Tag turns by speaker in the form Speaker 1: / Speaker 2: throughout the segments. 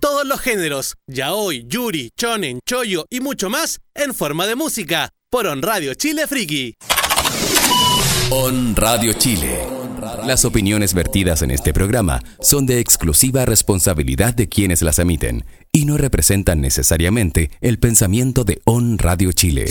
Speaker 1: todos los géneros, yaoi, yuri, chonen, choyo y mucho más en forma de música por On Radio Chile Friki.
Speaker 2: On Radio Chile. Las opiniones vertidas en este programa son de exclusiva responsabilidad de quienes las emiten y no representan necesariamente el pensamiento de On Radio Chile.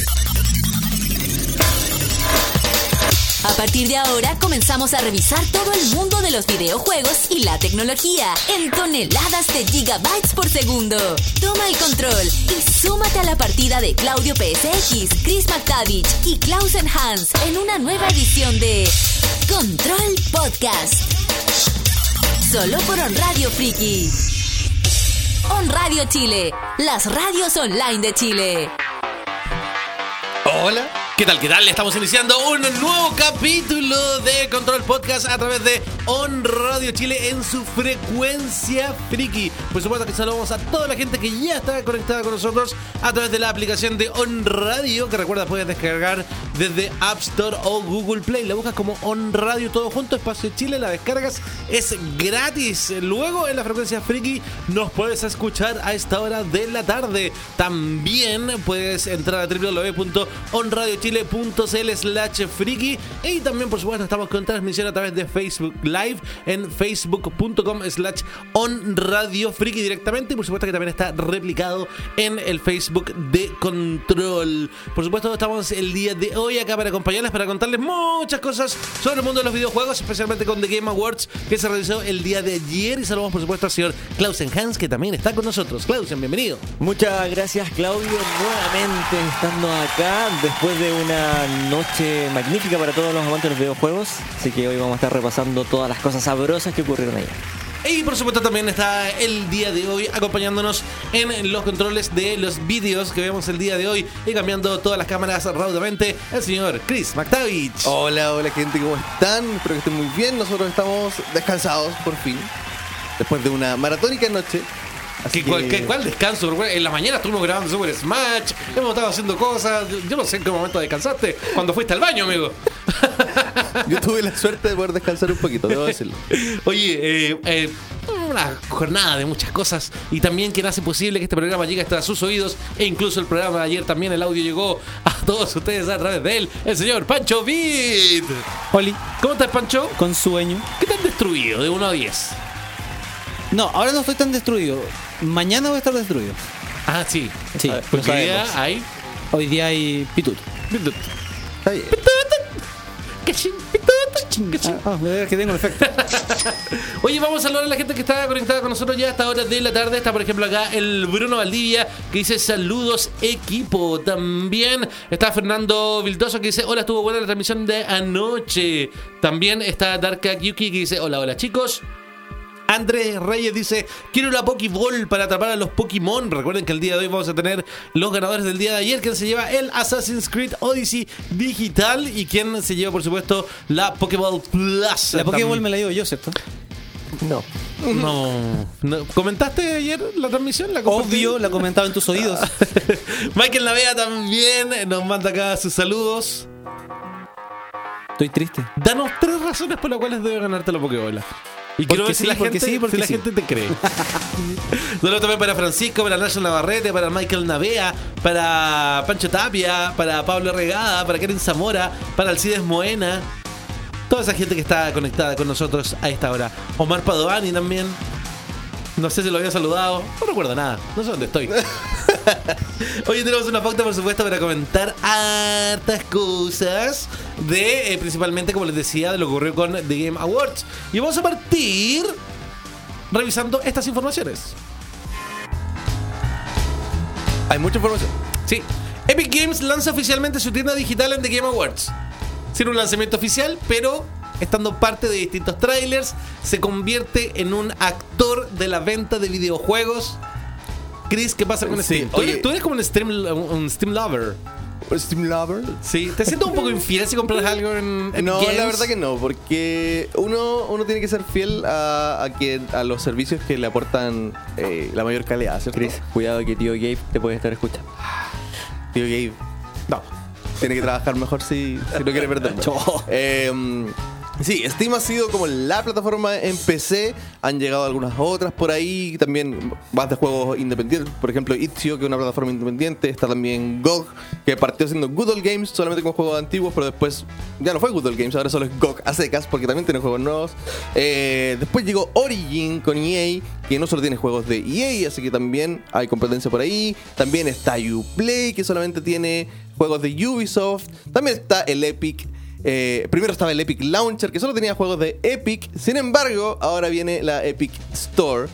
Speaker 3: A partir de ahora comenzamos a revisar todo el mundo de los videojuegos y la tecnología en toneladas de gigabytes por segundo. Toma el control y súmate a la partida de Claudio PSX, Chris McTavish y Klausen Hans en una nueva edición de Control Podcast. Solo por On Radio Friki. On Radio Chile, las radios online de Chile.
Speaker 1: Hola. ¿Qué tal? ¿Qué tal? Estamos iniciando un nuevo capítulo de Control Podcast a través de On Radio Chile en su frecuencia friki. Por supuesto que saludamos a toda la gente que ya está conectada con nosotros a través de la aplicación de On Radio, que recuerda puedes descargar desde App Store o Google Play. La buscas como On Radio todo junto, espacio Chile, la descargas, es gratis. Luego en la frecuencia friki nos puedes escuchar a esta hora de la tarde. También puedes entrar a www.onradiochile.cl slash friki y también por supuesto estamos con transmisión a través de Facebook Live en facebook.com slash onradiofriki directamente y por supuesto que también está replicado en el Facebook de Control. Por supuesto estamos el día de hoy acá para acompañarles, para contarles muchas cosas sobre el mundo de los videojuegos, especialmente con The Game Awards que se realizó el día de ayer y saludamos por supuesto al señor Klausen Hans que también está con nosotros. Klausen, bienvenido.
Speaker 4: Muchas gracias Claudio, nuevamente estando acá después de una noche magnífica para todos los amantes de los videojuegos, así que hoy vamos a estar repasando todas las cosas sabrosas que ocurrieron ayer.
Speaker 1: Y por supuesto también está el día de hoy acompañándonos en los controles de los vídeos que vemos el día de hoy y cambiando todas las cámaras raudamente el señor Chris McTavish.
Speaker 5: Hola, hola gente, ¿cómo están? Espero que estén muy bien. Nosotros estamos descansados por fin, después de una maratónica noche.
Speaker 1: ¿Qué,
Speaker 5: Así
Speaker 1: cuál,
Speaker 5: que-
Speaker 1: qué- cuál descanso? porque, bueno, En la mañana estuvimos grabando Super Smash, hemos estado haciendo cosas. yo- Yo no sé en qué momento descansaste. Cuando fuiste al baño, amigo.
Speaker 5: Yo tuve la suerte de poder descansar un poquito, debo decirlo.
Speaker 1: Oye, eh, eh, una jornada de muchas cosas y también que hace posible que este programa llegue hasta sus oídos e incluso el programa de ayer también el audio llegó a todos ustedes a través de él, el señor Pancho Vid.
Speaker 4: Oli,
Speaker 1: ¿Cómo estás, Pancho?
Speaker 4: con sueño.
Speaker 1: ¿Qué tan destruido de 1 a 10?
Speaker 4: No, ahora no estoy tan destruido. Mañana voy a estar destruido.
Speaker 1: Ah, sí.
Speaker 4: Sí,
Speaker 1: A ver,
Speaker 4: lo
Speaker 1: porque hoy día
Speaker 4: sabemos.
Speaker 1: hay...
Speaker 4: Hoy día hay pituto.
Speaker 5: Está bien.
Speaker 1: Cachín, cachín, cachín.
Speaker 4: Ah, me veo que tengo el efecto.
Speaker 1: Oye, vamos a saludar a la gente que está conectada con nosotros ya a esta hora de la tarde. Está, por ejemplo, acá el Bruno Valdivia que dice saludos equipo. También está Fernando Vildoso que dice hola, estuvo buena la transmisión de anoche. También está Darka Yuki que dice hola, hola chicos. Andrés Reyes dice, quiero la Pokéball para atrapar a los Pokémon. Recuerden que el día de hoy vamos a tener los ganadores del día de ayer, quien se lleva el Assassin's Creed Odyssey Digital y quien se lleva, por supuesto, la Pokéball Plus.
Speaker 4: La Pokéball
Speaker 1: Tam-
Speaker 4: me la llevo yo, ¿cierto?
Speaker 5: No.
Speaker 1: no, no. ¿Comentaste ayer la transmisión? ¿La compartí?
Speaker 4: Obvio, la comentaba en tus oídos.
Speaker 1: Michael Navea también eh, nos manda acá sus saludos.
Speaker 4: Estoy triste.
Speaker 1: Danos tres razones por las cuales debe ganarte la Pokébola. Y quiero
Speaker 4: Porque
Speaker 1: ver si
Speaker 4: sí,
Speaker 1: la,
Speaker 4: porque
Speaker 1: gente,
Speaker 4: sí, porque
Speaker 1: si la
Speaker 4: sí.
Speaker 1: gente te cree. Saludos también para Francisco, para Nacho Navarrete, para Michael Navea, para Pancho Tapia, para Pablo Regada, para Karen Zamora, para Alcides Moena. Toda esa gente que está conectada con nosotros a esta hora. Omar Padovani también. No sé si lo había saludado. No recuerdo nada. No sé dónde estoy. Hoy tenemos una pauta, por supuesto, para comentar hartas cosas. De, eh, principalmente, como les decía, de lo que ocurrió con The Game Awards. Y vamos a partir revisando estas informaciones.
Speaker 5: Hay mucha información.
Speaker 1: Sí. Epic Games lanza oficialmente su tienda digital en The Game Awards. Sin un lanzamiento oficial, pero estando parte de distintos trailers, se convierte en un actor de la venta de videojuegos. Chris, ¿qué pasa con
Speaker 5: Sí,
Speaker 1: Steam?
Speaker 5: oye-
Speaker 1: Oye, tú eres como un stream, un stream lover.
Speaker 5: Steam Lover.
Speaker 1: Sí, ¿te siento un poco infiel si compras algo en Epic
Speaker 5: Eh, No,
Speaker 1: Games?
Speaker 5: la verdad que no, porque uno, uno tiene que ser fiel a, a, que- a los servicios que le aportan eh, la mayor calidad, ¿cierto?
Speaker 4: Chris, cuidado que tío Gabe te puede estar escuchando.
Speaker 5: Tío Gabe. No. Tiene que trabajar mejor si, si no quiere perder.
Speaker 4: Chao.
Speaker 5: Eh, Sí, Steam ha sido como la plataforma en PC. Han llegado algunas otras por ahí. También más de juegos independientes. Por ejemplo, Itch.io, que es una plataforma independiente. Está también GOG, que partió siendo Good Old Games solamente con juegos antiguos, pero después ya no fue Good Old Games. Ahora solo es GOG a secas, porque también tiene juegos nuevos. Eh, después llegó Origin con EA, que no solo tiene juegos de EA, así que también hay competencia por ahí. También está Uplay, que solamente tiene juegos de Ubisoft. También está el Epic. Eh, primero estaba el Epic Launcher, que solo tenía juegos de Epic. Sin embargo, ahora viene la Epic Store,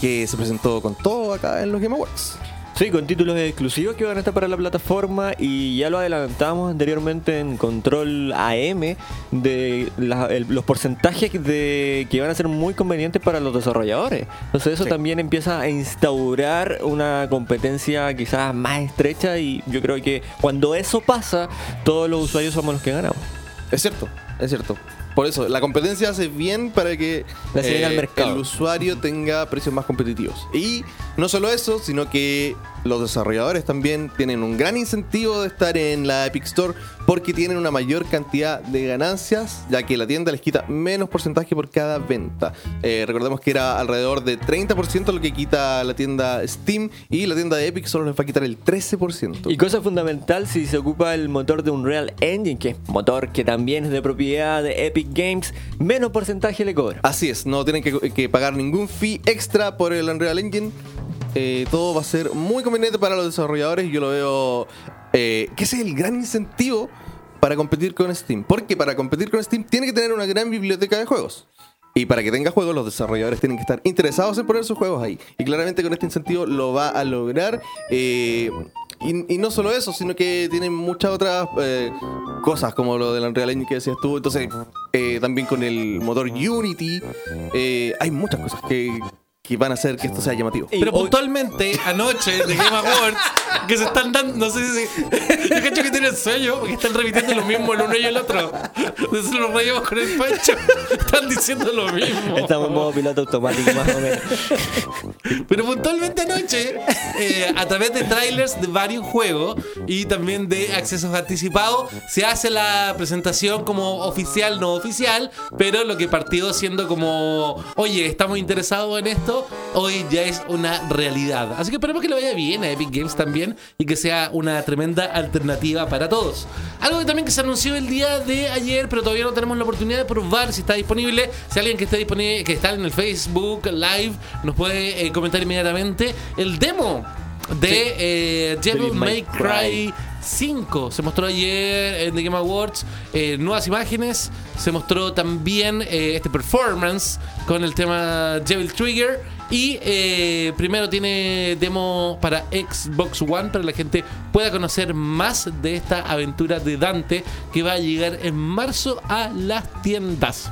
Speaker 5: que se presentó con todo acá en los Game Awards.
Speaker 4: Sí, con títulos exclusivos que van a estar para la plataforma y ya lo adelantamos anteriormente en Control AM de la- el- los porcentajes de, que van a ser muy convenientes para los desarrolladores. Entonces eso también empieza a instaurar una competencia quizás más estrecha y yo creo que cuando eso pasa, todos los usuarios somos los que ganamos.
Speaker 5: Es cierto, es cierto. Por eso, la competencia hace bien para que eh,
Speaker 4: La se llegue al mercado.
Speaker 5: el usuario tenga precios más competitivos. Y no solo eso, sino que los desarrolladores también tienen un gran incentivo de estar en la Epic Store porque tienen una mayor cantidad de ganancias, ya que la tienda les quita menos porcentaje por cada venta. Eh, recordemos que era alrededor de 30% lo que quita la tienda Steam y la tienda de Epic solo les va a quitar el 13%.
Speaker 4: Y cosa fundamental si se ocupa el motor de Unreal Engine, que es motor que también es de propiedad de Epic Games, menos porcentaje le cobra.
Speaker 5: Así es, no tienen que, que pagar ningún fee extra por el Unreal Engine. Eh, todo va a ser muy conveniente para los desarrolladores. Yo lo veo eh, que ese es el gran incentivo para competir con Steam. Porque para competir con Steam tiene que tener una gran biblioteca de juegos. Y para que tenga juegos, los desarrolladores tienen que estar interesados en poner sus juegos ahí. Y claramente con este incentivo lo va a lograr. Eh, y, y no solo eso, sino que tienen muchas otras eh, cosas, como lo del Unreal Engine que decías tú. Entonces, eh, también con el motor Unity, eh, hay muchas cosas que, que van a hacer que esto sea llamativo.
Speaker 1: Pero
Speaker 4: hoy-
Speaker 1: puntualmente, anoche, de Game Awards, que se están dando. No sé si. Yo cacho que tienen sueño porque están repitiendo lo mismo el uno y el otro. Nosotros nos reímos con el pancho. Están diciendo lo mismo.
Speaker 4: Estamos en modo piloto automático más o menos.
Speaker 1: Pero puntualmente anoche, eh, a través de trailers de varios juegos y también de accesos anticipados, se hace la presentación como oficial, no oficial, pero lo que partido siendo como, oye, estamos interesados en esto, hoy ya es una realidad. Así que esperemos que le vaya bien a Epic Games también y que sea una tremenda alternativa para todos. Algo que también que se anunció el día de ayer, pero todavía no tenemos la oportunidad de probar si está disponible. Si alguien que esté disponible, que está en el Facebook Live, nos puede eh, comentar inmediatamente el demo de eh, Devil
Speaker 4: Devil May
Speaker 1: May Cry 5. Se mostró ayer en The Game Awards eh, nuevas imágenes. Se mostró también eh, este performance con el tema Devil Trigger. Y eh, primero tiene demo para Xbox One para que la gente pueda conocer más de esta aventura de Dante que va a llegar en marzo a las tiendas.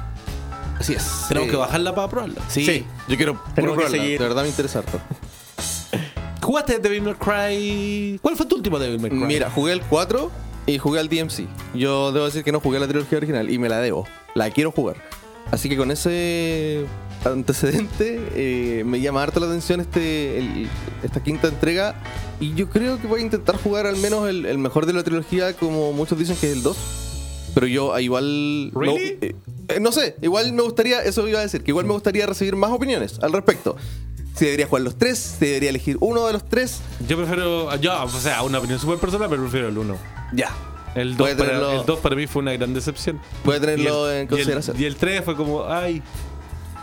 Speaker 5: Así es.
Speaker 1: Tenemos
Speaker 5: Eh,
Speaker 1: que bajarla para probarla.
Speaker 5: Sí, yo quiero
Speaker 4: Tenemos que
Speaker 5: probarla,
Speaker 4: seguir.
Speaker 5: De verdad me interesa. harto.
Speaker 1: ¿Jugaste Devil May Cry? ¿Cuál fue tu último Devil May Cry?
Speaker 5: Mira, jugué el 4 y jugué al DMC. Yo debo decir que no jugué la trilogía original y me la debo. La quiero jugar. Así que con ese antecedente eh, me llama harto la atención este, el- esta quinta entrega. Y yo creo que voy a intentar jugar al menos el, el mejor de la trilogía, como muchos dicen que es el 2. Pero yo ah, igual... no-
Speaker 1: ¿Really?
Speaker 5: eh, eh, no sé, igual me gustaría, eso iba a decir, que igual me gustaría recibir más opiniones al respecto. Si debería jugar los tres, si debería elegir uno de los tres,
Speaker 1: Yo prefiero, yo, o sea, una opinión súper personal, pero prefiero el 1.
Speaker 5: ya.
Speaker 1: El
Speaker 5: Voy
Speaker 1: 2
Speaker 5: a
Speaker 1: para,
Speaker 5: tenerlo-
Speaker 1: el dos para mí fue una gran decepción.
Speaker 5: Voy a
Speaker 1: Y
Speaker 5: tenerlo
Speaker 1: el-
Speaker 5: en consideración.
Speaker 1: Y el, 3 fue como, ay,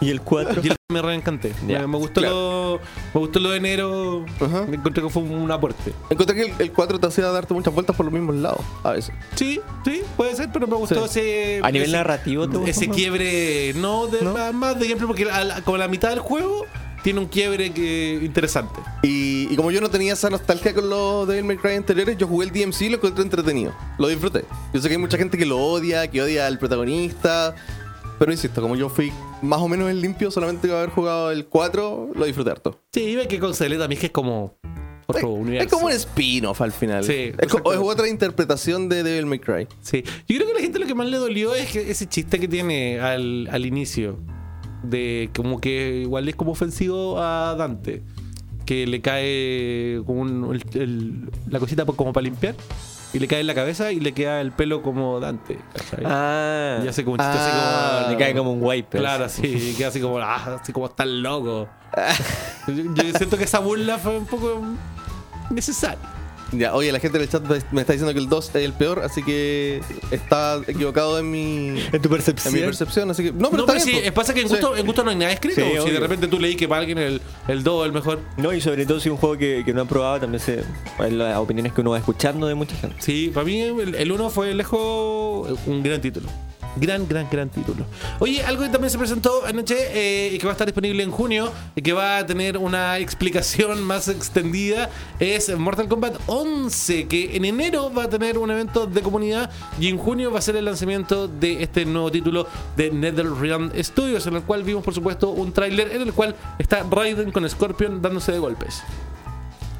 Speaker 4: Y el 4.
Speaker 1: y el me reencanté.
Speaker 4: Ya,
Speaker 1: me, me gustó lo, me gustó lo de enero.
Speaker 5: Ajá.
Speaker 1: Me encontré que fue un aporte.
Speaker 5: Encontré que el, el 4 te hacía darte muchas vueltas por los mismos lados, a veces.
Speaker 1: Sí, sí, puede ser, pero me gustó ese.
Speaker 4: A nivel
Speaker 1: ese-
Speaker 4: narrativo, ¿te gustó
Speaker 1: Ese
Speaker 4: más?
Speaker 1: quiebre, no, de,
Speaker 4: ¿No?
Speaker 1: Más, más de ejemplo, porque a la- como la mitad del juego tiene un quiebre que, interesante.
Speaker 5: Y, y como yo no tenía esa nostalgia con los Devil May Cry anteriores, yo jugué el DMC y lo encontré entretenido. Lo disfruté. Yo sé que hay mucha gente que lo odia, que odia al protagonista. Pero insisto, como yo fui más o menos en limpio, solamente con haber jugado el 4, lo disfruté harto.
Speaker 1: Sí, ve que con Celeta también que es como
Speaker 5: Es,
Speaker 1: otro universo.
Speaker 5: es como un spin-off al final.
Speaker 1: Sí,
Speaker 5: es, co-
Speaker 1: exactamente.
Speaker 5: es otra interpretación de Devil May Cry.
Speaker 1: Sí. Yo creo que a la gente lo que más le dolió es que ese chiste que tiene al, al inicio. De como que igual es como ofensivo a Dante. Que le cae como un- el- el- la cosita pa- como para limpiar. y le cae en la cabeza y le queda el pelo como Dante. ¿cachai?
Speaker 4: Ah.
Speaker 1: Y hace como un chiste
Speaker 5: Ah.
Speaker 1: así como.
Speaker 4: Le cae como un wiper.
Speaker 1: Claro, así, y queda así como, ah, así como está loco.
Speaker 4: Ah.
Speaker 1: yo, yo siento que esa burla fue un poco necesaria.
Speaker 5: Ya, oye, la gente del chat me está diciendo que el 2 es el peor, así que está equivocado en mi,
Speaker 4: En
Speaker 5: en
Speaker 4: tu percepción.
Speaker 5: mi percepción, así que... No, pero
Speaker 1: No,
Speaker 5: está
Speaker 1: pero sí,
Speaker 5: bien,
Speaker 1: eh,
Speaker 5: po.
Speaker 1: pasa que en
Speaker 5: Sí.
Speaker 1: gusto, en gusto no hay nada escrito.
Speaker 4: Sí,
Speaker 1: si de
Speaker 4: obvio.
Speaker 1: repente tú leí que para alguien el, el 2 es el mejor.
Speaker 4: No, y sobre todo si es un juego que, que no han probado, también se. hay las opiniones que uno va escuchando de mucha gente.
Speaker 1: Sí, para mí el el 1 fue lejos un gran título. Gran, gran, gran título. Oye, algo que también se presentó anoche eh, y que va a estar disponible en junio y que va a tener una explicación más extendida es Mortal Kombat 11, que en enero va a tener un evento de comunidad y en junio va a ser el lanzamiento de este nuevo título de NetherRealm Studios, en el cual vimos, por supuesto, un tráiler en el cual está Raiden con Scorpion dándose de golpes.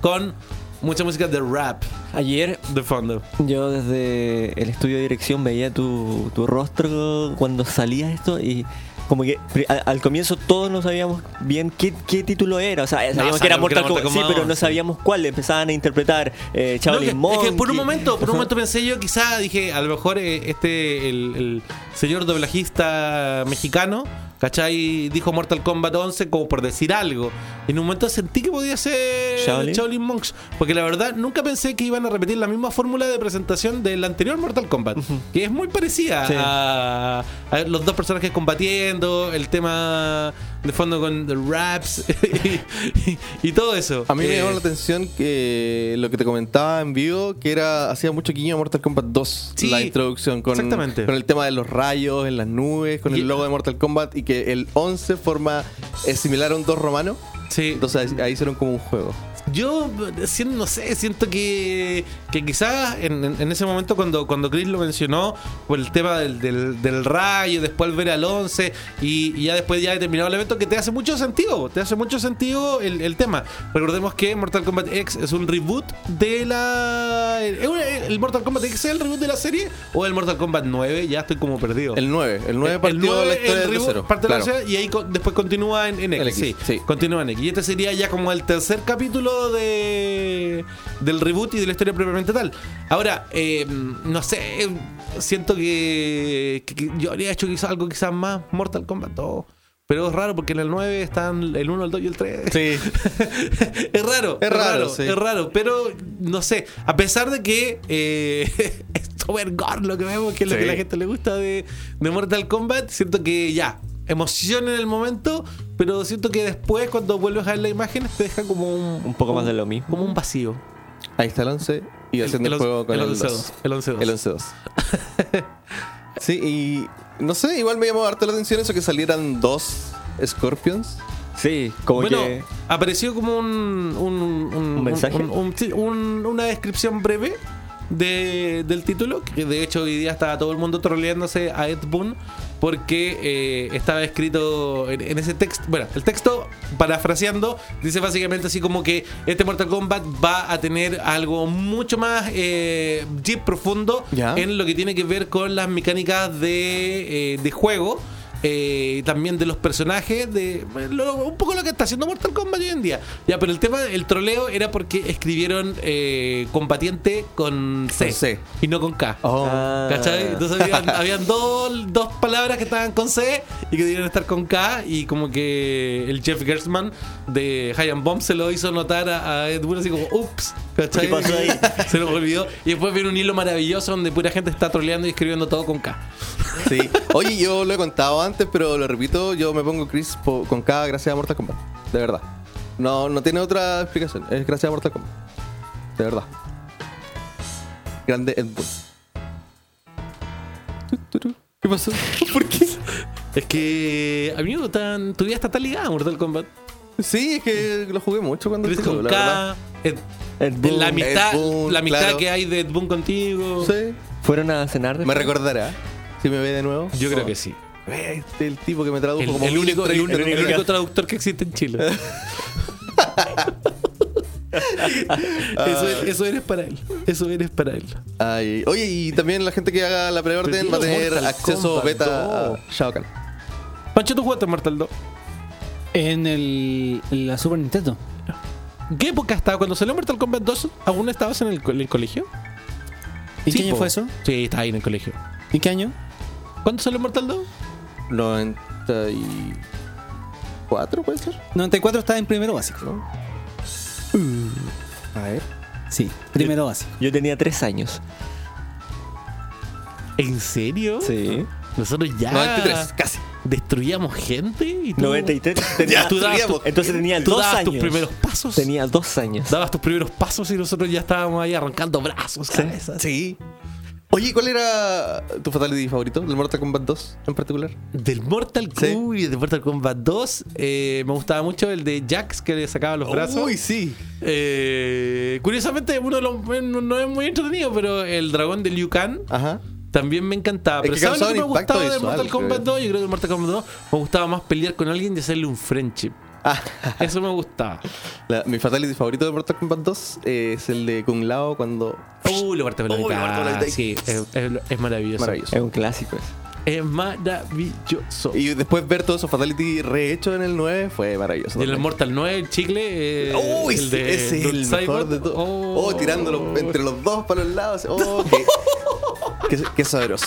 Speaker 1: Con mucha música de rap
Speaker 4: Ayer
Speaker 1: de fondo.
Speaker 4: Yo desde el estudio de dirección veía tu, tu rostro cuando salía esto y como que pri- a- al comienzo todos no sabíamos bien qué, qué título era. O sea, sabíamos que era
Speaker 1: sabíamos que era
Speaker 4: Mortal
Speaker 1: Mortal
Speaker 4: Kombat, sí,
Speaker 1: Kombat,
Speaker 4: pero no
Speaker 1: sí.
Speaker 4: sabíamos cuál. Empezaban a interpretar eh,
Speaker 1: No, que-
Speaker 4: Shaolin Monk.
Speaker 1: es que por un momento, por un momento pensé yo, quizá dije, a lo mejor eh, este el, el señor doblajista mexicano, ¿cachai? Dijo Mortal Kombat 11 como por decir algo. En un momento sentí que podía ser Shaolin,
Speaker 4: Shaolin.
Speaker 1: Monks, porque la verdad nunca pensé que iban a repetir la misma fórmula de presentación del anterior Mortal Kombat, que es muy parecida
Speaker 4: Sí.
Speaker 1: a, a los dos personajes combatiendo, el tema de fondo con the raps y, y- y todo eso.
Speaker 5: A mí me
Speaker 1: Eh,
Speaker 5: llamó la atención que lo que te comentaba en vivo, que era hacía mucho guiño a Mortal Kombat 2,
Speaker 1: Sí,
Speaker 5: la introducción con,
Speaker 1: exactamente.
Speaker 5: con el tema de los rayos en las nubes, con
Speaker 1: Y-
Speaker 5: el logo de Mortal Kombat y que el 11 forma es similar a un 2 romano,
Speaker 1: sí.
Speaker 5: entonces ahí, ahí hicieron como un juego.
Speaker 1: Yo, si- no sé, siento que, que quizás en, en- en ese momento cuando, cuando Chris lo mencionó, por el tema del, del, del rayo, después al ver al 11 y, y ya después ya he terminado el evento, que te hace mucho sentido, te hace mucho sentido el, el tema. Recordemos que Mortal Kombat X es un reboot de la... ¿El, el Mortal Kombat X es el reboot de la serie o el Mortal Kombat 9? Ya estoy como perdido.
Speaker 5: El 9, el 9 partió
Speaker 1: nuevo
Speaker 5: la historia del
Speaker 1: reboot
Speaker 5: tercero.
Speaker 1: parte de la
Speaker 5: claro.
Speaker 1: historia y ahí co- después continúa en, en X.
Speaker 5: El X,
Speaker 1: sí,
Speaker 5: sí.
Speaker 1: Continúa en X. Y este sería ya como el tercer capítulo de del reboot y de la historia propiamente tal. Ahora, eh, no sé, eh, siento que, que- que yo habría hecho quizás algo quizás más Mortal Kombat 2. Pero es raro porque en el 9 están el 1, el 2 y el 3.
Speaker 5: Sí.
Speaker 1: es raro, es
Speaker 5: Es raro,
Speaker 1: raro,
Speaker 5: sí.
Speaker 1: es raro, pero no sé, a pesar de que eh, es super gore lo que vemos, que es lo
Speaker 5: Sí.
Speaker 1: que a la gente le gusta de, de Mortal Kombat, siento que ya, emoción en el momento, pero siento que después cuando vuelves a ver la imagen te deja como un,
Speaker 4: Un poco más de lo mismo.
Speaker 1: como un vacío.
Speaker 5: Ahí está el 11 y haciendo el,
Speaker 1: el
Speaker 5: juego con el,
Speaker 1: 11
Speaker 5: 2.
Speaker 1: el 11
Speaker 5: El 11-2. sí, y no sé, igual me llamó harto la atención eso que salieran dos Scorpions.
Speaker 4: Sí, como
Speaker 1: bueno,
Speaker 4: que.
Speaker 1: apareció como un, un, un- un-
Speaker 4: mensaje?
Speaker 1: un- un- sí, un- una descripción breve de- del título, que de hecho hoy día estaba todo el mundo troleándose a Ed Boon porque eh, estaba escrito en, en ese texto, bueno, el texto, parafraseando, dice básicamente así como que este Mortal Kombat va a tener algo mucho más eh, deep, profundo
Speaker 5: Ya.
Speaker 1: en lo que tiene que ver con las mecánicas de, eh, de juego. eh, también de los personajes, de lo- un poco lo que está haciendo Mortal Kombat hoy en día. Ya, pero el tema, el troleo era porque escribieron eh, combatiente con C,
Speaker 5: Con C. Oh.
Speaker 1: y no con K.
Speaker 4: Ah.
Speaker 1: ¿Cachai? Entonces habían, habían dos, dos palabras que estaban con C y que debían estar con K y como que el Jeff Gersman de High and Bomb se lo hizo notar a, a Ed Wood así como, ups, ¿cachai?
Speaker 4: ¿Qué pasó ahí?
Speaker 1: Se lo olvidó. Y después viene un hilo maravilloso donde pura gente está troleando y escribiendo todo con K.
Speaker 5: Sí. Oye, yo lo he contado antes, pero lo repito, yo me pongo Chris po- con cada gracias a Mortal Kombat. De verdad. No, no tiene otra explicación. Es gracias a Mortal Kombat. De verdad. Grande Ed Boon. Tu, tu, tu. ¿Qué pasó? ¿Por qué?
Speaker 1: Es que, amigo, tan, tu vida está tan ligada a Mortal Kombat.
Speaker 5: Sí, es que lo jugué mucho cuando
Speaker 1: Chris
Speaker 5: chico,
Speaker 1: con
Speaker 5: la verdad.
Speaker 1: K, Ed-
Speaker 4: Ed Boon.
Speaker 1: la amistad,
Speaker 5: Ed Boon,
Speaker 1: la amistad
Speaker 5: claro.
Speaker 1: que hay de Ed Boon contigo.
Speaker 5: Sí.
Speaker 4: ¿Fueron a cenar después?
Speaker 5: Me recordará. Si me ve de nuevo.
Speaker 1: Yo creo que sí.
Speaker 5: Eh, Este el tipo que me tradujo
Speaker 1: El,
Speaker 5: como
Speaker 1: el único, el, único-
Speaker 5: 1030
Speaker 1: el único traductor que existe en Chile. eso, e- eso eres para él. Eso eres para él.
Speaker 5: Ay, oye, y también la gente que haga la
Speaker 1: Pero
Speaker 5: preorden va a
Speaker 1: digo,
Speaker 5: tener
Speaker 1: Mortal
Speaker 5: acceso
Speaker 1: Kombat
Speaker 5: beta
Speaker 1: dos.
Speaker 5: a Shao Kahn.
Speaker 1: Pancho, ¿tú jugaste Mortal 2?
Speaker 6: En el, en la Super Nintendo.
Speaker 1: ¿Qué época estaba? Cuando salió Mortal Kombat 2, ¿aún estabas en el, co- en el colegio?
Speaker 6: ¿En
Speaker 1: Sí,
Speaker 6: qué año
Speaker 1: po.
Speaker 6: fue eso?
Speaker 1: Sí, estaba ahí en el colegio.
Speaker 6: ¿En qué año?
Speaker 1: ¿Cuándo salió Mortal 2?
Speaker 5: 94, puede ser.
Speaker 6: 94 estaba en primero básico.
Speaker 4: A ver.
Speaker 6: Sí,
Speaker 1: Eh.
Speaker 6: primero básico.
Speaker 4: Yo tenía tres años.
Speaker 1: ¿En serio?
Speaker 4: Sí.
Speaker 1: Nosotros ya
Speaker 5: 93, casi.
Speaker 1: destruíamos gente y tú,
Speaker 4: 93.
Speaker 1: Ya,
Speaker 4: Tenía,
Speaker 1: tú dabas tu-
Speaker 4: entonces tenía
Speaker 1: tú
Speaker 4: dos
Speaker 1: dabas
Speaker 4: años.
Speaker 1: tus primeros pasos.
Speaker 4: Tenía dos años.
Speaker 1: Dabas tus primeros pasos y nosotros ya estábamos ahí arrancando brazos, cabezas.
Speaker 5: Sí. Oye, ¿cuál era tu fatality favorito? ¿El Mortal Kombat 2 en particular?
Speaker 1: Del Mortal
Speaker 5: Sí.
Speaker 1: Kombat y del Mortal Kombat 2 eh, me gustaba mucho el de Jax que le sacaba los brazos.
Speaker 5: Uy, sí.
Speaker 1: Eh, curiosamente, uno de los- no, no es muy entretenido, pero el dragón de Liu Kang
Speaker 5: Ajá.
Speaker 1: también me encantaba.
Speaker 5: Es
Speaker 1: Pero
Speaker 5: que
Speaker 1: ¿sabes lo
Speaker 5: causaba
Speaker 1: que me
Speaker 5: un impacto
Speaker 1: gustaba de
Speaker 5: visual,
Speaker 1: Mortal Kombat
Speaker 5: creo.
Speaker 1: 2? Yo creo que en Mortal Kombat 2 me gustaba más pelear con alguien y hacerle un friendship.
Speaker 5: Ah,
Speaker 1: Eso me gustaba.
Speaker 5: la- mi fatality favorito de Mortal Kombat 2 es el de Kung Lao cuando.
Speaker 1: Uh, lo parte por la
Speaker 5: Uy, lo
Speaker 1: mitad.
Speaker 5: parte por la mitad.
Speaker 1: Sí, es, es- es maravilloso.
Speaker 5: Maravilloso.
Speaker 4: Es un clásico ese.
Speaker 1: Es maravilloso. Y,
Speaker 5: Y después ver todos esos fatality rehechos en el 9 fue maravilloso.
Speaker 1: en el Mortal 9, el chicle. eh,
Speaker 5: Uy, sí, ese es
Speaker 1: Dude
Speaker 5: el
Speaker 1: Cyborg.
Speaker 5: mejor de todos.
Speaker 1: Oh.
Speaker 5: Oh, tirándolo entre los dos para los lados. Oh, qué, qué, qué sabroso.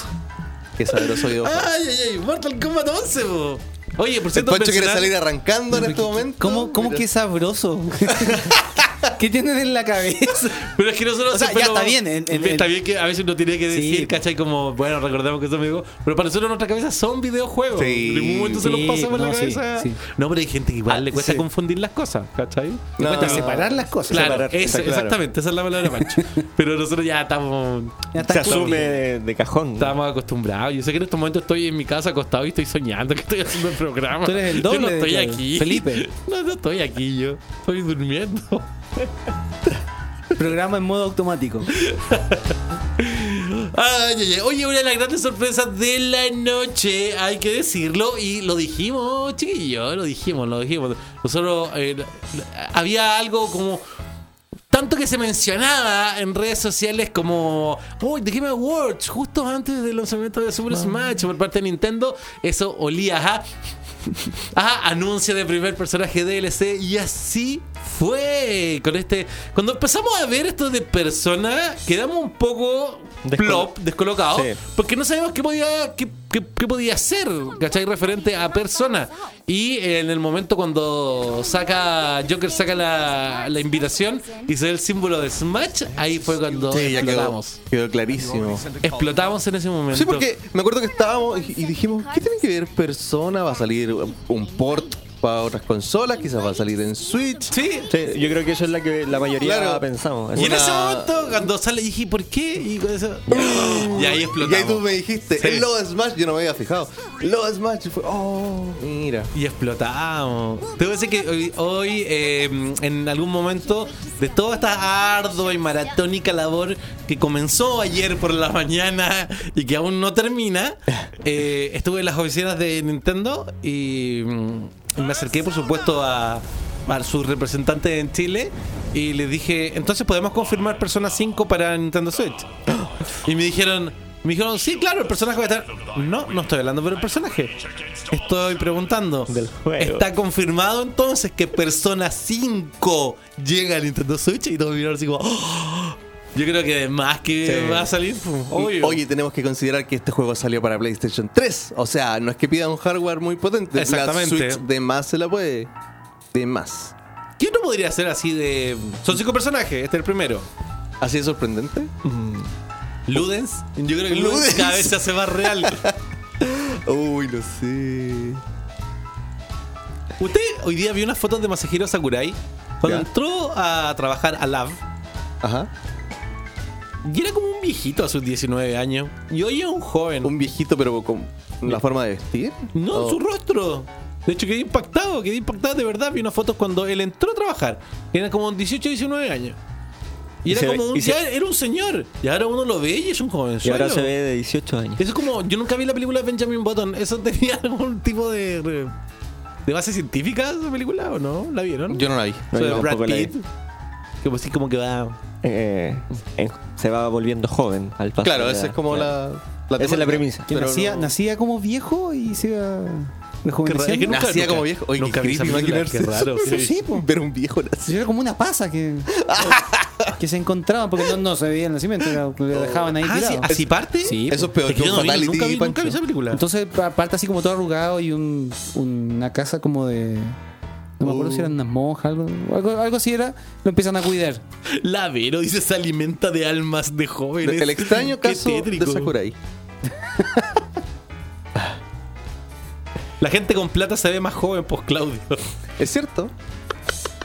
Speaker 5: Qué sabroso video.
Speaker 1: Ay, ay, ay, Mortal Kombat 11, po. Oye, por
Speaker 5: El
Speaker 1: cierto,
Speaker 5: Pancho quiere
Speaker 1: mencionar-
Speaker 5: salir arrancando en este momento.
Speaker 6: ¿Cómo, cómo
Speaker 5: Mira.
Speaker 6: que sabroso? ¿Qué tienen en la cabeza?
Speaker 1: Pero es que nosotros.
Speaker 6: O sea,
Speaker 1: siempre
Speaker 6: ya
Speaker 1: lo-
Speaker 6: está bien, en- en-
Speaker 1: está
Speaker 6: en-
Speaker 1: bien que a veces uno tiene que
Speaker 6: Sí,
Speaker 1: decir,
Speaker 6: po.
Speaker 1: ¿cachai? Como, bueno, recordemos que eso me dijo. Pero para nosotros, en nuestra cabeza son videojuegos.
Speaker 5: Sí.
Speaker 1: En ningún momento se los
Speaker 6: Sí,
Speaker 1: pasa por la
Speaker 6: no, sí,
Speaker 1: cabeza.
Speaker 6: sí.
Speaker 1: No, pero hay gente que igual
Speaker 5: Ah,
Speaker 1: le cuesta
Speaker 5: sí.
Speaker 1: confundir las cosas, ¿cachai?
Speaker 5: No.
Speaker 6: Cuesta separar las cosas.
Speaker 1: Claro,
Speaker 4: Separar,
Speaker 1: eso,
Speaker 4: está claro.
Speaker 1: exactamente, esa es la palabra Pancho. Pero nosotros ya estamos,
Speaker 6: Ya
Speaker 4: Se
Speaker 6: está
Speaker 4: asume de, de cajón.
Speaker 1: estamos acostumbrados. Yo sé que en estos momentos estoy en mi casa acostado y estoy soñando que estoy haciendo el programa.
Speaker 6: Tú eres
Speaker 1: yo
Speaker 6: el doble
Speaker 1: no
Speaker 6: de
Speaker 1: estoy
Speaker 6: claro,
Speaker 1: aquí.
Speaker 6: Felipe.
Speaker 1: No, no estoy aquí yo. Estoy durmiendo.
Speaker 6: Programa en modo automático.
Speaker 1: Ay, ay, ay. Oye, una de las grandes sorpresas de la noche, hay que decirlo, y lo dijimos, chiquillo, lo dijimos, lo dijimos. Nosotros, eh, había algo como... Tanto que se mencionaba en redes sociales como, uy, The Game Awards, justo antes del lanzamiento de
Speaker 6: Ah.
Speaker 1: Super Smash por parte de Nintendo, eso olía a, a Ah, anuncio de primer personaje DLC y así fue con este... Cuando empezamos a ver esto de persona, quedamos un poco
Speaker 4: Descolo-
Speaker 1: plop, descolocados,
Speaker 4: Sí.
Speaker 1: porque no sabíamos qué podía, qué, qué- qué podía ser, ¿cachai? Referente a persona. Y en el momento cuando saca Joker saca la, la invitación y se ve el símbolo de Smash, ahí fue cuando
Speaker 5: Sí, ya quedó,
Speaker 1: explotamos.
Speaker 5: quedó clarísimo.
Speaker 1: Explotamos en ese momento.
Speaker 5: Sí, porque me acuerdo que estábamos y y dijimos, ¿qué tiene que ver persona? ¿Va a salir un port para otras consolas? Quizás va a salir en Switch.
Speaker 1: Sí.
Speaker 4: Sí, yo creo que eso es la que la mayoría
Speaker 5: Claro.
Speaker 4: pensamos.
Speaker 1: Y en
Speaker 5: Una-
Speaker 1: ese momento, cuando sale, dije, ¿por qué? Y, con eso- y ahí explotamos.
Speaker 5: Y ahí tú me dijiste,
Speaker 1: Sí.
Speaker 5: el logo de Smash, yo no me había fijado. Logo de Smash, y fue, oh, mira.
Speaker 1: Y explotamos. Te voy a decir que hoy, hoy, eh, en algún momento de toda esta ardua y maratónica labor que comenzó ayer por la mañana y que aún no termina, eh, estuve en las oficinas de Nintendo y mm, me acerqué, por supuesto, a, a sus representantes en Chile y les dije, entonces podemos confirmar Persona 5 para Nintendo Switch. Y me dijeron, me dijeron, sí, claro, el personaje va a estar. No, no estoy hablando por el personaje. Estoy preguntando.
Speaker 4: Del juego.
Speaker 1: ¿Está confirmado entonces que Persona 5 llega a Nintendo Switch? Y todos miraron así como. "Oh". Yo creo que más que
Speaker 5: Sí.
Speaker 1: va a salir. pues,
Speaker 5: Y,
Speaker 1: obvio.
Speaker 5: Oye, tenemos que considerar que este juego salió para PlayStation 3. O sea, no es que pida un hardware muy potente.
Speaker 1: Exactamente.
Speaker 5: La Switch de más se la puede. De más.
Speaker 1: ¿Quién no podría ser así de. Son cinco personajes, este es el primero.
Speaker 5: ¿Así de sorprendente?
Speaker 1: Ludens. Yo creo que Ludens,
Speaker 5: Ludens.
Speaker 1: cada vez se hace más real.
Speaker 5: Uy, no sé.
Speaker 1: Usted hoy día vio unas fotos de Masahiro Sakurai cuando
Speaker 5: Ya.
Speaker 1: entró a trabajar a Lab.
Speaker 5: Ajá.
Speaker 1: Y era como un viejito a sus 19 años. Y hoy es un joven.
Speaker 5: Un viejito, pero con la forma de vestir.
Speaker 1: No,
Speaker 5: Oh.
Speaker 1: su rostro. De hecho, quedé impactado, quedé impactado de verdad. Vi unas fotos cuando él entró a trabajar. Era como 18, 19 años. Y,
Speaker 4: Y
Speaker 1: era
Speaker 4: se ve-
Speaker 1: como un,
Speaker 4: y se-
Speaker 1: ya era un señor. Y ahora uno lo ve y es un joven.
Speaker 4: Y ahora se ve de 18 años.
Speaker 1: Eso es como. Yo nunca vi la película de Benjamin Button. ¿Eso tenía algún tipo de. de- de base científica esa película o no? ¿La vieron?
Speaker 5: Yo no la vi.
Speaker 1: O sea,
Speaker 4: yo
Speaker 1: Brad
Speaker 4: tampoco la vi.
Speaker 1: Pitt. Como así, como que va.
Speaker 4: Eh, en- se va volviendo joven al pasar.
Speaker 5: Claro,
Speaker 4: de
Speaker 5: esa
Speaker 4: edad.
Speaker 5: es como la,
Speaker 4: Claro. Esa es la
Speaker 5: temática.
Speaker 4: premisa.
Speaker 6: Que
Speaker 5: Pero
Speaker 6: nacía,
Speaker 5: no-
Speaker 6: nacía como viejo y se iba. de joven.
Speaker 1: raro, es que
Speaker 5: Nacía como viejo. Oye,
Speaker 1: nunca
Speaker 5: qué
Speaker 1: vi esa
Speaker 5: creepy
Speaker 1: película,
Speaker 5: imaginarse
Speaker 1: qué raro.
Speaker 5: eso.
Speaker 6: Pero sí, po.
Speaker 5: Ver un viejo nacido.
Speaker 6: Era como una pasa que, que se encontraba porque no, no se veía el nacimiento, era- lo dejaban ahí
Speaker 1: Ah,
Speaker 6: tirado.
Speaker 1: ¿sí- ¿Así parte?
Speaker 6: Sí,
Speaker 5: Eso es peor
Speaker 1: Es que
Speaker 5: que
Speaker 1: yo
Speaker 5: un
Speaker 1: no vi,
Speaker 5: fatality,
Speaker 1: nunca, vi, nunca
Speaker 5: Pancho.
Speaker 1: vi esa película.
Speaker 6: Entonces pa- parte así como todo arrugado y un, una casa como de... No me acuerdo si eran unas monjas, algo, algo, algo así era, lo empiezan a cuidar.
Speaker 1: La Vero dice se alimenta de almas de jóvenes.
Speaker 5: El extraño
Speaker 1: Qué
Speaker 5: caso de
Speaker 1: tétrico.
Speaker 5: Sakurai.
Speaker 1: La gente con plata se ve más joven, pues Claudio.
Speaker 5: ¿Es cierto?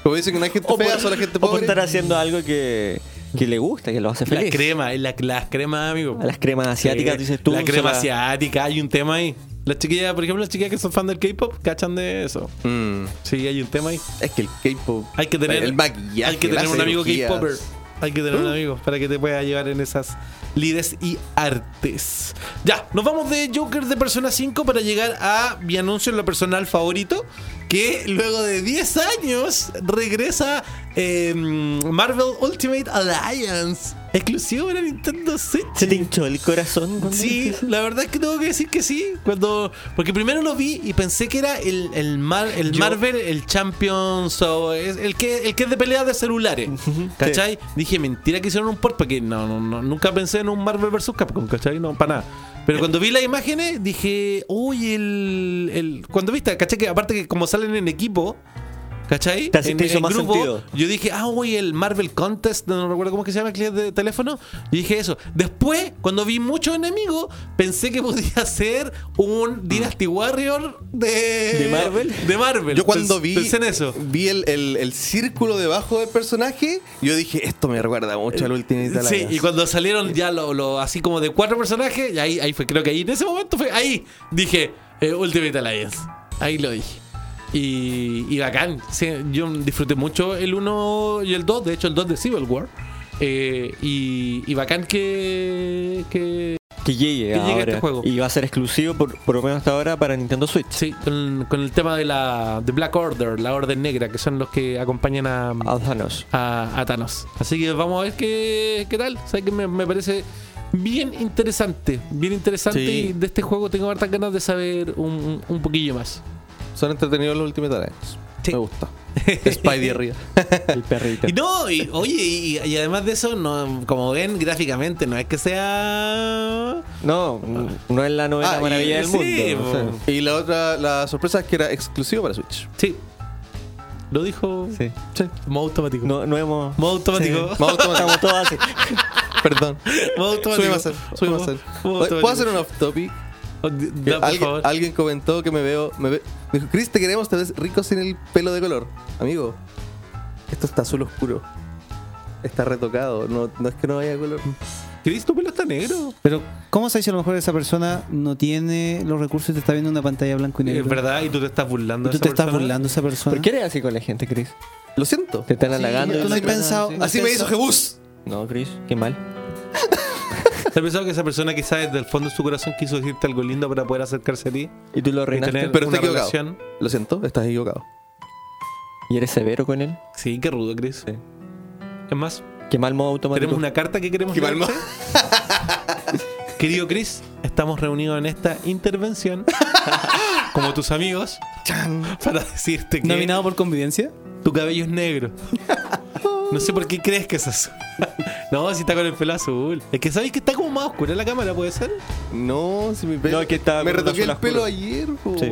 Speaker 5: Como dicen que no hay gente
Speaker 4: O por,
Speaker 5: fea, solo hay gente
Speaker 4: o por
Speaker 5: pobre.
Speaker 4: estar haciendo algo que, que le gusta, que lo hace
Speaker 1: La
Speaker 4: feliz.
Speaker 1: crema, es la, las cremas, amigo.
Speaker 4: Las cremas asiáticas,
Speaker 1: Sí,
Speaker 4: dices tú.
Speaker 1: La crema
Speaker 4: se la-
Speaker 1: asiática, hay un tema ahí. Las chiquillas, por ejemplo, las chiquillas que son fan del K-pop, cachan de eso.
Speaker 5: Mm,
Speaker 1: Sí, hay un tema ahí.
Speaker 5: es que el K-pop.
Speaker 1: Hay que tener,
Speaker 5: El maquillaje.
Speaker 1: hay que tener
Speaker 5: las
Speaker 1: un amigo
Speaker 5: cirugías. Uh.
Speaker 1: K-Popper. Hay que tener un amigo para que te pueda llevar en esas lides y artes. Ya, nos vamos de Joker de Persona 5 para llegar a mi anuncio en lo personal favorito. Que luego de 10 años regresa eh, Marvel Ultimate Alliance. Exclusivo para Nintendo Switch.
Speaker 4: Se te hinchó el corazón. cuando
Speaker 1: Sí,
Speaker 4: dijiste eso.
Speaker 1: la verdad es que tengo que decir que sí. Cuando. Porque primero lo vi y pensé que era el, el, Mar- el
Speaker 4: Yo-
Speaker 1: Marvel, el Champions, o es- el que, el que es de peleas de celulares. ¿Cachai? Dije, mentira que hicieron un port, porque no, no, no, nunca pensé en un Marvel vs Capcom, ¿cachai? No, para nada. Pero cuando vi las imágenes, dije, uy, el, el. Cuando viste, ¿cachai? Que aparte que como salen en equipo. ¿Cachai?
Speaker 4: Te hace- te hizo más sentido.
Speaker 1: Yo dije, ah, güey, el Marvel Contest, no recuerdo cómo es que se llama el cliente de teléfono. Y dije eso. Después, cuando vi muchos enemigos, pensé que podía ser un Dynasty Warrior de.
Speaker 4: ¿De Marvel?
Speaker 1: De Marvel.
Speaker 5: Yo cuando
Speaker 1: Pens-
Speaker 5: vi,
Speaker 1: Pensé en eso.
Speaker 5: vi el, el- el círculo debajo del personaje, yo dije, esto me recuerda mucho al Ultimate
Speaker 1: Sí,
Speaker 5: Alliance.
Speaker 1: y cuando salieron ya lo, lo- así como de cuatro personajes, y ahí, ahí fue, creo que ahí en ese momento fue, ahí dije eh, Ultimate Alliance. Ahí lo dije. Y, y bacán. Sí, yo disfruté mucho el 1 y el 2, de hecho el 2 de Civil War. Eh, y, y bacán que, que
Speaker 4: Que llegue,
Speaker 1: Que llegue
Speaker 4: ahora.
Speaker 1: este juego.
Speaker 4: Y va a ser exclusivo, por, por lo menos hasta ahora, para Nintendo Switch.
Speaker 1: sí, con, con el tema de la de Black Order, la Orden Negra, que son los que acompañan a,
Speaker 4: A Thanos.
Speaker 1: a, a Thanos. Así que vamos a ver qué, qué tal. Sabes que me, me parece bien interesante. Bien interesante.
Speaker 5: Sí.
Speaker 1: Y de este juego tengo hartas ganas de saber un, un poquillo más.
Speaker 5: Son entretenidos los Ultimate Alliance.
Speaker 1: Sí.
Speaker 5: Me gusta. Spidey arriba.
Speaker 4: El perrito.
Speaker 1: Y no, y, oye, y, y además de eso, no, como ven gráficamente, no es que sea.
Speaker 4: No, no es la novela
Speaker 5: Ah, y-
Speaker 4: maravilla del
Speaker 1: sí,
Speaker 4: mundo.
Speaker 1: po.
Speaker 4: o sea.
Speaker 5: Y la otra, la sorpresa es que era exclusivo para Switch.
Speaker 1: Sí. Lo dijo.
Speaker 4: Sí.
Speaker 1: Modo automático.
Speaker 4: No, no hemos.
Speaker 1: Modo automático.
Speaker 4: Sí.
Speaker 5: Modo automático.
Speaker 4: Estamos todos así.
Speaker 5: Perdón.
Speaker 1: Modo
Speaker 5: Sube
Speaker 1: automático.
Speaker 5: más, al- sube más.
Speaker 1: Modo-
Speaker 5: al-
Speaker 1: modo
Speaker 5: Oye,
Speaker 1: automático.
Speaker 5: ¿Puedo hacer un off topic?
Speaker 1: Oh, di- da,
Speaker 5: Que
Speaker 1: por
Speaker 5: alguien,
Speaker 1: favor.
Speaker 5: alguien comentó que me veo. Me ve- me dijo, Chris, te queremos, te ves rico sin el pelo de color. Amigo, esto está azul oscuro. Está retocado. No, no es que no vaya color.
Speaker 1: Chris, tu pelo está negro.
Speaker 6: Pero, ¿cómo se dice a lo mejor esa persona no tiene los recursos y te está viendo una pantalla blanco y negro?
Speaker 1: Es verdad, y tú te estás burlando.
Speaker 6: ¿Y
Speaker 1: de esa
Speaker 6: tú te estás
Speaker 1: persona.
Speaker 6: burlando de esa persona?
Speaker 4: ¿Por qué eres así con la gente, Chris?
Speaker 5: Lo siento.
Speaker 4: Te están halagando.
Speaker 6: ¿Tú no has
Speaker 5: Así me-
Speaker 6: pensado? no has
Speaker 5: Así me hizo
Speaker 6: pensado-
Speaker 5: Jebus.
Speaker 4: No, Chris, qué mal.
Speaker 1: ¿Te has pensado que esa persona quizás desde el fondo de su corazón quiso decirte algo lindo para poder acercarse a ti?
Speaker 4: ¿Y tú lo
Speaker 1: Y
Speaker 4: reinaste?
Speaker 1: tener
Speaker 5: pero
Speaker 1: una
Speaker 5: está equivocado.
Speaker 1: relación.
Speaker 5: Lo siento, estás equivocado.
Speaker 4: ¿Y eres severo con él?
Speaker 1: Sí, qué rudo, Chris.
Speaker 4: Sí.
Speaker 1: Es más,
Speaker 4: Qué mal modo automático.
Speaker 1: tenemos una carta que queremos
Speaker 5: Qué mal
Speaker 1: leerte. Querido Chris, estamos reunidos en esta intervención como tus amigos para decirte que
Speaker 6: ¿Nominado por convivencia?
Speaker 1: tu cabello es negro. No sé por qué crees que es azul. No, si está con el pelo azul. Es que sabéis que está como más oscura la cámara, ¿puede ser?
Speaker 5: No, si mi pelo.
Speaker 4: No, que estaba
Speaker 5: me
Speaker 4: con
Speaker 5: retoqué
Speaker 4: azul
Speaker 5: el pelo
Speaker 4: oscuro.
Speaker 5: ayer, po.
Speaker 4: Sí.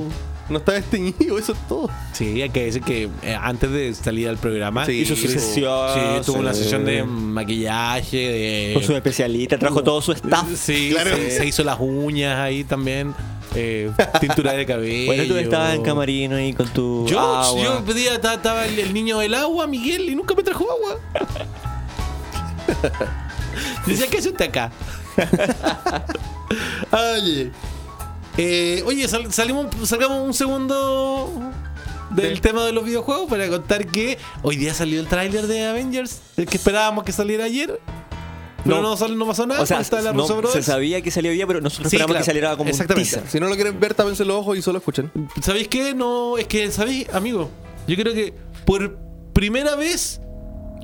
Speaker 5: No estaba desteñido, eso es todo.
Speaker 1: Sí, hay que decir que eh, antes de salir al programa
Speaker 5: Sí, hizo su
Speaker 4: sesión,
Speaker 1: Sí, tuvo una
Speaker 4: sí.
Speaker 1: sesión de maquillaje, de.
Speaker 4: Con su especialista, trajo todo su staff.
Speaker 1: Sí, se, se hizo las uñas ahí también. eh, tintura de cabello.
Speaker 4: Bueno, tú estabas en camarino ahí con tu
Speaker 1: Yo,
Speaker 4: agua.
Speaker 1: yo pedía, estaba, estaba el, el niño del agua, Miguel, y nunca me trajo agua. Decía que está acá. oye. Eh, oye, sal- salimos, salgamos un segundo del tema de los videojuegos para contar que hoy día salió el tráiler de Avengers, el que esperábamos que saliera ayer. Pero no,
Speaker 4: No.
Speaker 1: sal- no pasó nada.
Speaker 4: o sea,
Speaker 1: Ah, pues, está la
Speaker 4: no,
Speaker 1: Russo
Speaker 4: se
Speaker 1: Brothers.
Speaker 4: sabía que salía hoy día, pero nosotros
Speaker 1: Sí,
Speaker 4: esperábamos
Speaker 1: claro.
Speaker 4: que saliera como un
Speaker 1: Exactamente.
Speaker 4: teaser.
Speaker 5: Si no lo quieren ver, tápense los ojos y solo escuchen.
Speaker 1: ¿Sabéis qué? No, es que, ¿sabéis, amigo? Yo creo que por primera vez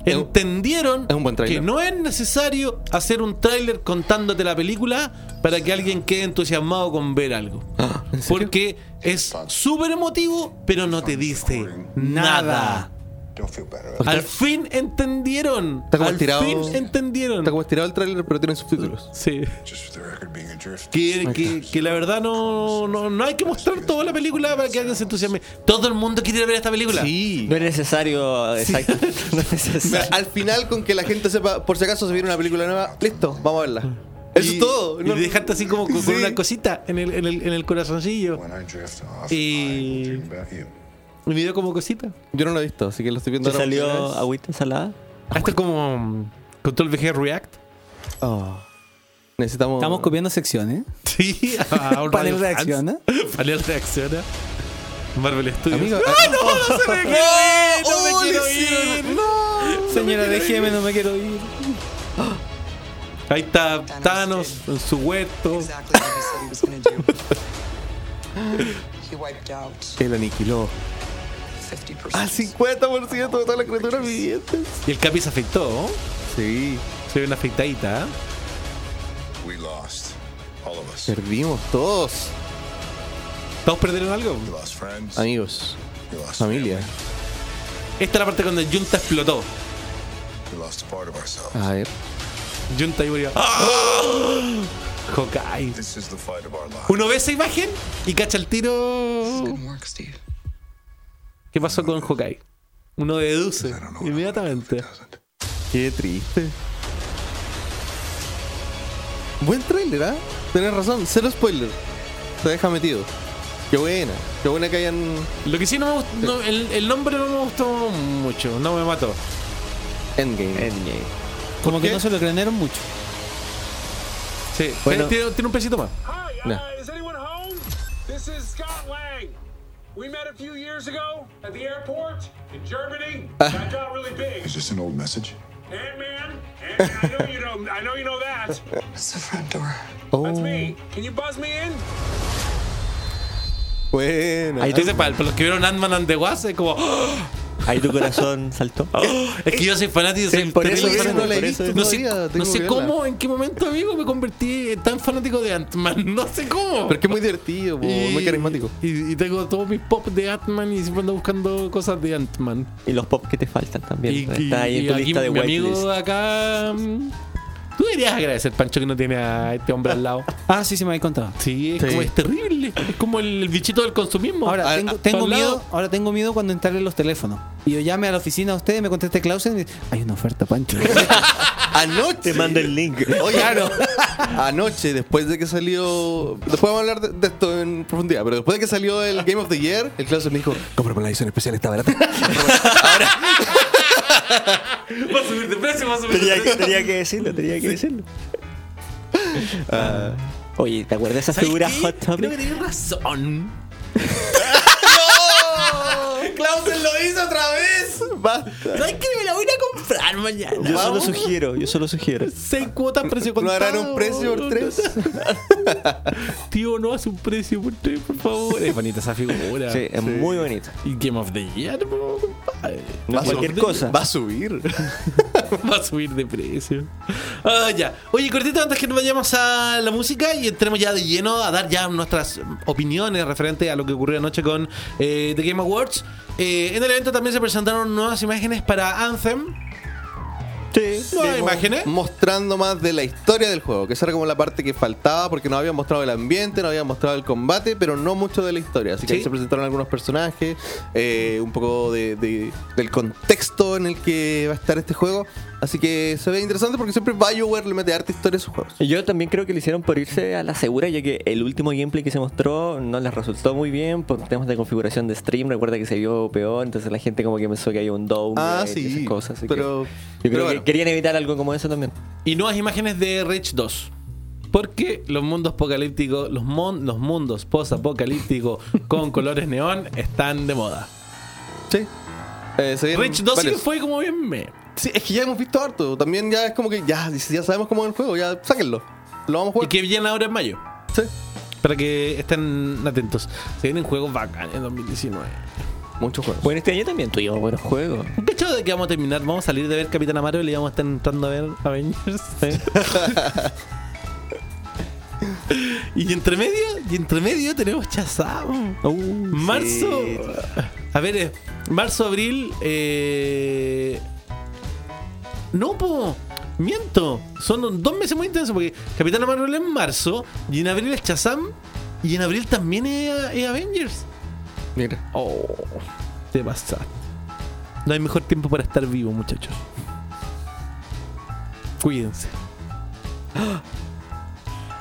Speaker 5: Es un-
Speaker 1: entendieron
Speaker 5: es un buen tráiler.
Speaker 1: que no es necesario hacer un tráiler contándote la película para que alguien quede entusiasmado con ver algo.
Speaker 5: Ah,
Speaker 4: Ah,
Speaker 1: Porque es súper emotivo, pero no te dice nada.
Speaker 7: Don't feel better.
Speaker 1: Al fin entendieron.
Speaker 5: Está como
Speaker 1: Al
Speaker 5: estirado.
Speaker 1: fin entendieron.
Speaker 5: Está como estirado el tráiler, pero tiene subtítulos.
Speaker 1: Sí.
Speaker 7: Just for the record, being a jerk.
Speaker 1: Que, que- que la verdad no, no, no hay que mostrar toda la película para que alguien se entusiasme. Todo el mundo quiere ver esta película.
Speaker 5: Sí.
Speaker 4: No es necesario, exacto. No es
Speaker 5: Mira,
Speaker 4: necesario.
Speaker 5: al final, con que la gente sepa, por si acaso se viene una película nueva, listo, vamos a verla. Eso
Speaker 1: Y-
Speaker 5: es todo.
Speaker 1: Y
Speaker 5: No-
Speaker 1: dejarte así como con, con
Speaker 5: Sí.
Speaker 1: una cosita en el, en el, en el corazoncillo.
Speaker 7: When I drift off,
Speaker 1: Y-
Speaker 7: I will dream about you.
Speaker 1: Un video como cosita.
Speaker 5: Yo no lo he visto, así que lo estoy viendo
Speaker 1: ah,
Speaker 4: ¿Te
Speaker 5: ahora.
Speaker 4: salió agüita salada?
Speaker 1: Esto es como mm, Control VG React.
Speaker 5: Oh. Necesitamos.
Speaker 6: Estamos copiando secciones. ¿eh?
Speaker 1: Sí, a un
Speaker 6: Panel
Speaker 1: Radio
Speaker 6: reacciona.
Speaker 1: Fans. Panel reacciona. Marvel Studios.
Speaker 5: Amigo,
Speaker 1: ¡Ah, no! ¡No se me quiere ir! ¡No me
Speaker 5: ¡Oh,
Speaker 1: quiero ir!
Speaker 6: Señora,
Speaker 5: le hicieron! ¡No!
Speaker 6: déjeme, no me quiero ir.
Speaker 1: Ahí está Thanos en su huerto.
Speaker 8: exactly what he said he was going to do. he wiped out
Speaker 5: Él aniquiló
Speaker 8: 50%.
Speaker 5: al 50% de todas las criaturas vivientes.
Speaker 1: Y el Capi se afeitó. ¿no?
Speaker 5: Sí,
Speaker 1: Se ve una afeitadita. ¿eh?
Speaker 7: We lost. All of us.
Speaker 5: perdimos todos,
Speaker 1: ¿Todos perdieron algo?
Speaker 7: We lost friends.
Speaker 5: amigos,
Speaker 7: we lost
Speaker 5: familia.
Speaker 1: Esta es la parte cuando el Junta explotó.
Speaker 7: family. We lost a part of ourselves.
Speaker 5: A ver.
Speaker 1: Junta y murió. ¡Ah! Hawkeye.
Speaker 7: This is the fight of our lives.
Speaker 1: Uno ve esa imagen y cacha el tiro.
Speaker 8: Good work, Steve.
Speaker 1: ¿Qué pasó con Hawkeye? Uno deduce inmediatamente.
Speaker 7: Doesn't.
Speaker 5: Qué triste. Buen trailer, ¿ah? Tenés razón, cero spoiler. Te deja metido. Qué buena, qué buena que hayan.
Speaker 1: Lo que sí no me gustó, no, el, el nombre no me gustó mucho, no me mató.
Speaker 5: Endgame.
Speaker 4: Endgame.
Speaker 6: Como que
Speaker 5: qué?
Speaker 6: no se lo creyeron mucho.
Speaker 1: Sí, eh,
Speaker 5: Bueno.
Speaker 1: tiene, tiene un pesito más.
Speaker 9: Hi,
Speaker 5: No.
Speaker 9: uh, is anyone home? This is Scott Lang. We met a few years ago at the airport in Germany.
Speaker 5: Ah.
Speaker 9: I got really big.
Speaker 7: Is this an old message?
Speaker 9: Ant-Man, Ant- I know you know. I know you know that.
Speaker 8: It's the front door.
Speaker 9: That's me.
Speaker 5: Oh.
Speaker 9: Can you buzz me in?
Speaker 5: Buena.
Speaker 1: Ahí te dice, para, para los que vieron Ant-Man and the Wasp, es como. ¡oh!
Speaker 4: Ahí tu corazón saltó.
Speaker 1: Es que yo soy fanático,
Speaker 5: Eh,
Speaker 1: soy
Speaker 4: por eso
Speaker 1: terrible
Speaker 4: yo
Speaker 1: fanático.
Speaker 4: no la he
Speaker 1: Por
Speaker 4: visto
Speaker 1: eso- no sé,
Speaker 5: todavía,
Speaker 1: no
Speaker 5: tengo
Speaker 1: sé
Speaker 5: que verla.
Speaker 1: cómo, en qué momento, amigo, me convertí tan fanático de Ant-Man. No sé cómo.
Speaker 5: Pero es que es muy divertido, po,
Speaker 1: Y-
Speaker 5: muy carismático.
Speaker 1: Y, y tengo todos mis pop de Ant-Man y siempre ando buscando cosas de Ant-Man.
Speaker 4: Y los pop que te faltan también. pues,
Speaker 1: Y, y-
Speaker 4: Está ahí en
Speaker 1: y
Speaker 4: tu
Speaker 1: aquí
Speaker 4: lista de
Speaker 1: mi amigo
Speaker 4: whitelist.
Speaker 1: acá. mm, Tú deberías agradecer, Pancho, que no tiene a este hombre al lado.
Speaker 6: Ah, sí, sí, me habéis contado.
Speaker 1: Sí, es,
Speaker 5: Sí.
Speaker 1: Como, es terrible. Es como el bichito del consumismo.
Speaker 6: Ahora
Speaker 5: Ah,
Speaker 6: tengo,
Speaker 5: ah,
Speaker 6: tengo
Speaker 1: al lado.
Speaker 6: miedo, ahora tengo miedo cuando entrarle los teléfonos. Y yo llame a la oficina a ustedes, me conteste Clausen y dice, hay una oferta, Pancho.
Speaker 5: Anoche.
Speaker 4: Te manda el link.
Speaker 5: Oye, claro. Anoche, después de que salió. Después vamos a hablar de, de esto en profundidad, pero después de que salió el Game of the Year, el Klaus me dijo: Cómprame la edición especial, está barata.
Speaker 1: va a subir de precio, va a subir
Speaker 4: tenía, que- tenía que decirlo, tenía que decirlo. Ah, Oye, ¿te acuerdas de esa figura Hot
Speaker 1: Creo que
Speaker 4: Topic?
Speaker 1: tienes razón.
Speaker 5: ¡Clausen lo hizo otra vez! Basta.
Speaker 1: ¿Sabes que Me la voy a ir a comprar mañana.
Speaker 4: Yo solo
Speaker 5: Vamos.
Speaker 4: sugiero, yo solo sugiero.
Speaker 1: Seis cuotas, precio
Speaker 5: ¿No
Speaker 1: contado.
Speaker 5: harán un precio por tres?
Speaker 1: Tío, no hace un precio por tres, por favor. Es bonita esa figura.
Speaker 4: Sí, es muy bonito.
Speaker 1: Y Game of the Year, po, compadre.
Speaker 4: No
Speaker 1: Va a
Speaker 4: cualquier
Speaker 1: subir de-
Speaker 4: cosa.
Speaker 5: Va a subir.
Speaker 1: Va a subir de precio. Ah, ya. Oye, cortito, antes que nos vayamos a la música y entremos ya de lleno a dar ya nuestras opiniones referente a lo que ocurrió anoche con eh, The Game Awards. Eh, en el evento también se presentaron nuevas imágenes para Anthem.
Speaker 4: Sí,
Speaker 1: Nuevas imágenes.
Speaker 5: Mostrando más de la historia del juego, que esa era como la parte que faltaba, porque no habían mostrado el ambiente, no habían mostrado el combate, pero no mucho de la historia. Así que
Speaker 1: Sí.
Speaker 5: ahí se presentaron algunos personajes, eh, un poco de, de- del contexto en el que va a estar este juego. Así que se ve interesante porque siempre BioWare le mete arte historia a sus juegos.
Speaker 4: Y Yo también creo que lo hicieron por irse a la segura, ya que el último gameplay que se mostró no les resultó muy bien por temas de configuración de stream. Recuerda que se vio peor, entonces la gente como que pensó que había un downgrade
Speaker 5: Ah,
Speaker 4: y
Speaker 5: sí.
Speaker 4: esas cosas. así que
Speaker 5: pero.
Speaker 4: yo creo
Speaker 5: pero
Speaker 4: que
Speaker 5: bueno.
Speaker 4: querían evitar algo como eso también.
Speaker 1: Y nuevas imágenes de Rage 2. Porque los mundos apocalípticos, los, mon- los mundos post-apocalípticos con colores neón están de moda.
Speaker 5: Sí. Eh, se vienen
Speaker 1: Rage 2 sí que
Speaker 5: varios.
Speaker 1: fue como bien me.
Speaker 5: Sí, es que ya hemos visto harto. También ya es como que ya, ya sabemos cómo es el juego, ya sáquenlo. Lo vamos a
Speaker 1: Y
Speaker 5: jugar.
Speaker 1: que viene ahora en mayo.
Speaker 5: Sí.
Speaker 1: Para que estén atentos. Se vienen juegos bacanes en 2019.
Speaker 5: Muchos juegos.
Speaker 4: Bueno, este año también tuvimos buenos juegos.
Speaker 1: ¿Un cachado de que vamos a terminar? Vamos a salir de ver Capitana Marvel y vamos a estar entrando a ver Avengers. y entre medio, y entre medio tenemos Chazam. marzo. A ver, eh, marzo, abril. Eh... No, po. Miento. Son dos meses muy intensos porque Capitana Marvel es en marzo y en abril es Chazam y en abril también es, es Avengers.
Speaker 5: Mira.
Speaker 1: Oh, te pasa. No hay mejor tiempo para estar vivo, muchachos. Cuídense.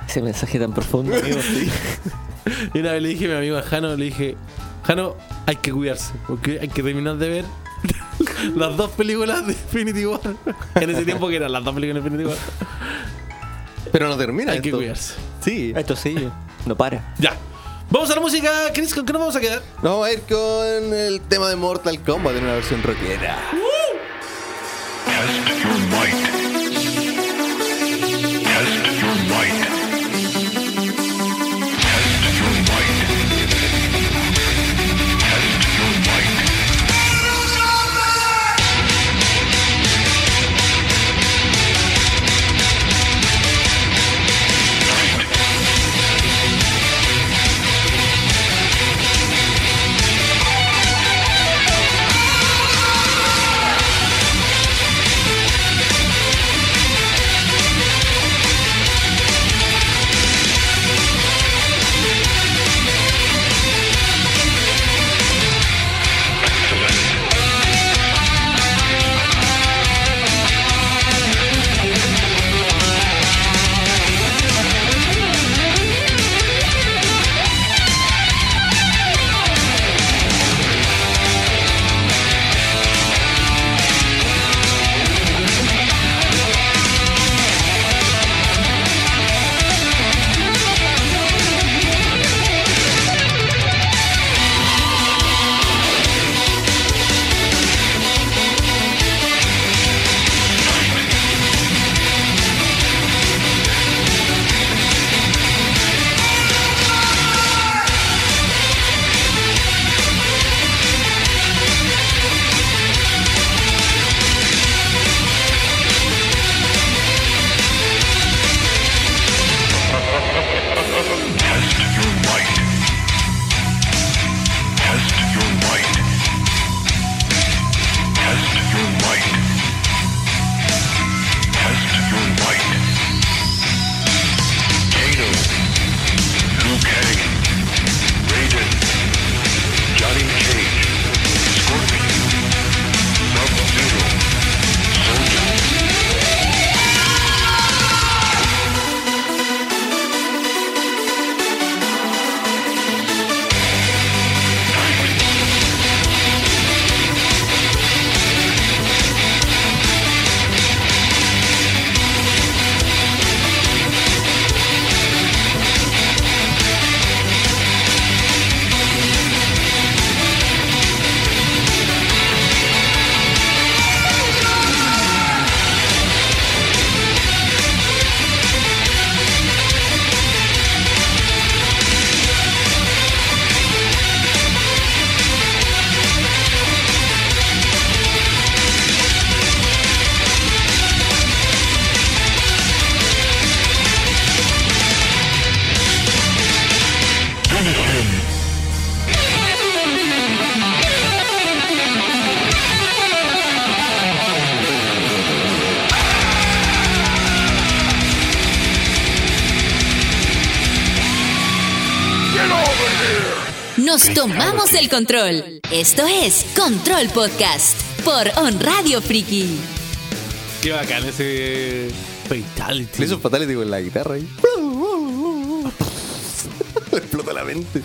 Speaker 4: Ese mensaje tan profundo, amigo.
Speaker 1: Y una vez le dije a mi amigo Jano, le dije, Jano, hay que cuidarse, porque hay que terminar de ver las dos películas de Infinity War. En ese tiempo que eran las dos películas de Infinity War.
Speaker 5: Pero no termina
Speaker 1: Hay que
Speaker 5: esto.
Speaker 1: cuidarse.
Speaker 5: Sí.
Speaker 4: Esto sigue. No para.
Speaker 1: Ya. Vamos a la música, Chris, ¿con qué nos vamos a quedar?
Speaker 5: Nos vamos a ir con el tema de Mortal Kombat en una versión rockera.
Speaker 7: Test your might. Test your might. Test your might. Test your might. Test your might. Test your might. Test your might. Test your might. Kato, Liu Kang, Raiden, Johnny Cage, Scorpion, Sub-Zero, Soldier.
Speaker 3: Nos tomamos el control. Esto es Control Podcast por On Radio Friki.
Speaker 1: Qué bacán ese fatality.
Speaker 5: Le hizo un fatality con la guitarra ahí. Le explota la mente.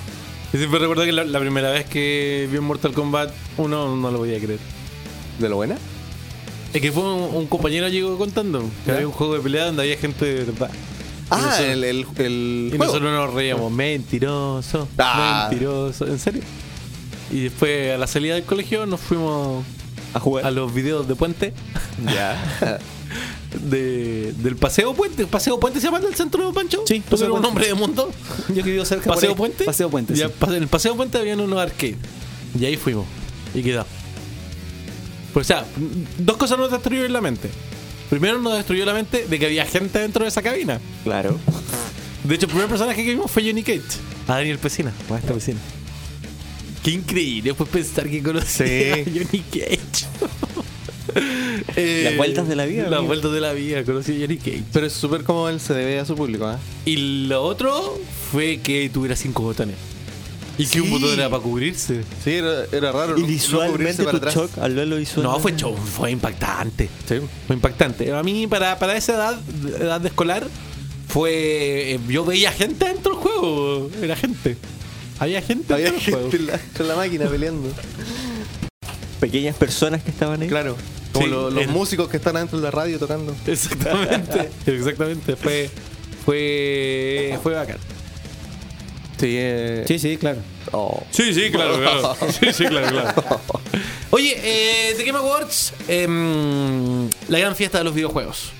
Speaker 1: Yo siempre recuerdo que la, la primera vez que vi Mortal Kombat 1 no lo podía creer.
Speaker 5: ¿De lo buena?
Speaker 1: Es que fue un, un compañero llegó contando que
Speaker 5: ¿Ya?
Speaker 1: había un juego de pelea donde había gente de verdad.
Speaker 5: Ah,
Speaker 1: nosotros-
Speaker 5: el, el, el
Speaker 1: Y
Speaker 5: juego.
Speaker 1: nosotros nos reíamos, mentiroso,
Speaker 5: Ah.
Speaker 1: mentiroso, ¿en serio? Y después a la salida del colegio nos fuimos
Speaker 4: A jugar.
Speaker 1: a los videos de Puente,
Speaker 5: Ya.
Speaker 1: de, del Paseo Puente. ¿Paseo Puente se llama el centro de Pancho?
Speaker 6: Sí,
Speaker 1: Paseo
Speaker 6: Paseo
Speaker 1: un
Speaker 6: Puente.
Speaker 1: nombre de mundo.
Speaker 6: Yo que vivo cerca por
Speaker 1: ¿Paseo
Speaker 6: ahí.
Speaker 1: Puente?
Speaker 6: Paseo Puente.
Speaker 1: Ya,
Speaker 6: sí.
Speaker 1: pas- En el Paseo Puente habían unos arcades. Y ahí fuimos. Y quedó. Pues, o sea, dos cosas nos destruyeron la mente. Primero nos destruyó la mente de que había gente dentro de esa cabina.
Speaker 4: Claro.
Speaker 1: De hecho, el primer personaje que vimos fue Johnny Cage. A Daniel Pesina. A esta Pesina. Qué increíble fue pensar que conocí
Speaker 5: Sí.
Speaker 1: a Johnny Cage. Eh,
Speaker 4: Las vueltas de la vida,
Speaker 1: Las
Speaker 4: amigo.
Speaker 1: vueltas de la vida, conocí a Johnny Cage.
Speaker 5: Pero es súper como él se debe a su público, ¿eh?
Speaker 1: Y lo otro fue que tuviera cinco botones. Y que un
Speaker 5: Sí.
Speaker 1: botón era para cubrirse.
Speaker 5: Sí, era, era raro.
Speaker 4: Y
Speaker 5: no- no
Speaker 4: visualmente
Speaker 5: cubrirse para
Speaker 4: tu
Speaker 5: atrás.
Speaker 4: shock al verlo visualmente.
Speaker 1: No, fue show, fue impactante. Fue impactante. A mí, para, para esa edad, edad de escolar, fue. eh, Yo veía gente dentro del juego. Era gente. Había gente
Speaker 5: Había
Speaker 1: dentro del juego.
Speaker 5: gente en la, en la máquina peleando.
Speaker 4: Pequeñas personas que estaban ahí.
Speaker 5: Claro. Como
Speaker 1: Sí,
Speaker 5: lo- los
Speaker 1: el-
Speaker 5: músicos que están adentro de la radio tocando.
Speaker 1: Exactamente. Exactamente. Fue. Fue. Fue bacán.
Speaker 5: Sí, eh,
Speaker 6: Sí, sí, claro.
Speaker 5: oh.
Speaker 1: Sí, sí, claro, claro. Sí, sí, claro, claro. Oye, eh, The Game Awards, em, la gran fiesta de los videojuegos.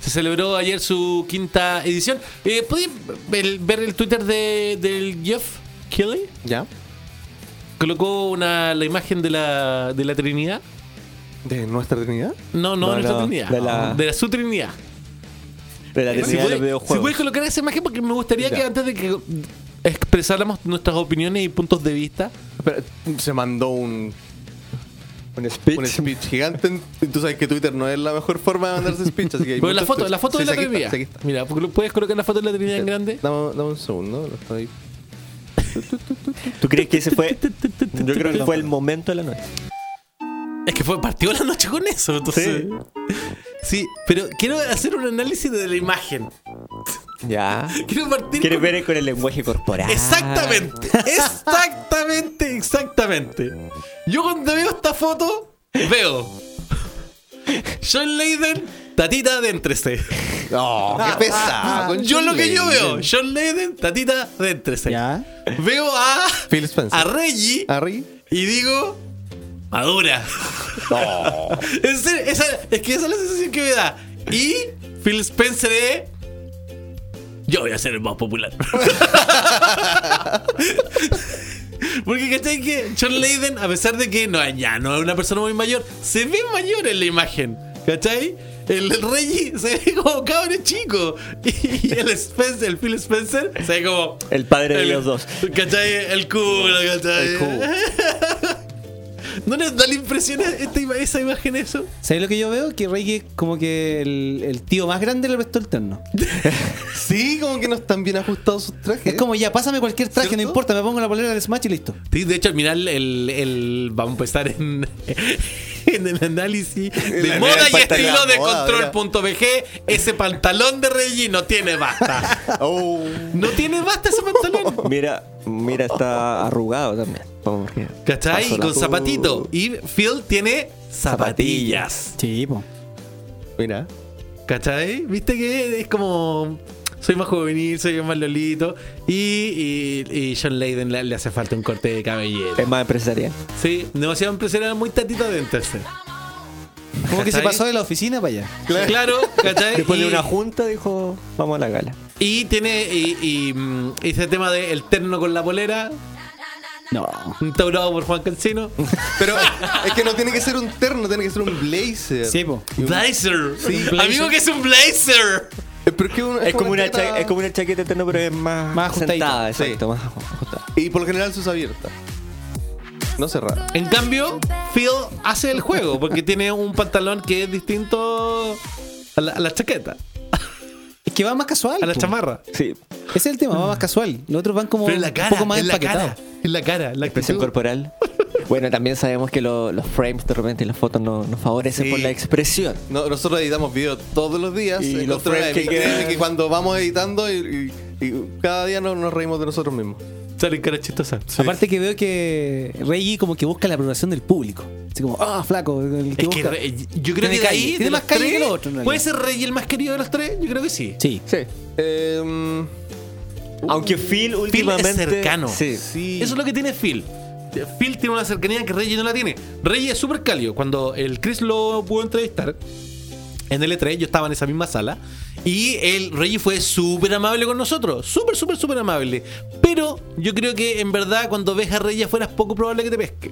Speaker 1: Se celebró ayer su quinta edición. Eh, ¿Pueden ver- ver el Twitter de, del Jeff Kelly?
Speaker 5: ¿Ya?
Speaker 1: Colocó una, la imagen de la, de la Trinidad.
Speaker 5: ¿De nuestra Trinidad?
Speaker 1: No, no,
Speaker 4: No,
Speaker 1: de nuestra
Speaker 4: no,
Speaker 1: Trinidad.
Speaker 4: de la-
Speaker 1: de la su Trinidad.
Speaker 4: De la
Speaker 5: Eh,
Speaker 1: Si
Speaker 4: trinidad
Speaker 1: puede-
Speaker 4: de los
Speaker 1: si puedes
Speaker 4: videojuegos.
Speaker 1: colocar esa imagen porque me gustaría que
Speaker 5: Ya.
Speaker 1: antes de que expresáramos nuestras opiniones y puntos de vista,
Speaker 5: Pero, se mandó un,
Speaker 4: Un speech.
Speaker 5: un speech gigante. Y Tú sabes que Twitter no es la mejor forma de mandarse speech. Así que hay
Speaker 1: Pero la
Speaker 5: muchos
Speaker 1: foto,
Speaker 5: tweets.
Speaker 1: la foto de
Speaker 5: Sí,
Speaker 1: la
Speaker 5: sí, aquí
Speaker 1: Trinidad.
Speaker 5: está, sí, aquí está.
Speaker 1: Mira, porque lo- puedes colocar la foto de la Trinidad en grande.
Speaker 5: Dame, dame un segundo, lo estoy.
Speaker 4: ¿Tú crees que ese fue? Yo creo que fue el momento de la noche.
Speaker 1: Es que fue partió la noche con eso, entonces. Sí. pero quiero hacer un análisis de la imagen.
Speaker 4: Ya.
Speaker 1: Quiero partir
Speaker 4: ¿Quieres
Speaker 1: con-
Speaker 4: ver con el lenguaje corporal?
Speaker 1: Exactamente,
Speaker 5: Ah.
Speaker 1: exactamente, exactamente. Yo cuando veo esta foto, veo. John Leiden, tatita, adéntrese.
Speaker 5: ¡Oh, qué pesado! con
Speaker 1: Yo
Speaker 5: John
Speaker 1: lo que yo veo,
Speaker 5: Lennon.
Speaker 1: John Leiden, tatita, adéntrese.
Speaker 6: Ya.
Speaker 1: Veo a.
Speaker 5: Phil Spencer.
Speaker 1: A Reggie.
Speaker 5: Harry.
Speaker 1: Y digo, madura. En serio, esa- es que esa es la sensación que me da. Y Phil Spencer es. Yo voy a ser el más popular. Porque cachai que John Layden, a pesar de que no, ya no es una persona muy mayor, se ve mayor en la imagen. ¿Cachai? El Reggie se ve como cabrón chico. Y el Spencer, el Phil Spencer, se ve como.
Speaker 4: El padre de
Speaker 1: el-
Speaker 4: los dos.
Speaker 1: ¿Cachai? El culo, ¿cachai?
Speaker 5: El cubo.
Speaker 1: ¿No les da la impresión a esta ima- esa imagen eso?
Speaker 6: ¿Sabes lo que yo veo? Que Reiki es como que el, el tío más grande le prestó el terno.
Speaker 5: Sí, como que no están bien ajustados sus trajes.
Speaker 6: Es como ya, pásame cualquier traje, no
Speaker 5: ¿Cierto?
Speaker 6: importa, me pongo la polera de Smash y listo.
Speaker 1: Sí, de hecho, al mirar el, el- vamos a empezar en, en el análisis de
Speaker 5: El-
Speaker 1: moda
Speaker 5: el
Speaker 1: y
Speaker 5: pantalón
Speaker 1: estilo de
Speaker 5: de moda,
Speaker 1: control.bg. Ese pantalón de Reggie no tiene basta.
Speaker 5: Oh.
Speaker 1: No tiene basta ese pantalón.
Speaker 4: Mira, mira, está arrugado también. Vamos, mira.
Speaker 1: ¿Cachai?
Speaker 4: Pasó la-
Speaker 1: Con zapatito. Y Phil tiene zapatillas.
Speaker 6: Sí, po.
Speaker 5: Mira.
Speaker 1: ¿Cachai? Viste que es como. Soy más juvenil, soy más lolito. Y, y, y John Layden le, le hace falta un corte de cabellera.
Speaker 4: Es más empresarial.
Speaker 1: Sí, demasiado empresarial, muy tatito de enterse.
Speaker 6: Como que se
Speaker 1: ¿Cachai?
Speaker 6: pasó de la oficina para allá.
Speaker 1: Claro, ¿cachai?
Speaker 4: Después de
Speaker 1: Eh, Y-
Speaker 4: una junta dijo, vamos a la gala.
Speaker 1: Y tiene y, y, mm, ese tema del el terno con la polera,
Speaker 6: No.
Speaker 1: instaurado por Juan Cancino.
Speaker 5: Pero es que no tiene que ser un terno, tiene que ser un blazer.
Speaker 6: Sí, po.
Speaker 1: Blazer.
Speaker 5: Sí,
Speaker 1: Amigo que es un blazer.
Speaker 5: Eh, pero es, que un-
Speaker 4: Es como una,
Speaker 5: chaqueta-
Speaker 4: cha- es como una chaqueta eterna, pero es más,
Speaker 6: Más ajustadita.
Speaker 4: sentada,
Speaker 5: Sí.
Speaker 4: exacto, más ajustada.
Speaker 5: Y por lo general sus abiertas. No cerrada.
Speaker 1: En cambio, Phil hace el juego porque tiene un pantalón que es distinto a la, a la chaqueta,
Speaker 6: Es que va más casual.
Speaker 1: a la
Speaker 6: po.
Speaker 1: chamarra.
Speaker 4: Sí,
Speaker 6: Ese es el tema, va más casual. Los otros van como
Speaker 1: Pero en la cara,
Speaker 6: un poco más
Speaker 1: en la cara,
Speaker 6: empaquetados.
Speaker 1: en la cara, en la
Speaker 4: presión
Speaker 1: actitud.
Speaker 4: corporal. Bueno, también sabemos que lo- los frames de repente y las fotos no- nos favorecen
Speaker 5: Sí.
Speaker 4: por la expresión.
Speaker 5: No, nosotros editamos videos todos los días.
Speaker 4: Y
Speaker 5: eh,
Speaker 4: los
Speaker 5: nosotros
Speaker 4: frames que
Speaker 5: eh,
Speaker 4: quedan.
Speaker 5: que cuando vamos editando y, y- y cada día no- nos reímos de nosotros mismos.
Speaker 1: Salen caras chistosas.
Speaker 6: Aparte que veo que Reggie como que busca la aprobación del público. Así como, ah, flaco. El que
Speaker 1: Es que
Speaker 6: busca.
Speaker 1: Rey- yo creo
Speaker 6: Tiene
Speaker 1: que de
Speaker 6: calle.
Speaker 1: ahí.
Speaker 6: Tiene
Speaker 1: de
Speaker 6: más
Speaker 1: los
Speaker 6: calle que
Speaker 1: tres,
Speaker 6: los otros, en realidad.
Speaker 1: ¿Puede ser Rey el más querido de los tres? Yo creo que sí.
Speaker 6: Sí.
Speaker 4: Sí.
Speaker 5: Eh,
Speaker 4: Aunque Phil últimamente...
Speaker 1: es cercano.
Speaker 4: Sí.
Speaker 5: sí.
Speaker 1: Eso es lo que tiene Phil. Phil tiene una cercanía que Reggie no la tiene. Reggie es súper cálido. Cuando el Chris lo pudo entrevistar en el E3, yo estaba en esa misma sala. Y el Reggie fue súper amable con nosotros. Súper, súper, súper amable. Pero yo creo que en verdad, cuando ves a Reggie afuera, es poco probable que te pesque.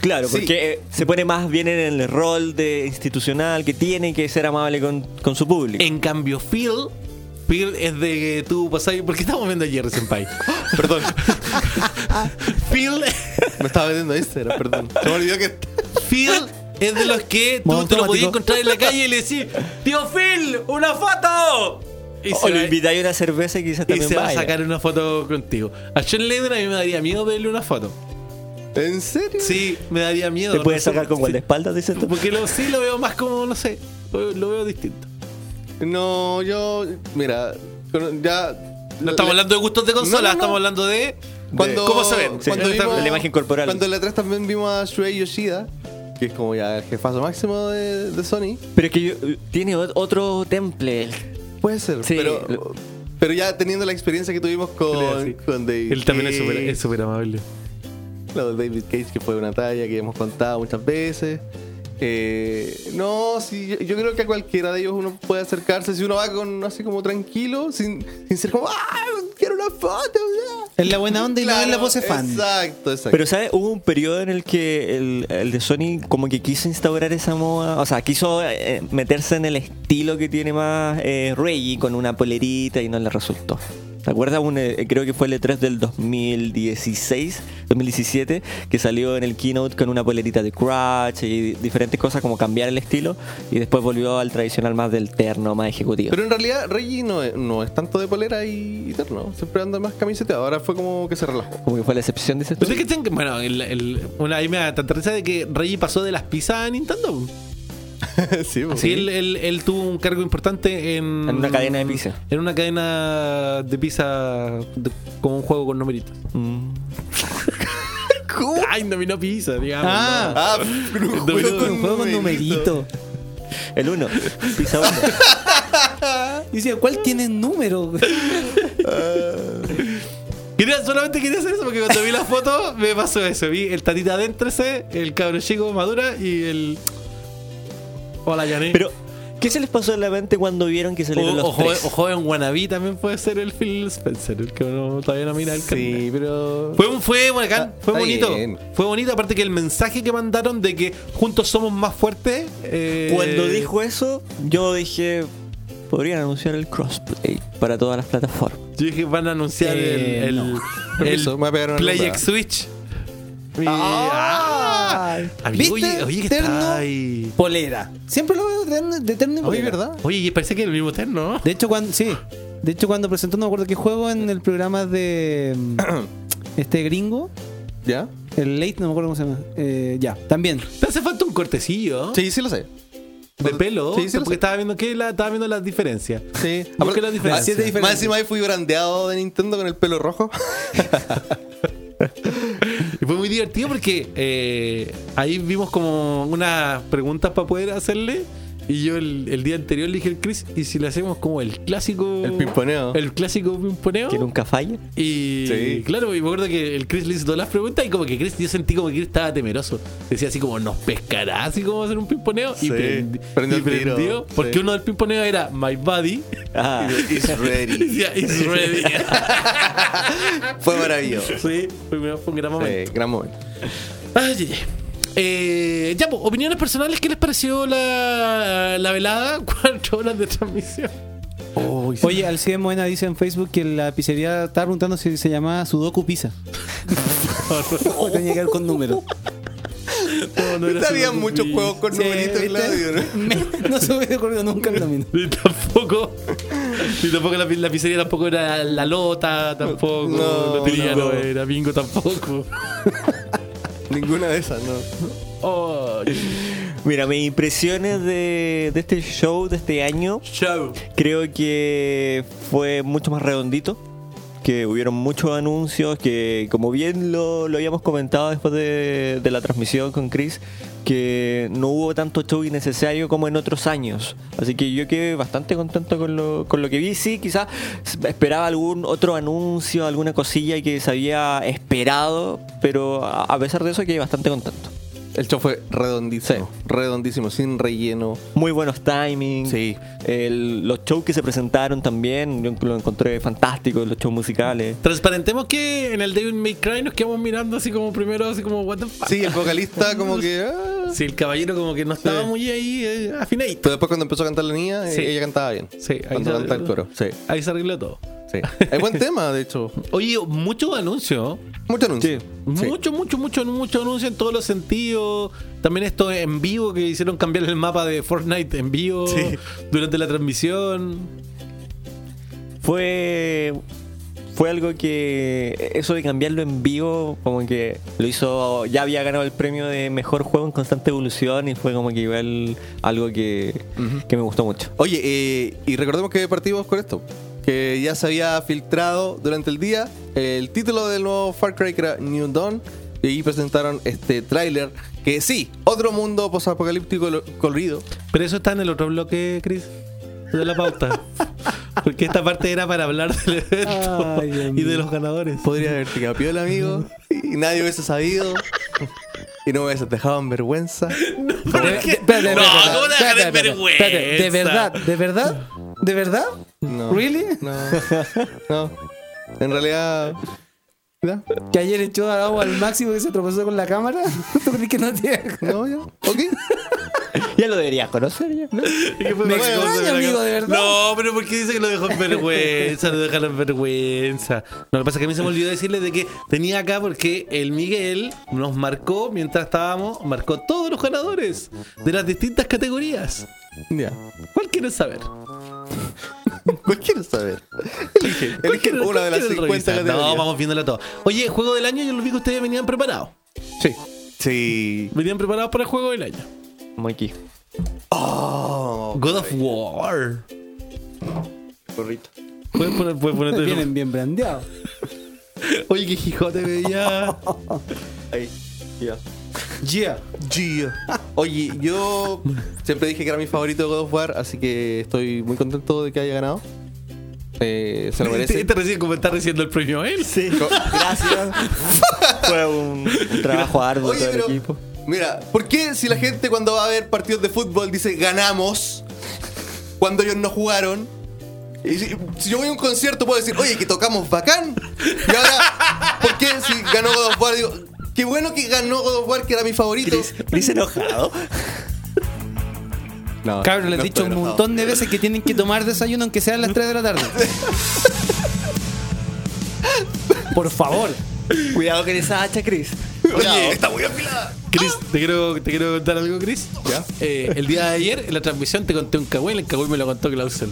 Speaker 4: Claro,
Speaker 5: Sí.
Speaker 4: porque eh, se pone más bien en el rol de institucional que tiene que ser amable con, con su público.
Speaker 1: En cambio, Phil. Phil es de que tú pasás. ¿Por qué estamos viendo a Jerry Senpai?
Speaker 5: Perdón,
Speaker 1: Phil,
Speaker 5: me estaba vendiendo Instagram, perdón. Se me olvidó que.
Speaker 1: Phil es de los que tú
Speaker 6: Modo
Speaker 1: te lo
Speaker 6: automático.
Speaker 1: podías encontrar en la calle y le decís: ¡Tío Phil, una foto! Y
Speaker 4: o
Speaker 1: se
Speaker 4: le
Speaker 1: va-
Speaker 4: invitáis una cerveza y quizás
Speaker 1: y
Speaker 4: también
Speaker 1: se va a
Speaker 4: vaya.
Speaker 1: sacar una foto contigo. A John Lennon a mí me daría miedo verle una foto.
Speaker 5: ¿En serio?
Speaker 1: Sí, me daría miedo.
Speaker 4: Te puedes
Speaker 1: no sé,
Speaker 4: sacar con
Speaker 1: sí.
Speaker 4: guardaespaldas, dices tú.
Speaker 1: Porque lo, sí lo veo más como, no sé, lo lo veo distinto.
Speaker 5: No, yo. Mira, con- ya.
Speaker 1: No estamos hablando de gustos de consola,
Speaker 5: No, no, no.
Speaker 1: estamos hablando de
Speaker 5: Cuando,
Speaker 1: cómo se ven.
Speaker 4: Sí.
Speaker 5: Cuando
Speaker 4: Esta-
Speaker 5: vimos-
Speaker 4: la imagen corporal.
Speaker 5: Cuando en la 3 también vimos a Shuei Yoshida, que es como ya el jefazo máximo de, de Sony.
Speaker 4: Pero es que yo- eh, tiene ot- otro temple.
Speaker 5: Puede ser,
Speaker 4: Sí.
Speaker 5: pero, pero ya teniendo la experiencia que tuvimos con,
Speaker 1: Sí.
Speaker 5: con David
Speaker 1: Él también es
Speaker 5: Cage,
Speaker 1: súper es súper amable.
Speaker 5: lo de David Cage, que fue una talla que hemos contado muchas veces. Eh, no, sí, yo, yo creo que a cualquiera de ellos uno puede acercarse si uno va con así como tranquilo, sin, sin ser como ¡Ah! Quiero una foto. bla".
Speaker 6: Es la buena onda y no es la pose fan.
Speaker 5: Exacto, exacto.
Speaker 4: Pero, ¿sabes? Hubo un periodo en el que el, el de Sony como que quiso instaurar esa moda. O sea, quiso eh, meterse en el estilo que tiene más eh, Reggie con una polerita y no le resultó. ¿Te acuerdas? Un, eh, creo que fue el E3 del 2016, 2017, que salió en el keynote con una polerita de crutch y diferentes cosas, como cambiar el estilo, y después volvió al tradicional más del terno, más ejecutivo.
Speaker 5: Pero en realidad Reggie no es, no es tanto de polera y terno, siempre anda más camiseta. Ahora fue como que se relajó.
Speaker 4: como que fue la excepción, dices tú.
Speaker 1: Pero es que ten- bueno, el, el- bueno, ahí me da tanta risa de que Reggie pasó de las pizzas a Nintendo.
Speaker 5: sí,
Speaker 1: Sí, pues. él, él- él tuvo un cargo importante en,
Speaker 4: En una cadena de pizza.
Speaker 1: En una cadena de pizza de- como un juego con numeritos.
Speaker 4: Mm.
Speaker 1: Ay, dominó pizza, digamos.
Speaker 6: Ah,
Speaker 5: Ah, pero un
Speaker 1: Dominó con
Speaker 5: juego con
Speaker 6: un juego con
Speaker 5: numerito.
Speaker 6: numerito.
Speaker 4: El uno, pizza uno.
Speaker 6: Dice, ¿cuál tiene número?
Speaker 1: Quería, solamente quería hacer eso porque cuando vi la foto me pasó eso. Vi el tatita adéntrese, el cabro chico madura y el. Hola, Yané.
Speaker 4: Pero, ¿qué se les pasó en la mente cuando vieron que
Speaker 1: O,
Speaker 4: salieron los
Speaker 1: o joven,
Speaker 4: tres?
Speaker 1: o joven wannabe también puede ser el Phil Spencer, el que uno todavía no mira el carnet.
Speaker 5: Sí, pero.
Speaker 1: Fue, un- fue bacán,
Speaker 5: Ah,
Speaker 1: fue
Speaker 5: está
Speaker 1: bonito.
Speaker 5: bien.
Speaker 1: Fue bonito, aparte que el mensaje que mandaron de que juntos somos más fuertes. eh,
Speaker 4: Cuando dijo eso, yo dije, podrían anunciar el crossplay para todas las plataformas.
Speaker 1: Yo dije, van a anunciar el,
Speaker 6: Eh,
Speaker 1: el,
Speaker 6: no.
Speaker 5: Permiso,
Speaker 1: el
Speaker 5: me va a pegar una
Speaker 1: Play
Speaker 5: lumbrada.
Speaker 1: X Switch. Mi-
Speaker 6: Eh,
Speaker 5: Ah,
Speaker 1: Ah, amigo,
Speaker 6: ¿viste?
Speaker 1: Oye, oye, que
Speaker 6: Terno.
Speaker 1: está ahí.
Speaker 6: Polera. Siempre lo veo de terno- de terno y
Speaker 5: Oye,
Speaker 6: polera.
Speaker 5: ¿verdad?
Speaker 1: Oye, y parece que es el mismo terno, ¿no?
Speaker 6: De hecho, cuando, sí. De hecho, cuando presentó, no me acuerdo qué juego en el programa de mm, este gringo,
Speaker 5: ¿Ya?
Speaker 6: el late, no me acuerdo cómo se llama. Eh, ya, también.
Speaker 1: Te hace falta un cortecillo
Speaker 5: Sí, sí lo sé.
Speaker 1: de pelo.
Speaker 5: Sí, sí, lo
Speaker 1: porque
Speaker 5: sé.
Speaker 1: estaba viendo, que la, estaba viendo las diferencias.
Speaker 5: Sí.
Speaker 1: Busca la diferencia.
Speaker 5: Más- Más encima ahí fui brandeado de Nintendo con el pelo rojo.
Speaker 1: Y fue muy divertido porque eh, ahí vimos como unas preguntas para poder hacerle. Y yo el, el día anterior le dije al Chris, ¿y si le hacemos como el clásico...
Speaker 5: El pimponeo.
Speaker 1: El clásico pimponeo.
Speaker 4: Que nunca falla.
Speaker 1: Y
Speaker 5: Sí.
Speaker 1: claro, y me acuerdo que el Chris le hizo todas las preguntas y como que Chris, yo sentí como que Chris estaba temeroso. Decía así como, ¿nos pescará así como hacer un pimponeo?
Speaker 5: Sí,
Speaker 1: Y prendi- y
Speaker 5: prendió el tiro.
Speaker 1: prendió, porque
Speaker 5: Sí.
Speaker 1: uno del pimponeo era My Buddy.
Speaker 4: Ah,
Speaker 5: It's
Speaker 1: Y
Speaker 5: ready.
Speaker 1: decía, "It's ready".
Speaker 5: Fue maravilloso.
Speaker 1: sí, fue un- fue un gran momento.
Speaker 5: Sí, gran momento.
Speaker 1: Ay, ay, ay. Eh, ya, pues, opiniones personales, ¿qué les pareció la, la velada? Cuatro horas de transmisión.
Speaker 6: Oye, Alcide Moena dice en Facebook que la pizzería estaba preguntando si se llamaba Sudoku Pizza. Tenía que ver con números.
Speaker 1: No, no era
Speaker 5: Había
Speaker 1: Sudoku
Speaker 5: muchos
Speaker 1: Pi.
Speaker 5: juegos con numeritos
Speaker 6: ¿viste?
Speaker 5: en la audio, ¿no?
Speaker 6: Me- no se me hubiera ocurrido nunca el nombre.
Speaker 1: Ni tampoco. Ni tampoco la, pi- la pizzería tampoco era la lota, tampoco.
Speaker 5: No,
Speaker 1: la lotería no,
Speaker 5: no.
Speaker 1: era bingo tampoco.
Speaker 5: Ninguna de esas, no.
Speaker 1: Oh,
Speaker 4: mira, mis impresiones de, de este show, de este año,
Speaker 1: chao.
Speaker 4: creo que fue mucho más redondito. Que hubieron muchos anuncios, que como bien lo, lo habíamos comentado después de, de la transmisión con Chris, que no hubo tanto show innecesario como en otros años. Así que yo quedé bastante contento con lo, con lo que vi. Sí, quizás esperaba algún otro anuncio, alguna cosilla que se había esperado, pero a, a pesar de eso quedé bastante contento.
Speaker 5: El show fue redondísimo. Redondísimo, sin relleno.
Speaker 4: Muy buenos timings.
Speaker 5: Sí.
Speaker 4: El- los shows que se presentaron también, yo lo encontré fantástico, los shows musicales.
Speaker 1: Transparentemos que en el David May Cry nos quedamos mirando así como primero, así como, what the fuck.
Speaker 5: Sí, el vocalista como que... ah.
Speaker 1: Sí, el caballero como que no estaba
Speaker 5: Sí.
Speaker 1: muy ahí eh, afinadito.
Speaker 5: Pero después cuando empezó a cantar la niña, eh,
Speaker 1: Sí.
Speaker 5: ella cantaba bien.
Speaker 1: Sí, ahí
Speaker 5: Cuando
Speaker 1: se-
Speaker 5: canta el coro. Sí,
Speaker 1: Ahí se arregló todo.
Speaker 5: sí. Es buen tema, de hecho.
Speaker 1: Oye, mucho anuncio.
Speaker 5: Mucho anuncio.
Speaker 4: Sí.
Speaker 5: Sí.
Speaker 1: Mucho, mucho, mucho, mucho anuncio en todos los sentidos. También esto en vivo que hicieron cambiar el mapa de Fortnite en vivo durante la transmisión.
Speaker 4: Fue. Fue algo que. Eso de cambiarlo en vivo, como que lo hizo. Ya había ganado el premio de mejor juego en constante evolución y fue como que igual algo que, que me gustó mucho.
Speaker 5: Oye, eh, y recordemos que partimos con esto. Que ya se había filtrado durante el día el título del nuevo Far Cry que era New Dawn. Y ahí presentaron este tráiler que sí, otro mundo posapocalíptico lo- colorido.
Speaker 1: Pero eso está en el otro bloque, Chris. De la pauta. Porque esta parte era para hablar del evento
Speaker 6: Ay, Dios
Speaker 1: y de
Speaker 6: mío.
Speaker 1: los ganadores.
Speaker 5: Podría haberte quedado piola, amigo. Y nadie hubiese sabido. Y no me hubieses dejado en vergüenza.
Speaker 1: ¿Por qué?
Speaker 6: Espérate,
Speaker 1: No,
Speaker 6: espérate,
Speaker 1: ¿cómo la
Speaker 6: espérate,
Speaker 1: dejan en
Speaker 6: espérate,
Speaker 1: vergüenza?
Speaker 6: espérate, De verdad, de verdad, de verdad.
Speaker 5: No.
Speaker 6: ¿Really?
Speaker 5: No. No. En realidad. ¿Ya?
Speaker 6: Que ayer echó al agua al máximo que se tropezó con la cámara. ¿Tú crees que no te
Speaker 5: No, ya. Ok.
Speaker 4: Ya lo deberías conocer ya.
Speaker 6: Me extraña, amigo, de verdad.
Speaker 1: No, pero ¿por qué dice que lo dejó en vergüenza? Lo dejaron en vergüenza. No, lo que pasa es que a mí se me olvidó decirles de que tenía acá porque el Miguel nos marcó mientras estábamos, marcó todos los ganadores de las distintas categorías.
Speaker 5: Ya.
Speaker 1: ¿Cuál quieres saber?
Speaker 5: ¿Cuál quieres saber? Elige,
Speaker 1: ¿Cuál
Speaker 5: elige
Speaker 1: quieres-
Speaker 5: una
Speaker 1: cuál
Speaker 5: de las
Speaker 1: quieres
Speaker 5: 50
Speaker 1: revisar? No,
Speaker 5: categorías.
Speaker 1: vamos viéndola todo. Oye, juego del año, yo lo vi que ustedes venían preparados.
Speaker 5: Sí. Sí.
Speaker 1: Venían preparados para el juego del año.
Speaker 4: Monkey.
Speaker 1: God of War.
Speaker 5: Corrito.
Speaker 1: Puedes poner- puedes ponerte de
Speaker 6: Vienen bien brandeados.
Speaker 1: nuevo. Oye, qué jijote veía.
Speaker 5: Ahí. Ya.
Speaker 6: Yeah.
Speaker 5: Oye, yo siempre dije que era mi favorito de God of War, así que estoy muy contento de que haya ganado. Eh, se lo merece.
Speaker 1: Este recién como está recibiendo el premio ¿eh? él.
Speaker 4: Sí. Gracias. fue un, un trabajo arduo
Speaker 5: Oye,
Speaker 4: todo el
Speaker 5: pero,
Speaker 4: equipo.
Speaker 5: Mira, ¿por qué si la gente cuando va a ver partidos de fútbol dice ganamos cuando ellos no jugaron? Y si, si yo voy a un concierto puedo decir, oye, que tocamos bacán. Y ahora, ¿por qué si ganó God of War? Digo, qué bueno que ganó God of War, que era mi favorito.
Speaker 4: Chris enojado.
Speaker 5: No,
Speaker 6: Cabrón, les
Speaker 5: no
Speaker 6: he dicho
Speaker 5: estoy
Speaker 6: un
Speaker 5: enojado.
Speaker 6: montón de veces que tienen que tomar desayuno aunque sean las 3 de la tarde. Por favor.
Speaker 4: Cuidado con esa hacha, Chris.
Speaker 5: Oye, está muy afilada.
Speaker 1: Chris, te quiero, te quiero contar algo, Chris. Eh, el día de ayer, en la transmisión, te conté un cagüey, el cagüey me lo contó Clausen.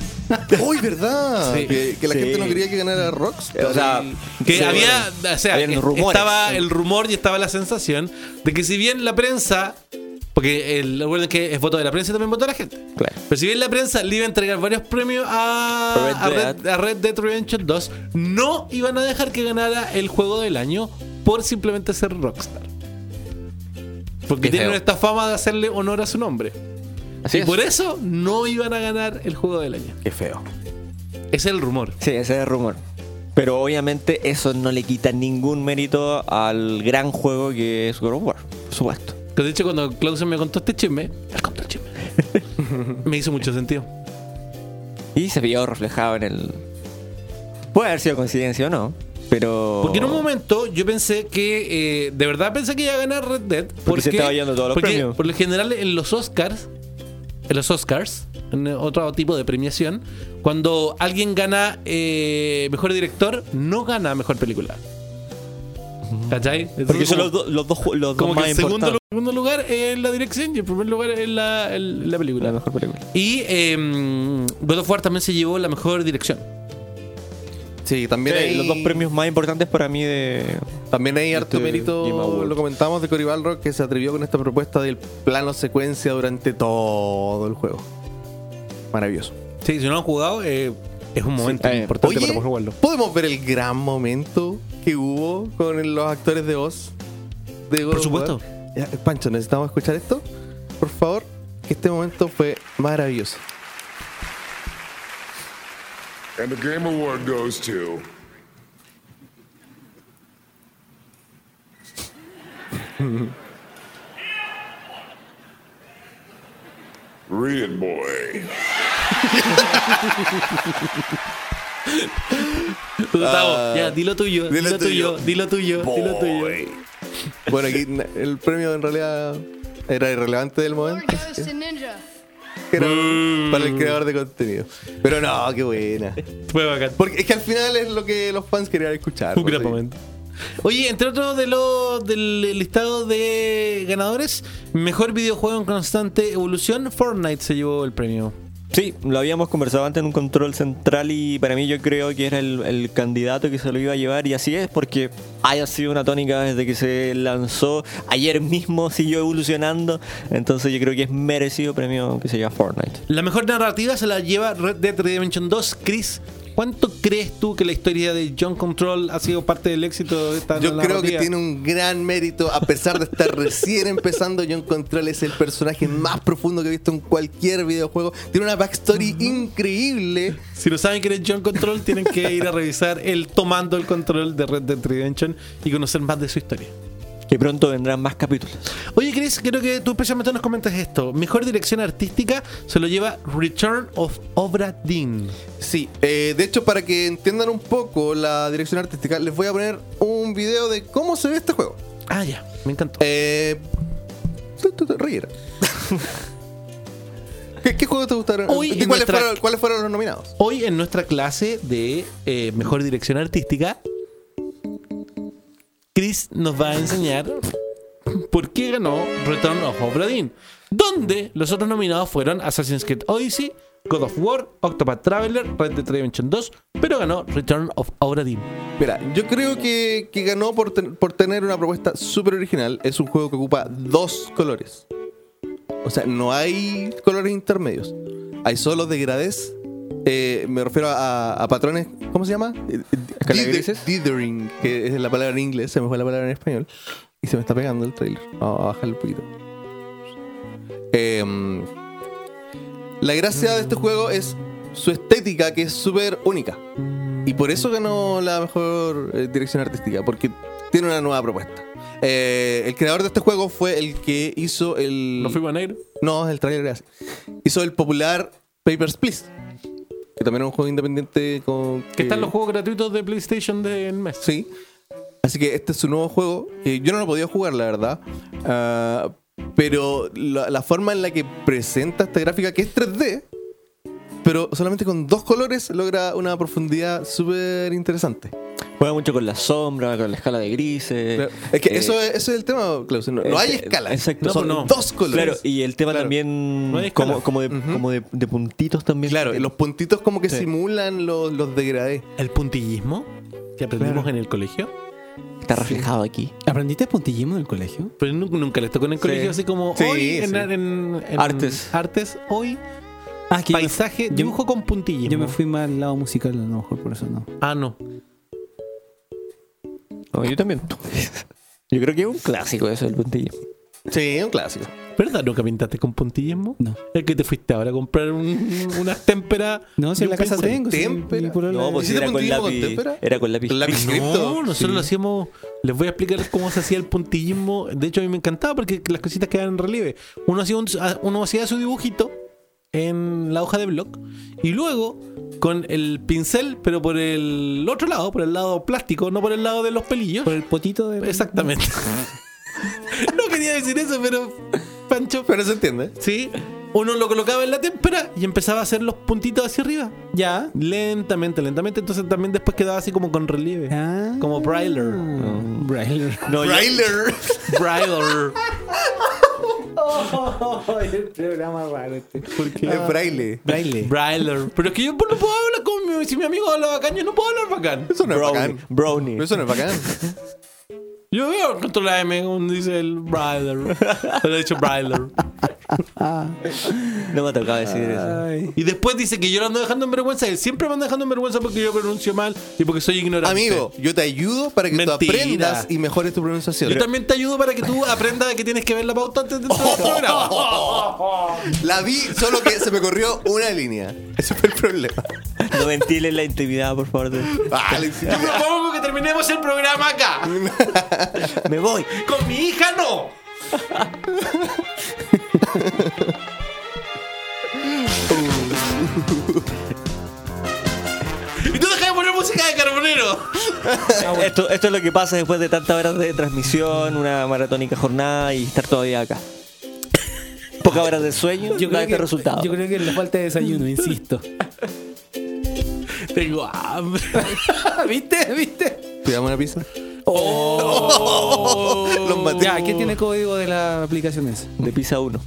Speaker 5: Uy, ¿verdad?
Speaker 1: Sí.
Speaker 5: Que, que la
Speaker 4: Sí.
Speaker 5: gente no quería que ganara Rockstar.
Speaker 4: O sea,
Speaker 1: Que
Speaker 4: sí,
Speaker 1: había, o sea,
Speaker 4: habían
Speaker 1: eh,
Speaker 4: rumores.
Speaker 1: estaba el rumor y estaba la sensación de que si bien la prensa, porque el, recuerden que es voto de la prensa y también voto de la gente.
Speaker 4: Claro.
Speaker 1: Pero si bien la prensa le iba a entregar varios premios a
Speaker 4: A
Speaker 1: a
Speaker 4: Red
Speaker 1: Red, a Red Dead Redemption 2, no iban a dejar que ganara el juego del año por simplemente ser Rockstar. Porque
Speaker 5: Qué
Speaker 1: tienen
Speaker 5: feo.
Speaker 1: esta fama de hacerle honor a su nombre.
Speaker 5: Así
Speaker 1: y
Speaker 5: es.
Speaker 1: por eso no iban a ganar el juego del año.
Speaker 5: Qué feo.
Speaker 1: Ese es el rumor.
Speaker 4: Sí, ese es el rumor. Pero obviamente eso no le quita ningún mérito al gran juego que es God of War, por supuesto.
Speaker 1: Que de hecho, cuando Clausen me contó este chisme, él contó el chisme. me hizo mucho sentido.
Speaker 4: Y se vio reflejado en el... Puede haber sido coincidencia o no, pero...
Speaker 1: Porque en un momento yo pensé que, eh, de verdad pensé que iba a ganar Red Dead. Porque,
Speaker 4: se estaba yendo todos los
Speaker 1: porque
Speaker 4: premios.
Speaker 1: Por lo general en los Oscars, en los Oscars, en otro tipo de premiación, cuando alguien gana eh, mejor director, no gana mejor película. ¿Cachai? Entonces,
Speaker 4: Mm. Porque son
Speaker 1: como-
Speaker 4: los, do- los dos, ju- los dos
Speaker 1: Como que
Speaker 4: más
Speaker 1: el segundo,
Speaker 4: importantes.
Speaker 1: lu- segundo lugar es la dirección y el primer lugar es la, el- la película.
Speaker 4: La mejor película.
Speaker 1: Y eh, God of War también se llevó la mejor dirección.
Speaker 5: Sí, también
Speaker 4: Sí,
Speaker 5: hay
Speaker 4: Los dos premios más importantes para mí de...
Speaker 5: También hay harto
Speaker 4: Este, Game
Speaker 5: mérito,
Speaker 4: Awards.
Speaker 5: lo comentamos de Cory Balrog, que se atrevió con esta propuesta del plano secuencia durante todo el juego. Maravilloso.
Speaker 1: Sí, si no lo han jugado, eh, es un momento
Speaker 4: eh,
Speaker 1: importante
Speaker 5: Oye,
Speaker 1: para poder jugarlo.
Speaker 5: ¿podemos ver el gran momento que hubo con los actores de voz? De God
Speaker 1: Por
Speaker 5: of
Speaker 1: supuesto.
Speaker 5: War? Ya, Pancho, ¿necesitamos escuchar esto? Por favor, que este momento fue maravilloso.
Speaker 7: And the Game Award goes to. Korean boy.
Speaker 6: Ah,
Speaker 1: Gustavo, ya, dilo tuyo,
Speaker 5: dilo
Speaker 1: dilo tuyo,
Speaker 5: tuyo.
Speaker 1: dilo tuyo, dilo tuyo.
Speaker 5: Boy. Bueno, aquí na- el premio en realidad era irrelevante del momento. que era para el creador de contenido. Pero no, qué buena.
Speaker 1: Fue bacán.
Speaker 5: Porque es que al final es lo que los fans querían escuchar.
Speaker 1: Un gran
Speaker 5: ¿no?
Speaker 1: momento. Oye, entre otros de los del listado de ganadores, mejor videojuego en constante evolución, Fortnite se llevó el premio.
Speaker 4: Sí, lo habíamos conversado antes en un control central y para mí yo creo que era el, el candidato que se lo iba a llevar y así es porque haya sido una tónica desde que se lanzó ayer mismo, siguió evolucionando, entonces yo creo que es merecido premio que se lleva Fortnite.
Speaker 1: La mejor narrativa se la lleva Red Dead Redemption 2, Chris. ¿Cuánto crees tú que la historia de John Control ha sido parte del éxito de esta
Speaker 5: Yo creo que
Speaker 1: narrativa?
Speaker 5: tiene un gran mérito, a pesar de estar recién empezando, John Control es el personaje más profundo que he visto en cualquier videojuego. Tiene una backstory increíble.
Speaker 1: Si no saben quién es John Control, tienen que ir a revisar el Tomando el Control de Red Dead Redemption y conocer más de su historia.
Speaker 4: Que pronto vendrán más capítulos.
Speaker 1: Oye, Chris, creo que tú especialmente nos comentas esto. Mejor dirección artística se lo lleva Return of Obra Dinn.
Speaker 5: Sí, eh, de hecho, para que entiendan un poco la dirección artística, les voy a poner un video de cómo se ve este juego.
Speaker 1: Ah, ya, me encantó.
Speaker 5: Eh, tu, tu, tu, Riera. ¿Qué, qué juegos te gustaron?
Speaker 1: Hoy
Speaker 5: ¿Y
Speaker 1: en
Speaker 5: cuáles,
Speaker 1: nuestra-
Speaker 5: fueron, cuáles fueron los nominados?
Speaker 1: Hoy en nuestra clase de eh, mejor dirección artística, Chris nos va a enseñar por qué ganó Return of Obra Dinn, donde los otros nominados fueron Assassin's Creed Odyssey, God of War, Octopath Traveler, Red Dead Redemption 2, pero ganó Return of Obra Dinn.
Speaker 5: Mira, yo creo que, que ganó por, ten- por tener una propuesta súper original. Es un juego que ocupa dos colores. O sea, no hay colores intermedios. Hay solo degradés. Eh, me refiero a, a patrones. ¿Cómo se llama? Eh, eh,
Speaker 4: ¿Escala
Speaker 5: dither-
Speaker 4: grises?
Speaker 5: Dithering, que es la palabra en inglés. Se me fue la palabra en español. Y se me está pegando el trailer. Vamos a bajarle un poquito. Em, la gracia de este juego es su estética, que es súper única. Y por eso ganó la mejor eh, dirección artística, porque tiene una nueva propuesta. Eh, el creador de este juego fue el que hizo el.
Speaker 1: ¿No fuimos a negro?
Speaker 5: No, el trailer era así. Hizo el popular Papers, Please. Que también es un juego independiente con.
Speaker 1: Que están los juegos gratuitos de PlayStation del mes.
Speaker 5: Sí. Así que este es su nuevo juego. Que yo no lo podía jugar, la verdad. Ah, pero la, la forma en la que presenta esta gráfica, que es 3D, pero solamente con dos colores, logra una profundidad súper interesante.
Speaker 4: Juega mucho con la sombra, con la escala de grises.
Speaker 5: Claro. Es que
Speaker 4: eh,
Speaker 5: eso, es, eso es el tema, Klaus. No, no
Speaker 4: eh,
Speaker 5: hay
Speaker 4: eh,
Speaker 5: escala.
Speaker 4: Exacto.
Speaker 1: No,
Speaker 4: Son
Speaker 1: no.
Speaker 5: Dos colores.
Speaker 4: Claro, y el tema
Speaker 5: Claro.
Speaker 4: también
Speaker 1: No hay escala.
Speaker 4: como, como, de, como de, de puntitos también.
Speaker 5: Claro, y los puntitos como que
Speaker 4: Sí.
Speaker 5: simulan los, los degradés.
Speaker 1: El puntillismo que aprendimos en el colegio.
Speaker 4: está reflejado aquí.
Speaker 6: ¿Aprendiste puntillismo en el colegio?
Speaker 1: Pero nu- nunca les tocó en el
Speaker 4: Sí.
Speaker 1: colegio, así como
Speaker 5: Sí,
Speaker 1: hoy en,
Speaker 5: sí.
Speaker 1: en- en
Speaker 4: Artes.
Speaker 1: Artes, hoy
Speaker 6: Ah, es que yo me-
Speaker 1: paisaje,
Speaker 6: yo-
Speaker 1: dibujo con puntillismo.
Speaker 6: Yo me fui más al lado musical, a lo mejor por eso no.
Speaker 1: Ah, no.
Speaker 4: No, yo también. Yo creo que es un clásico eso del puntillo.
Speaker 5: Sí, es un clásico.
Speaker 1: ¿Verdad nunca pintaste con puntillismo?
Speaker 6: No.
Speaker 1: Es que te fuiste ahora a comprar un- unas témperas.
Speaker 6: No, si
Speaker 1: y
Speaker 6: en
Speaker 1: un
Speaker 6: la casa
Speaker 1: pincel.
Speaker 6: tengo. si
Speaker 5: Témpera.
Speaker 6: mi polola-
Speaker 4: No, pues
Speaker 5: ¿Hiciste
Speaker 4: era con
Speaker 5: puntillo con
Speaker 4: lápiz.
Speaker 5: témpera?
Speaker 4: Era con lápiz.
Speaker 5: Con lápiz cripto.
Speaker 1: No, nosotros lo hacíamos. Les voy a explicar cómo se hacía el puntillismo. De hecho, a mí me encantaba porque las cositas quedaban en relieve. Uno hacía, un- uno hacía su dibujito en la hoja de blog y luego con el pincel, pero por el otro lado, por el lado plástico, no por el lado de los pelillos.
Speaker 6: Por el potito de.
Speaker 1: Exactamente. no quería decir eso, pero Pancho.
Speaker 5: Pero se entiende.
Speaker 1: Sí. Uno lo colocaba en la témpera y empezaba a hacer los puntitos hacia arriba.
Speaker 6: Ya.
Speaker 1: Lentamente, lentamente. Entonces también después quedaba así como con relieve.
Speaker 6: Ah. Mm.
Speaker 1: Como Brailer.
Speaker 6: Brailer.
Speaker 4: No, yo-
Speaker 5: Trailer.
Speaker 1: Brailer.
Speaker 6: el programa raro este.
Speaker 5: Es braille.
Speaker 6: Braille.
Speaker 1: Brailer. Pero es que yo pues, no puedo hablar con mi, si mi amigo habla bacán, yo no puedo hablar bacán.
Speaker 5: Eso no es
Speaker 4: Brownie.
Speaker 5: bacán.
Speaker 4: Brownie.
Speaker 5: Eso no es bacán.
Speaker 1: Yo veo contra la M donde dice el Brailer. Pero he dicho Brailer.
Speaker 4: No me tocaba decir eso.
Speaker 6: Ay.
Speaker 1: Y después dice que yo lo ando dejando en vergüenza. Él siempre me anda dejando en vergüenza porque yo pronuncio mal y porque soy ignorante.
Speaker 5: Amigo, yo te ayudo para que tú
Speaker 1: Mentira.
Speaker 5: aprendas y mejores tu pronunciación.
Speaker 1: Yo también te ayudo para que tú aprendas que tienes que ver la pauta antes de entrar al programa.
Speaker 5: La vi, solo que se me corrió una línea. Ese fue el problema.
Speaker 4: No ventilen la intimidad, por favor. de-
Speaker 5: Ah, le hiciste-
Speaker 1: Yo propongo que terminemos el programa acá.
Speaker 4: Me voy.
Speaker 1: Con mi hija no. Y tú dejas de poner música de carbonero.
Speaker 4: Esto, esto es lo que pasa después de tantas horas de transmisión, una maratónica jornada y estar todavía acá. Pocas horas de sueño, yo este resultado.
Speaker 6: yo creo que es la falta de desayuno, insisto.
Speaker 1: Tengo hambre.
Speaker 6: ¿Viste? ¿Viste?
Speaker 5: ¿Te damos una pizza? Los maté.
Speaker 6: Ya, Ah, ¿qué tiene código de la aplicación esa?
Speaker 4: De pizza 1.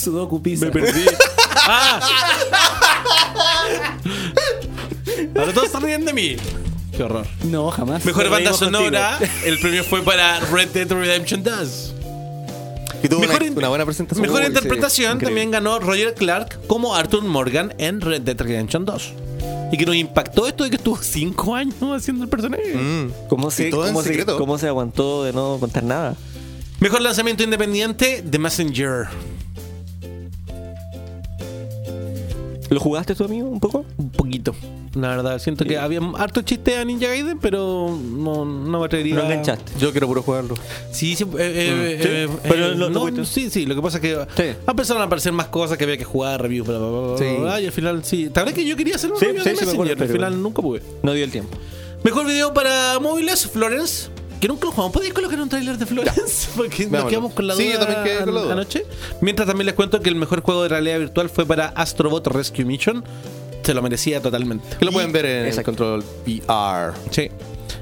Speaker 6: Sudoku Pizza.
Speaker 1: Ahora todos se ríen de mí. Qué horror.
Speaker 6: No, jamás.
Speaker 1: Mejor
Speaker 4: Nos
Speaker 1: banda
Speaker 4: reímos
Speaker 1: sonora. El premio fue para Red Dead Redemption 2.
Speaker 5: Que tuvo
Speaker 1: Mejor,
Speaker 5: una,
Speaker 1: in-
Speaker 5: una buena presentación.
Speaker 1: mejor
Speaker 5: Sí,
Speaker 1: interpretación
Speaker 5: increíble.
Speaker 1: también ganó Roger Clark como Arthur Morgan en Red Dead Redemption 2. Y que nos impactó esto de que estuvo 5 años haciendo el personaje.
Speaker 4: ¿Cómo
Speaker 5: Y
Speaker 4: se,
Speaker 5: todo en
Speaker 4: cómo, se,
Speaker 5: secreto.
Speaker 4: cómo se aguantó de no contar nada?
Speaker 1: Mejor lanzamiento independiente, The Messenger.
Speaker 4: ¿Lo jugaste tú, amigo, un poco?
Speaker 1: Un poquito. La verdad, siento que había harto chiste a Ninja Gaiden, pero no, no me atrevería.
Speaker 4: No enganchaste. Mm.
Speaker 5: Yo quiero puro jugarlo.
Speaker 1: Sí, sí, eh, eh,
Speaker 4: Sí,
Speaker 1: eh,
Speaker 4: pero
Speaker 1: eh,
Speaker 4: lo- lo
Speaker 1: no,
Speaker 4: cuento.
Speaker 1: sí, sí, lo que pasa es que
Speaker 4: Sí.
Speaker 1: empezaron a aparecer más cosas que había que jugar, review, bla, bla, bla, bla,
Speaker 5: Sí.
Speaker 1: bla, y al final sí. La verdad es que yo quería hacer un
Speaker 4: Sí,
Speaker 1: review
Speaker 4: sí,
Speaker 1: de
Speaker 4: sí, me acuerdo,
Speaker 1: Messenger, al
Speaker 4: pero
Speaker 1: final
Speaker 4: bueno.
Speaker 1: nunca pude.
Speaker 4: No dio el tiempo.
Speaker 1: Mejor video para móviles, Florence. Que nunca lo jugamos. ¿Podéis colocar un tráiler de Florence? Porque nos
Speaker 5: Vámonos.
Speaker 1: quedamos con la duda
Speaker 5: Sí, yo también quedé con la
Speaker 1: an-
Speaker 5: duda.
Speaker 1: anoche. Mientras también les cuento que el mejor juego de realidad virtual fue para Astrobot Rescue Mission. Se lo merecía totalmente.
Speaker 5: Que lo pueden ver en
Speaker 4: Exacto.
Speaker 5: el control VR.
Speaker 1: Sí.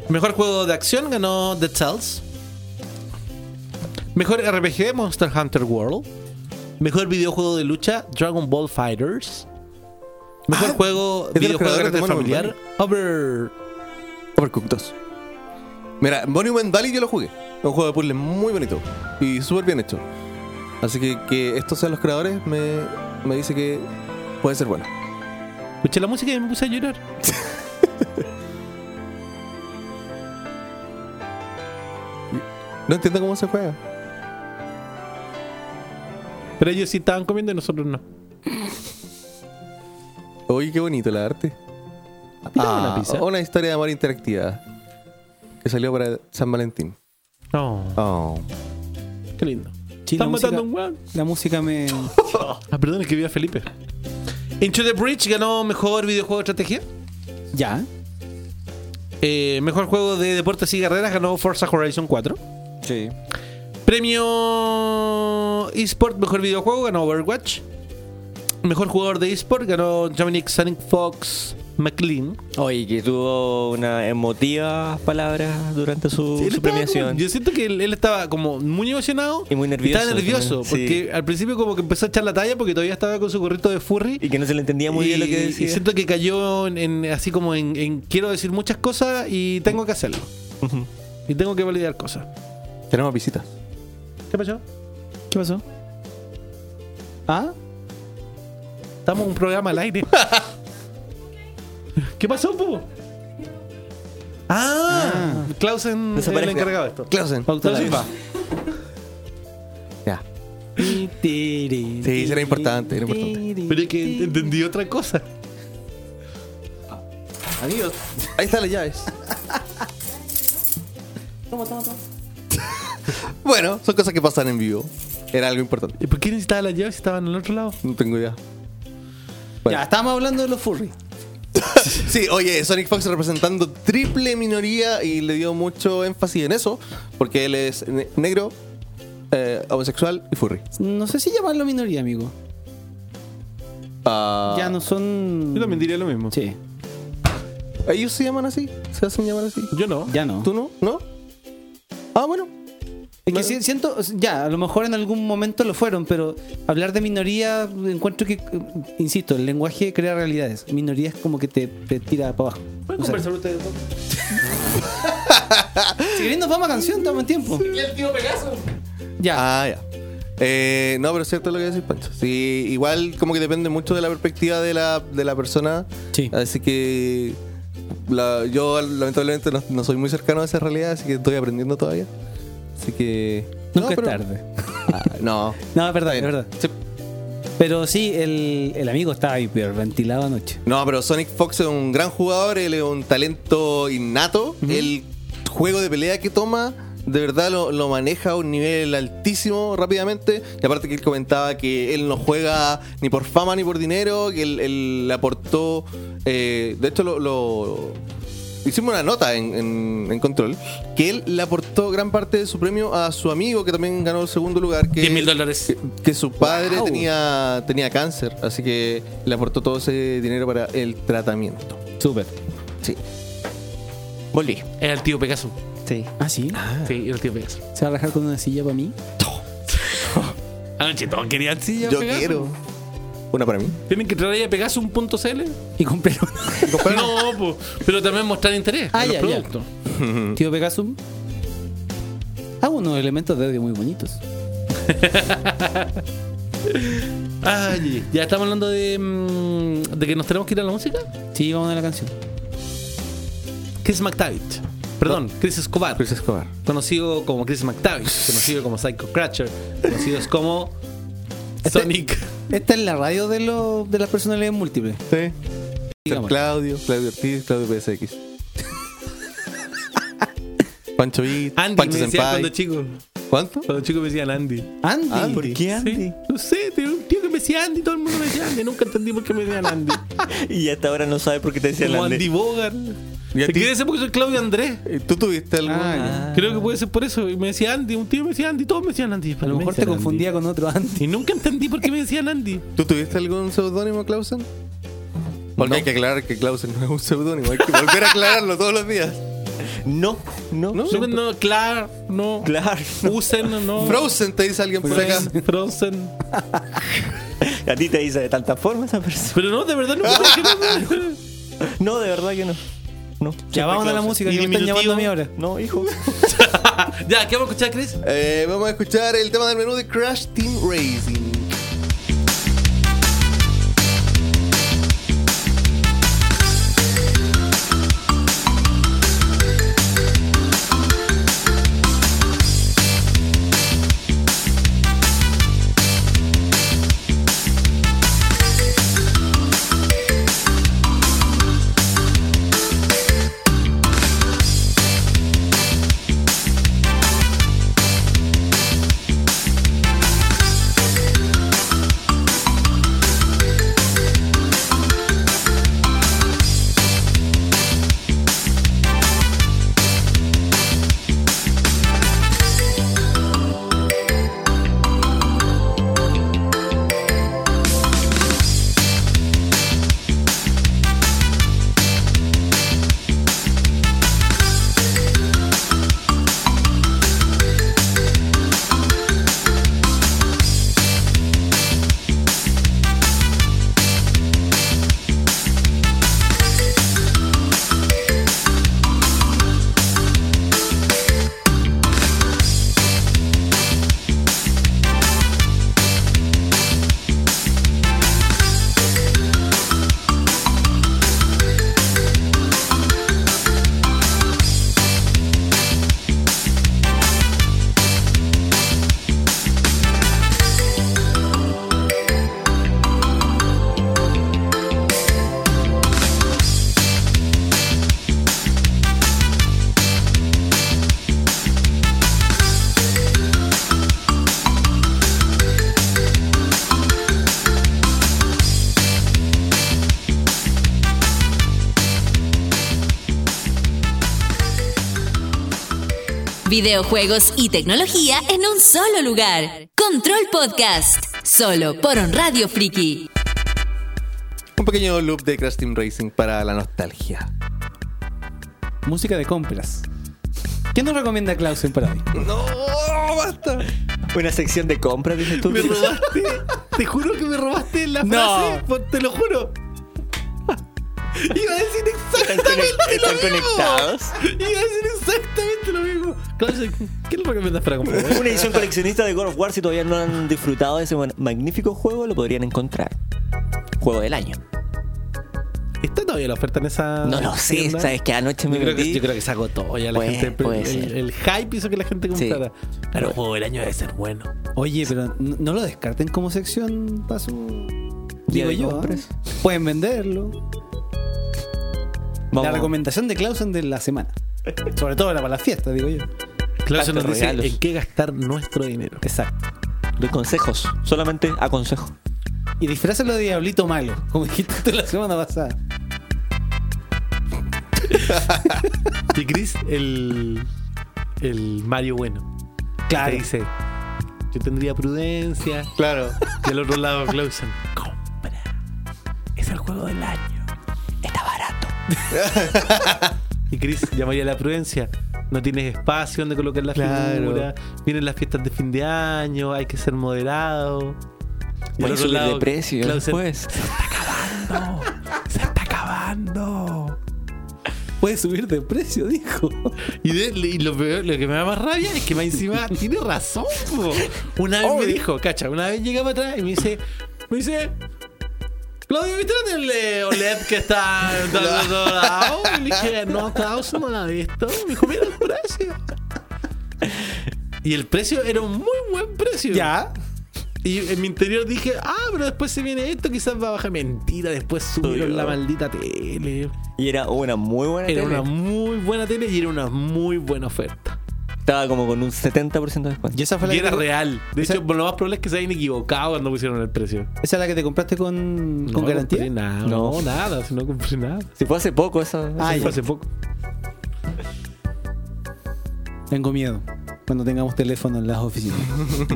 Speaker 1: Mejor juego de acción ganó The Tales. Mejor RPG Monster Hunter World. Mejor videojuego de lucha Dragon Ball Fighters. Mejor
Speaker 5: Ah,
Speaker 1: juego
Speaker 5: es de los
Speaker 1: videojuego de
Speaker 5: creadores de
Speaker 1: carácter familiar
Speaker 5: Monument
Speaker 1: Over.
Speaker 5: Overcooked 2. Mira, Monument Valley yo lo jugué. Es un juego de puzzle muy bonito y súper bien hecho. Así que que estos sean los creadores me, me dice que puede ser bueno.
Speaker 1: Escuché la música y me puse a llorar.
Speaker 5: No entiendo cómo se juega.
Speaker 1: Pero ellos sí estaban comiendo y nosotros no.
Speaker 5: Oye, qué bonito la arte. Ah, una historia de amor interactiva que salió para San Valentín.
Speaker 1: No.
Speaker 5: Oh.
Speaker 1: Qué lindo.
Speaker 6: Sí, la
Speaker 1: Están
Speaker 6: música-
Speaker 1: matando a un weón.
Speaker 6: La música me.
Speaker 1: Ah, perdón, es que vi a Felipe. Into the Bridge ganó mejor videojuego de estrategia.
Speaker 6: Ya.
Speaker 1: Eh, mejor juego de deportes y carreras ganó Forza Horizon 4.
Speaker 6: Sí.
Speaker 1: Premio eSport Mejor Videojuego ganó Overwatch. Mejor jugador de eSport ganó Dominic Sonic Fox McLean.
Speaker 4: Oye, que tuvo unas emotivas palabras durante su,
Speaker 1: Él
Speaker 4: su
Speaker 1: estaba
Speaker 4: premiación.
Speaker 1: como- yo siento que él, él estaba como muy emocionado
Speaker 4: Y muy nervioso
Speaker 1: Estaba nervioso
Speaker 4: también.
Speaker 1: porque al principio como que empezó a echar la talla porque todavía estaba con su gorrito de furry.
Speaker 4: Y que no se le entendía muy bien lo que
Speaker 1: y
Speaker 4: decía.
Speaker 1: siento que cayó en, en- así como en, en quiero decir muchas cosas y tengo que hacerlo. Y tengo que validar cosas.
Speaker 5: Tenemos visitas.
Speaker 1: ¿Qué pasó?
Speaker 6: ¿Qué pasó?
Speaker 1: ¿Ah? Estamos en un programa al aire. ¿Qué pasó, Pupo? Ah, Clausen es el
Speaker 4: Desapareció.
Speaker 1: encargado de esto.
Speaker 5: Clausen.
Speaker 1: Clausen va.
Speaker 5: Ya.
Speaker 6: Sí,
Speaker 5: Sí, será importante, era importante.
Speaker 1: Pero es que entendí otra cosa.
Speaker 5: Amigos, ahí están las llaves. bueno, son cosas que pasan en vivo. Era algo importante.
Speaker 1: ¿Y por qué necesitaba las llaves si estaban al otro lado?
Speaker 5: No tengo idea.
Speaker 6: Ya, Ah, estábamos hablando de los furries.
Speaker 5: Sí, oye, Sonic Fox representando triple minoría y le dio mucho énfasis en eso, porque él es ne- negro, eh, homosexual y furry.
Speaker 6: No sé si llamarlo minoría, amigo.
Speaker 5: Ah,
Speaker 6: Ya no son.
Speaker 1: Yo también diría lo mismo.
Speaker 6: Sí,
Speaker 5: ¿Ellos se llaman así? ¿Se hacen llamar así?
Speaker 1: Yo no.
Speaker 6: ya no.
Speaker 5: ¿Tú no? ¿No? Ah, bueno.
Speaker 6: Es que si- siento, ya, a lo mejor en algún momento lo fueron, pero hablar de minoría, encuentro que, eh, insisto, el lenguaje crea realidades. Minoría es como que te, te tira para abajo.
Speaker 1: ¿Pueden
Speaker 6: O sea,
Speaker 1: conversar ustedes dos?
Speaker 6: si querés nos vamos a canción, estamos en tiempo. Ya.
Speaker 5: Ah, ya. Eh, no, pero es cierto lo que decís, Pancho. Sí, igual como que depende mucho de la perspectiva de la, de la persona.
Speaker 6: Sí.
Speaker 5: Así que la- yo lamentablemente no, no soy muy cercano a esa realidad, así que estoy aprendiendo todavía. Así que...
Speaker 6: Nunca
Speaker 5: no,
Speaker 6: es
Speaker 5: pero-
Speaker 6: tarde.
Speaker 5: Ah, no.
Speaker 6: No, es verdad, es
Speaker 5: Está bien.
Speaker 6: verdad. Pero sí, el, el amigo estaba hiperventilado anoche.
Speaker 5: No, pero Sonic Fox es un gran jugador, él es un talento innato. El juego de pelea que toma de verdad lo, lo maneja a un nivel altísimo rápidamente. Y aparte que él comentaba que él no juega ni por fama ni por dinero, que él, él le aportó... eh, de hecho, lo- lo hicimos una nota en, en- en Control que él le aportó gran parte de su premio a su amigo que también ganó el segundo lugar. Que,
Speaker 1: 10.000 dólares.
Speaker 5: Que, que su padre
Speaker 6: Wow.
Speaker 5: tenía, tenía cáncer, así que le aportó todo ese dinero para el tratamiento.
Speaker 6: Súper.
Speaker 5: Sí.
Speaker 4: Volví.
Speaker 1: Era el tío Pegaso.
Speaker 4: Sí.
Speaker 6: ¿Ah, sí?
Speaker 1: Sí, era el tío Pegaso.
Speaker 6: ¿Se va a rajar con una silla para mí?
Speaker 1: Anoche Ah, todos querían silla
Speaker 5: Yo
Speaker 1: Pegaso.
Speaker 5: quiero. Una para mí.
Speaker 1: Tienen que traer ahí a Pegaso un punto CL.
Speaker 6: Y compré una.
Speaker 1: No, po, pero también mostrar interés
Speaker 6: Ah,
Speaker 1: en
Speaker 6: ya,
Speaker 1: los
Speaker 6: ya.
Speaker 1: productos.
Speaker 5: Mm.
Speaker 6: Tío Pegasum. Ah, unos elementos de audio muy bonitos.
Speaker 1: Ay, Ah, ya estamos hablando de, mm, de que nos tenemos que ir a la música.
Speaker 6: Sí, vamos a la canción.
Speaker 1: Chris McTavish. Perdón, Chris Escobar.
Speaker 5: Chris Escobar.
Speaker 1: Conocido como Chris McTavish. Conocido como Psycho Crutcher. Conocidos como Sonic.
Speaker 6: Esta es la radio de, los de las personalidades múltiples.
Speaker 5: Sí.
Speaker 6: Digamos.
Speaker 5: Claudio, Claudio Ortiz, Claudio PSX. Pancho Beat,
Speaker 1: Andy
Speaker 5: Pancho
Speaker 1: me decían
Speaker 5: Senpai.
Speaker 1: cuando chico.
Speaker 5: ¿Cuánto?
Speaker 1: Cuando chico me decían Andy.
Speaker 6: Andy.
Speaker 5: Ah, ¿por qué?
Speaker 1: Sí, no sé, tenía un tío que me decía Andy, todo el mundo me decía Andy, nunca entendí por qué me decían Andy.
Speaker 4: Y hasta ahora no sabe por qué te decía
Speaker 1: Como
Speaker 4: Landy.
Speaker 1: Andy Bogart.
Speaker 5: ¿Y
Speaker 1: Es
Speaker 5: a ti?
Speaker 1: que debe ser porque soy Claudio Andrés.
Speaker 5: Eh, ¿Tú tuviste algún
Speaker 6: Ah,
Speaker 1: Creo que puede ser por eso. Y me decía Andy, un tío me decía Andy, todos me decían Andy.
Speaker 6: A lo mejor te confundía con otro Andy.
Speaker 1: Y nunca entendí por qué me decían Andy.
Speaker 5: ¿Tú tuviste algún seudónimo, Clausen? Porque hay que aclarar que Clausen no es un seudónimo, hay que volver a aclararlo todos los días.
Speaker 4: No, no,
Speaker 5: ¿No?
Speaker 1: No, no, claro, no.
Speaker 4: Claro.
Speaker 1: Usen, no.
Speaker 5: Frozen te dice alguien por acá.
Speaker 1: Frozen. Frozen.
Speaker 4: A ti te dice de tanta forma esa persona.
Speaker 1: Pero no, de verdad nunca dije nada.
Speaker 4: No, de verdad que no. No.
Speaker 6: Ya vamos a la música, que me están llamando a mí ahora.
Speaker 4: No, hijo.
Speaker 1: Ya, ¿qué vamos a escuchar, Chris?
Speaker 5: Eh, vamos a escuchar el tema del menú de Crash Team Racing.
Speaker 3: Videojuegos y tecnología en un solo lugar. Control Podcast. Solo por On Radio Friki.
Speaker 5: Un pequeño loop de Crash Team Racing para la nostalgia.
Speaker 6: Música de compras. ¿Qué nos recomienda Clausen para hoy?
Speaker 5: ¡No! ¡Basta!
Speaker 4: Una sección de compra, dices tú.
Speaker 1: Me robaste. Te juro que me robaste la frase. por- Te lo juro. Iba a decir
Speaker 4: ¿Están, conect-
Speaker 1: exactamente
Speaker 4: están
Speaker 1: lo mismo.
Speaker 4: conectados?
Speaker 1: Iba a decir exactamente lo mismo. Claudio, ¿qué le recomiendas para comprar?
Speaker 4: Una edición coleccionista de God of War, si todavía no han disfrutado de ese man- magnífico juego, lo podrían encontrar. Juego del año.
Speaker 1: ¿Está todavía la oferta en esa.?
Speaker 4: No lo sé,
Speaker 1: tienda?
Speaker 4: sabes que anoche me
Speaker 1: Yo creo, que,
Speaker 4: metí.
Speaker 1: yo creo que se agotó ya la
Speaker 4: Puede-
Speaker 1: gente.
Speaker 4: puede
Speaker 1: el,
Speaker 4: ser.
Speaker 1: el hype hizo que la gente
Speaker 4: Sí.
Speaker 1: comprara. Claro, el juego del año debe ser bueno.
Speaker 6: Oye, pero n- no lo descarten como sección para su.
Speaker 4: Día
Speaker 6: Digo
Speaker 4: de
Speaker 6: yo.
Speaker 4: compras.
Speaker 6: ¿ah? Pueden venderlo.
Speaker 4: Vamos.
Speaker 6: La recomendación de Clausen de la semana. Sobre todo era para las fiestas, digo yo.
Speaker 1: Claudio nos
Speaker 4: tantos
Speaker 1: dice
Speaker 4: regalos.
Speaker 1: en qué gastar nuestro dinero.
Speaker 6: Exacto.
Speaker 4: De consejos. Solamente aconsejo.
Speaker 6: Y disfrázalo de diablito malo, como dijiste tú la semana pasada.
Speaker 1: Y Chris, el, el Mario bueno. Te
Speaker 6: Claro.
Speaker 1: dice, yo tendría prudencia.
Speaker 5: Claro.
Speaker 1: Y al otro lado, Clausen, compra. Es el juego del año. Está barato. y Chris llamaría a la prudencia. No tienes espacio donde colocar la
Speaker 5: Claro.
Speaker 1: figura. Vienen las fiestas de fin de año. Hay que ser moderado. Y al
Speaker 4: Puede
Speaker 1: otro
Speaker 4: subir de
Speaker 1: lado,
Speaker 4: precio
Speaker 1: Clausen,
Speaker 4: después.
Speaker 1: se está acabando.
Speaker 6: Puede subir de precio, dijo.
Speaker 1: Y, de- y lo, peor- lo que me da más rabia es que más encima tiene razón. po. Una vez me dijo, cacha, una vez llega para atrás y me dice, me dice, Claudio, ¿viste la tele eh, OLED que está en todo el otro lado? Y le dije, no, Klaus, no la he visto. Me dijo, mira el precio. Y el precio era un muy buen precio.
Speaker 6: Ya.
Speaker 1: Y en mi interior dije, ah, pero después se viene esto, quizás va a bajar. Mentira, después subieron la maldita tele.
Speaker 4: Y era una muy buena
Speaker 1: Era
Speaker 4: tele.
Speaker 1: una muy buena tele y era una muy buena oferta.
Speaker 4: Estaba como con un 70% de descuento.
Speaker 6: Y esa fue la
Speaker 1: Y
Speaker 6: que
Speaker 1: era
Speaker 6: te-
Speaker 1: real. De
Speaker 6: esa-
Speaker 1: hecho, lo más probable es que se hayan equivocado cuando pusieron el precio.
Speaker 6: ¿Esa es la que te compraste con, con
Speaker 1: No
Speaker 6: garantía?
Speaker 1: compré nada, no, nada. Si no compré nada.
Speaker 4: Si fue hace poco esa.
Speaker 1: Eso
Speaker 6: Ah, ya.
Speaker 1: fue hace poco.
Speaker 6: Tengo miedo. Cuando tengamos teléfono en las oficinas.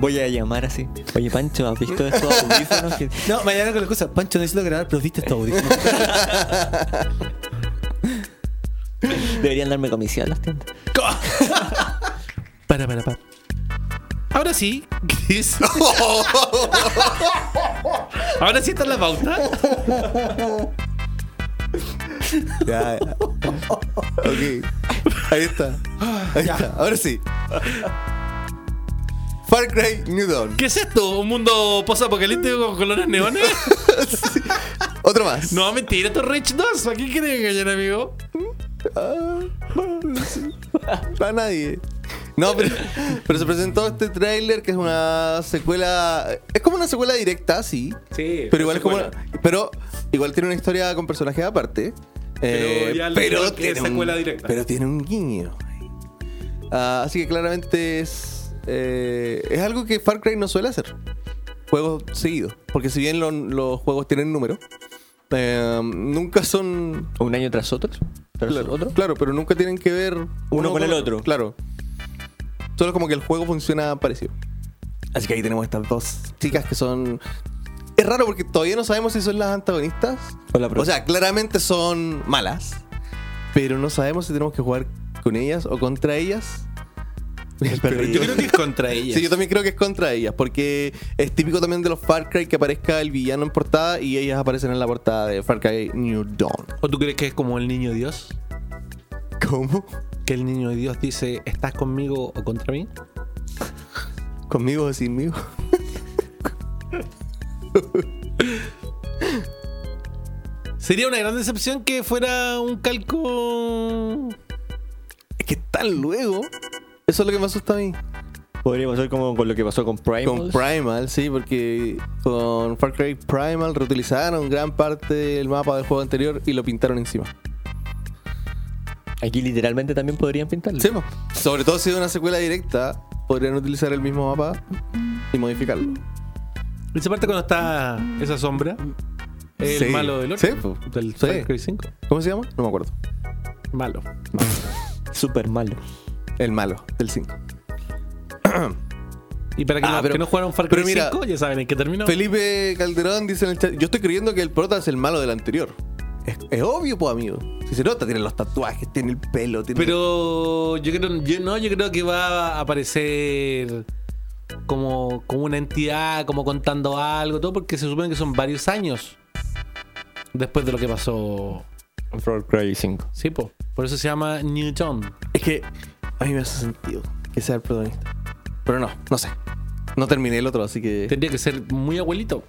Speaker 4: Voy a llamar así. Oye, Pancho, ¿has visto estos audífonos? que-
Speaker 6: No, mañana con la cosa. Pancho, necesito grabar, pero viste esta audio.
Speaker 4: Deberían darme comisión las tiendas.
Speaker 1: Para, para, para. Ahora sí, Chris. Ahora sí está la pauta.
Speaker 5: Ya. ok. Ahí está. Ahí está. Ahora sí. Far Cry New Dawn.
Speaker 1: ¿Qué es esto? ¿Un mundo posapocalíptico con colores neones?
Speaker 5: Otro más.
Speaker 1: No, mentira, esto es Rich 2. ¿A quién quieren engañar, amigo?
Speaker 5: A nadie. No, pero, pero se presentó este tráiler que es una secuela. Es como una secuela directa, sí.
Speaker 1: Sí.
Speaker 5: Pero igual es como. una- pero igual tiene una historia con personajes aparte. Eh,
Speaker 1: ya le creo que es
Speaker 5: un-
Speaker 1: secuela directa.
Speaker 5: Pero tiene un guiño. Ah, así que claramente es. eh, es algo que Far Cry no suele hacer. Juegos seguidos. Porque si bien lo- los juegos tienen número, eh, nunca son.
Speaker 4: ¿Un año tras otro? ¿Tras
Speaker 5: Claro,
Speaker 4: otro?
Speaker 5: claro, pero nunca tienen que ver uno,
Speaker 4: con el otro.
Speaker 5: Claro. Solo como que el juego funciona parecido. Así que ahí tenemos estas dos chicas que son. Es raro porque todavía no sabemos si son las antagonistas.
Speaker 4: O la pro-
Speaker 5: O sea, claramente son malas. Pero no sabemos si tenemos que jugar con ellas o contra ellas.
Speaker 1: Yo creo que es contra ella.
Speaker 5: Sí, yo también creo que es contra ellas, porque es típico también de los Far Cry que aparezca el villano en portada y ellas aparecen en la portada de Far Cry New Dawn.
Speaker 1: ¿O tú crees que es como el niño Dios?
Speaker 5: ¿Cómo?
Speaker 1: Que el niño Dios dice, ¿estás conmigo o contra mí?
Speaker 5: ¿Conmigo o sinmigo?
Speaker 1: Sería una gran decepción que fuera un calco.
Speaker 5: Es que tan luego. Eso es lo que me asusta a mí.
Speaker 4: Podríamos ser como con lo que pasó con Prime.
Speaker 5: Con Primal, sí, porque con Far Cry Primal reutilizaron gran parte del mapa del juego anterior y lo pintaron encima.
Speaker 4: Aquí literalmente también podrían pintarlo.
Speaker 5: Sí, po. sobre todo si es una secuela directa, podrían utilizar el mismo mapa y modificarlo.
Speaker 1: Principalmente cuando está esa sombra. El
Speaker 5: Sí.
Speaker 1: malo del otro.
Speaker 5: Sí, po.
Speaker 1: Del
Speaker 5: Sí.
Speaker 1: Far Cry 5.
Speaker 5: ¿Cómo se llama? No me acuerdo.
Speaker 1: Malo.
Speaker 4: Súper malo.
Speaker 5: El malo, del 5.
Speaker 1: Y para que,
Speaker 5: Ah,
Speaker 1: no,
Speaker 5: pero-
Speaker 1: que no jugaron Far
Speaker 5: pero
Speaker 1: Cry
Speaker 5: mira,
Speaker 1: 5, ya saben en qué terminó.
Speaker 5: Felipe Calderón dice en el chat: Yo estoy creyendo que el prota es el malo del anterior. Es, es obvio, pues, amigo. Si se nota, tiene los tatuajes, tiene el pelo, tiene.
Speaker 1: Pero yo creo, yo no, yo creo que va a aparecer como, como una entidad, como contando algo, todo, porque se supone que son varios años después de lo que pasó.
Speaker 4: Far Cry 5.
Speaker 1: Sí, po. por eso se llama Newton.
Speaker 5: Es que a mí me hace sentido que sea el protagonista. Pero no, no sé. No terminé el otro, así que.
Speaker 1: Tendría que ser muy abuelito.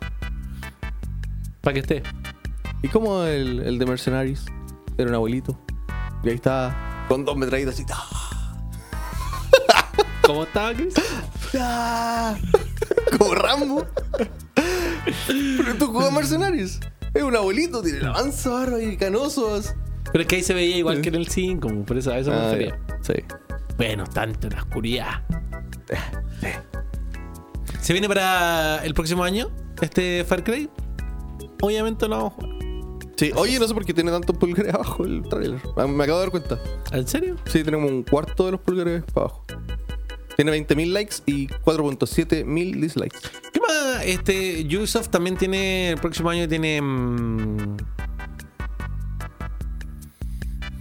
Speaker 1: Para que esté.
Speaker 5: ¿Y cómo el, el de Mercenaries? Era un abuelito. Y ahí estaba con dos metrallitas así. ¡ah!
Speaker 1: ¿Cómo estaba, Chris?
Speaker 5: ¡ah! Como Rambo. Pero tú jugas Mercenaries. Es un abuelito, tiene la panza barba y canosos.
Speaker 1: Pero es que ahí se veía igual que en el 5, por eso a eso me
Speaker 5: Ah,
Speaker 1: refería.
Speaker 5: ya. sí.
Speaker 1: buenos tanto en la oscuridad.
Speaker 5: Eh,
Speaker 1: ¿Se viene para el próximo año este Far Cry? Obviamente no.
Speaker 5: Sí, oye, no sé por qué tiene tantos pulgares abajo el trailer. Ah, Me acabo de dar cuenta.
Speaker 1: ¿En serio?
Speaker 5: Sí, tenemos un cuarto de los pulgares para abajo. Tiene 20.000 likes y 4.7.000 dislikes.
Speaker 1: ¿Qué más? Este, Ubisoft también tiene, el próximo año tiene mm,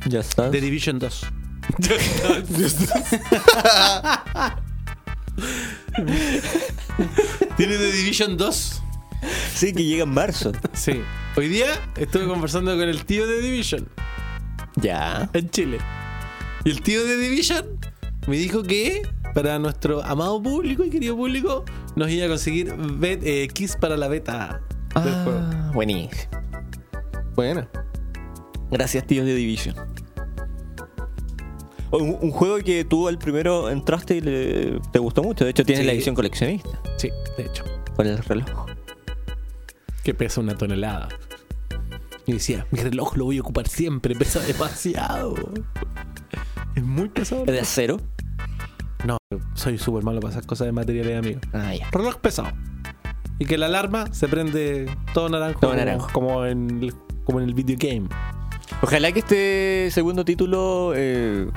Speaker 4: Ya está.
Speaker 1: The Division 2. tiene The Division 2.
Speaker 4: Sí, que llega en marzo.
Speaker 1: Sí. Hoy día estuve conversando con el tío de Division
Speaker 4: ya.
Speaker 1: en Chile. Y el tío de Division me dijo que para nuestro amado público y querido público nos iba a conseguir bet- eh, Kiss para la beta. del juego.
Speaker 4: Ah, buenísimo.
Speaker 5: Buena.
Speaker 4: Gracias, tíos de Division. Un, un juego que tú al primero entraste y le- te gustó mucho. De hecho, tienes
Speaker 1: Sí.
Speaker 4: la edición coleccionista
Speaker 1: Sí, de hecho.
Speaker 4: con el reloj.
Speaker 1: que pesa una tonelada. Y decía, mi reloj lo voy a ocupar siempre, pesa demasiado. Es muy pesado.
Speaker 4: ¿Es de acero?
Speaker 1: No, soy súper malo para esas cosas de materiales, amigo.
Speaker 4: Ah, ya.
Speaker 1: Reloj pesado. Y que la alarma se prende todo naranjo.
Speaker 4: Todo
Speaker 1: como-
Speaker 4: naranjo.
Speaker 1: Como en, el- como en el video game.
Speaker 4: Ojalá que este segundo título eh,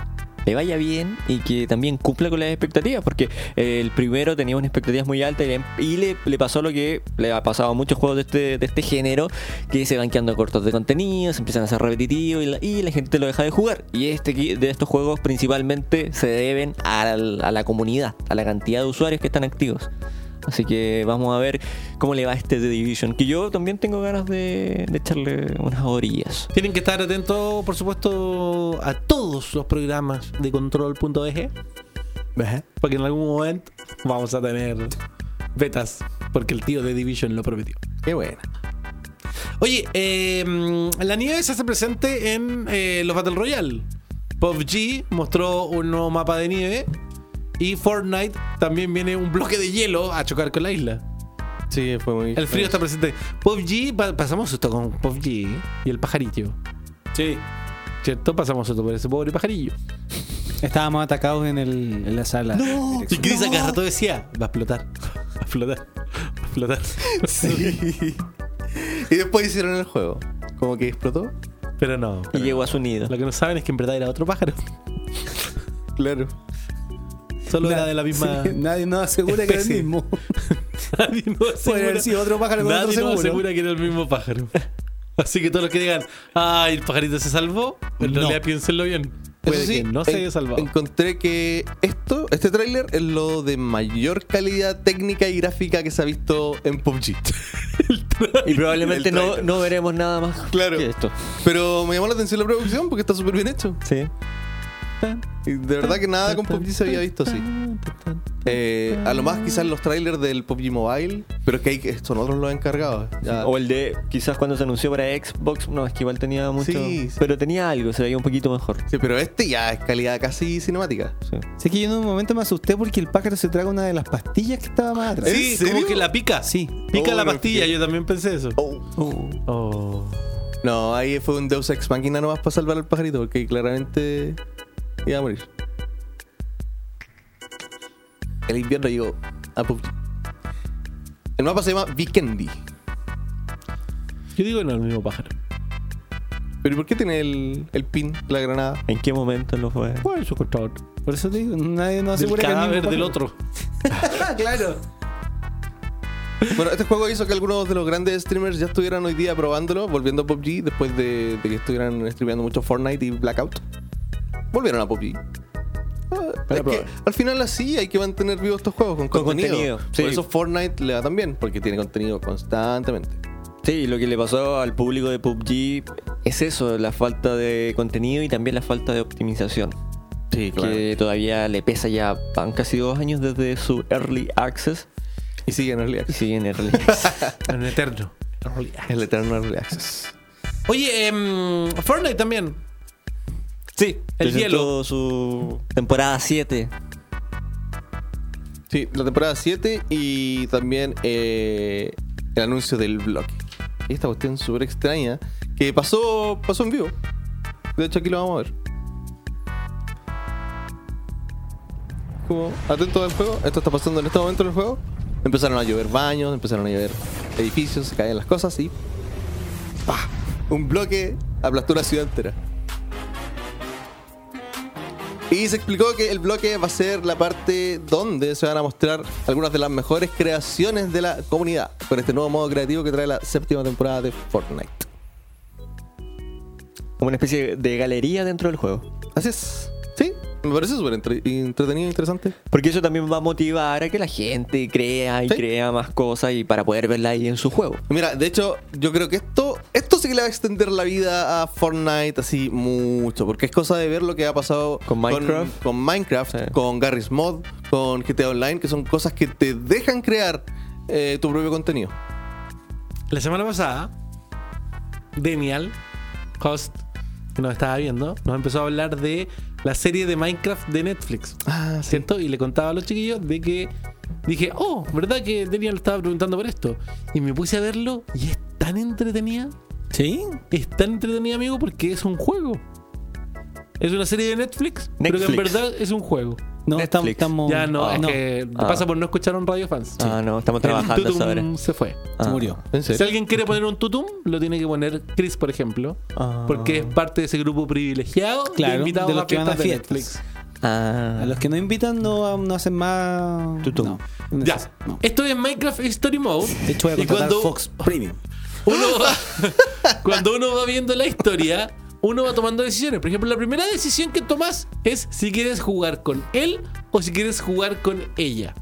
Speaker 4: le vaya bien y que también cumpla con las expectativas, porque eh, el primero tenía unas expectativas muy altas y, le, y le- le pasó lo que le ha pasado a muchos juegos de este, de este género, que se van quedando cortos de contenido, se empiezan a hacer repetitivos y la, y la gente lo deja de jugar. Y este qui- de estos juegos principalmente se deben al- a la comunidad, a la cantidad de usuarios que están activos. Así que vamos a ver cómo le va a este The Division, que yo también tengo ganas de, de echarle unas orillas.
Speaker 1: Tienen que estar atentos, por supuesto, a todos los programas de control.eje. Porque en algún momento vamos a tener betas. Porque el tío de Division lo prometió.
Speaker 5: Qué buena.
Speaker 1: Oye, eh, mm, la nieve se hace presente en eh, los Battle Royale. PUBG mostró un nuevo mapa de nieve. Y Fortnite también viene un bloque de hielo a chocar con la isla.
Speaker 5: Sí, fue muy.
Speaker 1: El frío está presente. PUBG, pa- pasamos susto con PUBG y el pajarillo. Sí. ¿Cierto? Pasamos susto por ese pobre pajarillo.
Speaker 6: Estábamos atacados en, el, en la sala.
Speaker 1: No, y Chris acá rato decía, va a explotar, va a explotar, va a explotar.
Speaker 5: Y después hicieron el juego. Como que explotó.
Speaker 1: Pero no.
Speaker 4: Y llegó a su nido.
Speaker 1: Lo que no saben es que en verdad era otro pájaro.
Speaker 5: Claro.
Speaker 1: Solo era de la misma...
Speaker 6: Sí, nadie nos asegura que era el
Speaker 1: especie.
Speaker 6: mismo.
Speaker 1: Nadie no asegura.
Speaker 6: Puede haber sido otro pájaro con
Speaker 1: Nadie
Speaker 6: otro
Speaker 1: no
Speaker 6: seguro.
Speaker 1: asegura que era el mismo pájaro. Así que todos los que digan, ay, el pajarito se salvó, en
Speaker 6: No.
Speaker 1: realidad piénsenlo bien. Puede
Speaker 5: Eso sí,
Speaker 1: que no se
Speaker 5: en-
Speaker 1: haya salvado.
Speaker 5: Encontré que esto, este tráiler es lo de mayor calidad técnica y gráfica que se ha visto en PUBG.
Speaker 4: Y probablemente
Speaker 5: El
Speaker 4: no,
Speaker 5: trailer.
Speaker 4: no veremos nada más
Speaker 5: Claro.
Speaker 4: que esto.
Speaker 5: Pero me llamó la atención la producción porque está súper bien hecho.
Speaker 4: Sí.
Speaker 5: Y de verdad que nada con PUBG se había visto así. Eh, a lo más quizás los trailers del PUBG Mobile, pero es que hay, que- son otros los encargados. Ya.
Speaker 6: Oh,
Speaker 4: O el de quizás cuando se anunció para Xbox, no, es que igual tenía mucho.
Speaker 5: Sí, sí.
Speaker 4: Pero tenía algo, se veía un poquito mejor.
Speaker 5: Sí, pero este ya es calidad casi cinemática.
Speaker 6: Sé que yo en un momento me asusté porque el pájaro se traga una de las pastillas que estaba más atrás.
Speaker 1: Ah, Sí,
Speaker 5: ¿En
Speaker 1: como
Speaker 5: serio?
Speaker 1: que la pica.
Speaker 6: Sí.
Speaker 1: Pica
Speaker 5: Oh,
Speaker 1: la
Speaker 5: no,
Speaker 1: pastilla, yo también pensé eso.
Speaker 5: Oh.
Speaker 1: Oh.
Speaker 5: No, ahí fue un Deus Ex Máquina nomás para salvar al pajarito, porque claramente iba a morir. El invierno llegó a PUBG. El mapa se llama Vikendi.
Speaker 1: Yo digo no, el mismo pájaro.
Speaker 5: ¿Pero ¿y por qué tiene el, el pin, la granada?
Speaker 4: ¿En qué momento lo fue?
Speaker 1: ¿Cuál es su costado?
Speaker 6: Por eso te digo, nadie nos
Speaker 1: Del
Speaker 6: asegura que era el
Speaker 1: cadáver
Speaker 6: mismo
Speaker 1: del
Speaker 6: pájaro.
Speaker 1: otro.
Speaker 6: Ah, claro.
Speaker 5: Bueno, este juego hizo que algunos de los grandes streamers ya estuvieran hoy día probándolo, volviendo a PUBG, después de, de que estuvieran streameando mucho Fortnite y Blackout. Volvieron a PUBG. Ah, es que
Speaker 4: probar.
Speaker 5: al final así hay que mantener vivos estos juegos con,
Speaker 4: Con
Speaker 5: contenido.
Speaker 4: contenido, sí.
Speaker 5: Por eso Fortnite le va tan bien, porque tiene contenido constantemente.
Speaker 4: Sí, lo que le pasó al público de PUBG es eso, la falta de contenido y también la falta de optimización.
Speaker 5: Sí,
Speaker 4: Que todavía le pesa ya, van casi dos años desde su Early Access.
Speaker 5: Y sigue en Early
Speaker 4: Y
Speaker 5: Access.
Speaker 4: sigue en Early Access.
Speaker 1: En eterno.
Speaker 5: El eterno Early Access.
Speaker 1: Oye, em, Fortnite también.
Speaker 4: sí,
Speaker 1: el
Speaker 4: presentó
Speaker 1: hielo.
Speaker 4: su temporada 7.
Speaker 5: Sí, la temporada 7 y también eh, el anuncio del bloque. Esta cuestión súper extraña que pasó, pasó en vivo. De hecho, aquí lo vamos a ver. como atentos al juego, esto está pasando en este momento en el juego. Empezaron a llover baños, empezaron a llover edificios, se caían las cosas y. ¡Pah! Un bloque aplastó una ciudad entera. Y se explicó que el bloque va a ser la parte donde se van a mostrar algunas de las mejores creaciones de la comunidad con este nuevo modo creativo que trae la séptima temporada de Fortnite.
Speaker 4: Como una especie de galería dentro del juego.
Speaker 5: Así es. Sí, me parece súper entre- entretenido e interesante.
Speaker 4: Porque eso también va a motivar a que la gente crea y
Speaker 5: Sí.
Speaker 4: crea más cosas y para poder verla ahí en su juego.
Speaker 5: Mira, de hecho, yo creo que esto, esto sí que le va a extender la vida a Fortnite así mucho, porque es cosa de ver lo que ha pasado
Speaker 4: Con Minecraft.
Speaker 5: con, Minecraft,
Speaker 4: Sí.
Speaker 5: con Garry's Mod, con GTA Online, que son cosas que te dejan crear eh, tu propio contenido.
Speaker 1: La semana pasada, Demial, host que nos estaba viendo, nos empezó a hablar de la serie de Minecraft de Netflix.
Speaker 5: Ah,
Speaker 1: ¿Cierto? Y le contaba a los chiquillos de que dije, oh, ¿verdad que Demial estaba preguntando por esto? Y me puse a verlo y es tan entretenida.
Speaker 6: ¿Sí?
Speaker 1: Es tan entretenida, amigo, porque es un juego. Es una serie de Netflix, pero que en
Speaker 4: Netflix.
Speaker 1: verdad es un juego.
Speaker 6: No,
Speaker 4: Netflix.
Speaker 6: estamos. estamos-
Speaker 1: Ya no, es
Speaker 6: no,
Speaker 1: que
Speaker 4: Ah.
Speaker 1: pasa por no escuchar un Radio Fans.
Speaker 4: Ah, no, estamos
Speaker 1: El
Speaker 4: trabajando
Speaker 1: tutum
Speaker 4: sobre. Ah.
Speaker 1: se fue.
Speaker 6: se murió.
Speaker 5: ¿En
Speaker 1: Si
Speaker 5: serio?
Speaker 1: alguien quiere poner un tutum, lo tiene que poner Chris, por ejemplo. Porque es parte de ese grupo privilegiado
Speaker 6: Ah. Claro,
Speaker 1: de invitados
Speaker 6: de los
Speaker 1: a
Speaker 6: que van a
Speaker 1: fiestas de
Speaker 6: fiestas.
Speaker 1: Netflix.
Speaker 4: Ah,
Speaker 6: A los que no invitan no, no hacen más.
Speaker 4: Tú, tú.
Speaker 6: No,
Speaker 1: Ya.
Speaker 6: No.
Speaker 1: Esto es Minecraft Story Mode.
Speaker 6: De hecho, voy a
Speaker 1: Y
Speaker 6: contratar
Speaker 1: cuando-
Speaker 6: Fox Premium.
Speaker 1: Uno va- cuando uno va viendo la historia, uno va tomando decisiones. Por ejemplo, la primera decisión que tomas es si quieres jugar con él o si quieres jugar con ella.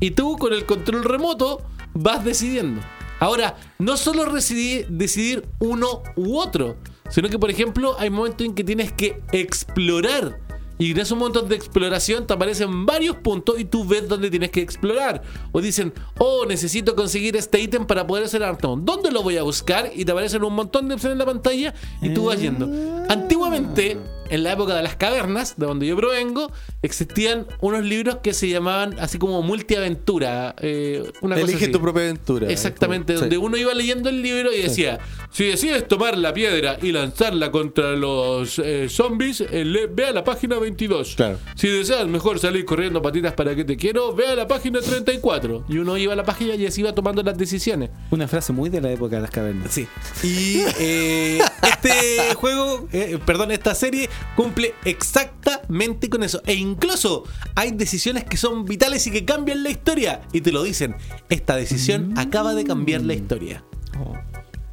Speaker 1: Y tú con el control remoto vas decidiendo. Ahora, no solo recidi- decidir uno u otro, sino que por ejemplo hay momentos en que tienes que explorar. Y en esos momentos de exploración te aparecen varios puntos y tú ves dónde tienes que explorar. O dicen, oh, necesito conseguir este ítem para poder hacer arte. ¿Dónde lo voy a buscar? Y te aparecen un montón de opciones en la pantalla y tú vas yendo. Antiguamente, en la época de las cavernas, de donde yo provengo, existían unos libros que se llamaban así como multiaventura. eh, una cosa
Speaker 5: Elige
Speaker 1: así.
Speaker 5: tu propia aventura.
Speaker 1: Exactamente,
Speaker 5: Sí.
Speaker 1: donde uno iba leyendo el libro y decía, si decides tomar la piedra y lanzarla contra los eh, zombies, eh, le- ve a la página 22.
Speaker 5: Claro.
Speaker 1: Si deseas mejor salir corriendo patitas para que te quiero, ve a la página 34. Y uno iba a la página y así iba tomando las decisiones.
Speaker 6: Una frase muy de la época de las cavernas.
Speaker 10: Sí. Y eh, este juego, eh, perdón, esta serie cumple exactamente con eso. E incluso hay decisiones que son vitales y que cambian la historia. Y te lo dicen, esta decisión acaba de cambiar la historia.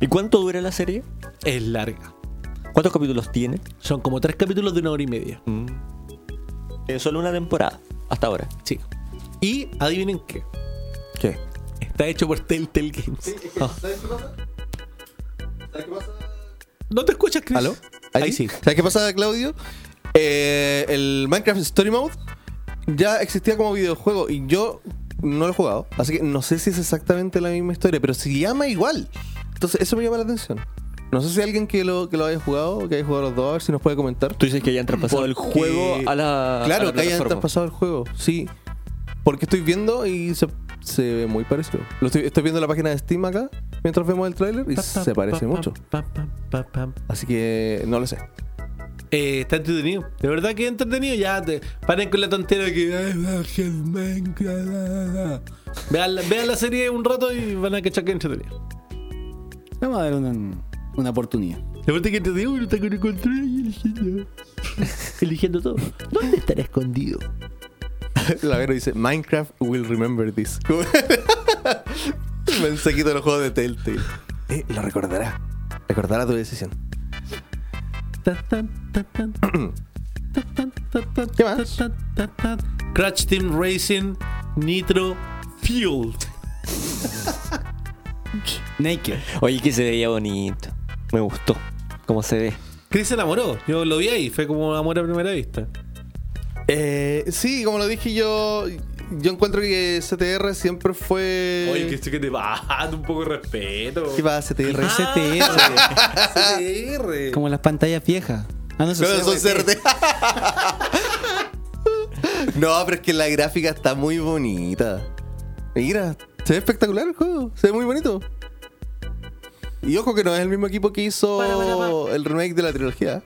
Speaker 4: ¿Y cuánto dura la serie?
Speaker 10: Es larga.
Speaker 4: ¿Cuántos capítulos tiene?
Speaker 10: Son como tres capítulos de una hora y media.
Speaker 4: Eh, solo una temporada, hasta ahora.
Speaker 10: Sí. Y adivinen qué.
Speaker 4: ¿Qué?
Speaker 10: Está hecho por Telltale Games.
Speaker 4: Ah.
Speaker 5: ¿Sabes qué pasa? ¿Sabes qué pasa?
Speaker 10: ¿No te escuchas, Chris?
Speaker 5: ¿Aló?
Speaker 10: Ahí,
Speaker 5: ¿Ahí?
Speaker 10: sí.
Speaker 5: ¿Sabes qué pasa, Claudio? Eh, el Minecraft Story Mode ya existía como videojuego y yo no lo he jugado. Así que no sé si es exactamente la misma historia, pero se llama igual. Entonces, eso me llama la atención. No sé si alguien que lo, que lo haya jugado, que haya jugado los dos, a ver si nos puede comentar.
Speaker 4: Tú dices que ya han traspasado el
Speaker 5: Porque-
Speaker 4: juego a la. a
Speaker 5: Claro,
Speaker 4: la
Speaker 5: que hayan
Speaker 4: Ah, plataforma.
Speaker 5: traspasado el juego, sí. Porque estoy viendo y se, se ve muy parecido. Lo estoy, estoy viendo la página de Steam acá mientras vemos el tráiler y se parece mucho. Así que no lo sé.
Speaker 10: Eh, está entretenido. De verdad que es entretenido. Ya te paren con la tontera que. "Ay, baje el Minecraft, ah, ah". Vean la, vean la serie un rato y van a cachar que es entretenido.
Speaker 6: Vamos a dar una, una oportunidad.
Speaker 10: La parte que entretenido uno está con el control y eligiendo. eligiendo todo. ¿Dónde estará escondido?
Speaker 5: La Vero dice, Minecraft will remember this. Pensé que los juegos de Telltale. Eh, lo recordará. Recordará tu decisión. ¿Qué más?
Speaker 10: Crash Team Racing Nitro Fueled.
Speaker 6: Naked.
Speaker 4: Oye, que se veía bonito. Me gustó. ¿Cómo se ve?
Speaker 10: Chris se enamoró. Yo lo vi ahí. Fue como amor a primera vista.
Speaker 5: Eh, sí, como lo dije yo, yo encuentro que CTR siempre fue...
Speaker 10: esto que te va. Un poco de respeto.
Speaker 5: ¿Qué va CTR?
Speaker 6: CTR.
Speaker 10: CTR.
Speaker 6: como las pantallas viejas. Ah, no, eso
Speaker 5: Pero
Speaker 6: es
Speaker 5: son
Speaker 6: CRT.
Speaker 5: CRT. no, pero es que la gráfica está muy bonita. Mira, se ve espectacular el juego. Se ve muy bonito. Y ojo que no es el mismo equipo que hizo
Speaker 10: Para, para, para.
Speaker 5: el remake de la trilogía.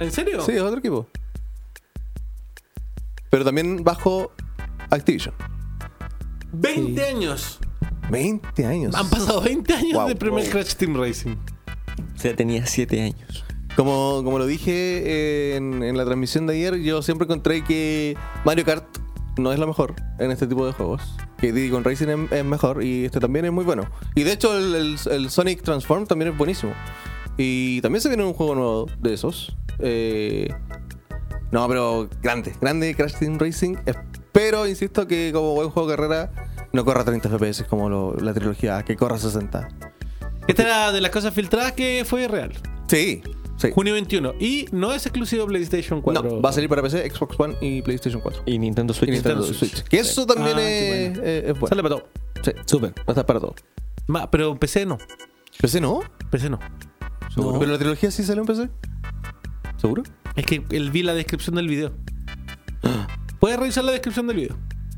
Speaker 10: ¿En serio?
Speaker 5: Sí, es otro equipo. pero también bajo Activision.
Speaker 1: 20 años.
Speaker 5: 20 años.
Speaker 1: Han pasado 20 años
Speaker 5: Wow,
Speaker 1: del primer
Speaker 5: wow.
Speaker 1: Crash Team Racing.
Speaker 4: O sea, tenía 7 años.
Speaker 5: Como, como lo dije eh, en, en la transmisión de ayer, yo siempre encontré que Mario Kart no es lo mejor en este tipo de juegos. Que Diddy Kong Racing es, es mejor y este también es muy bueno. Y de hecho, el, el- el Sonic Transform también es buenísimo. Y también se viene un juego nuevo de esos. Eh, no, pero grande, grande Crash Team Racing. Espero, insisto, que como buen juego de carrera, no corra 30 FPS como lo- la trilogía, que corra 60.
Speaker 1: Esta era de las cosas filtradas que fue real.
Speaker 5: Sí, sí.
Speaker 1: Junio 21. Y no es exclusivo PlayStation 4.
Speaker 5: No, va a salir para PC, Xbox One y PlayStation 4.
Speaker 4: Y Nintendo Switch.
Speaker 5: Y Nintendo Switch. Que eso también
Speaker 1: Ah, qué
Speaker 5: es, es- es bueno.
Speaker 1: Sale para todo.
Speaker 5: Sí.
Speaker 6: Súper.
Speaker 5: Va a estar para todo.
Speaker 1: Ma- pero PC no.
Speaker 5: ¿PC no?
Speaker 1: PC no.
Speaker 5: ¿Seguro? ¿Pero la trilogía sí salió en PC? ¿Seguro?
Speaker 1: Es que él vi la descripción del video. Puedes revisar la descripción del video.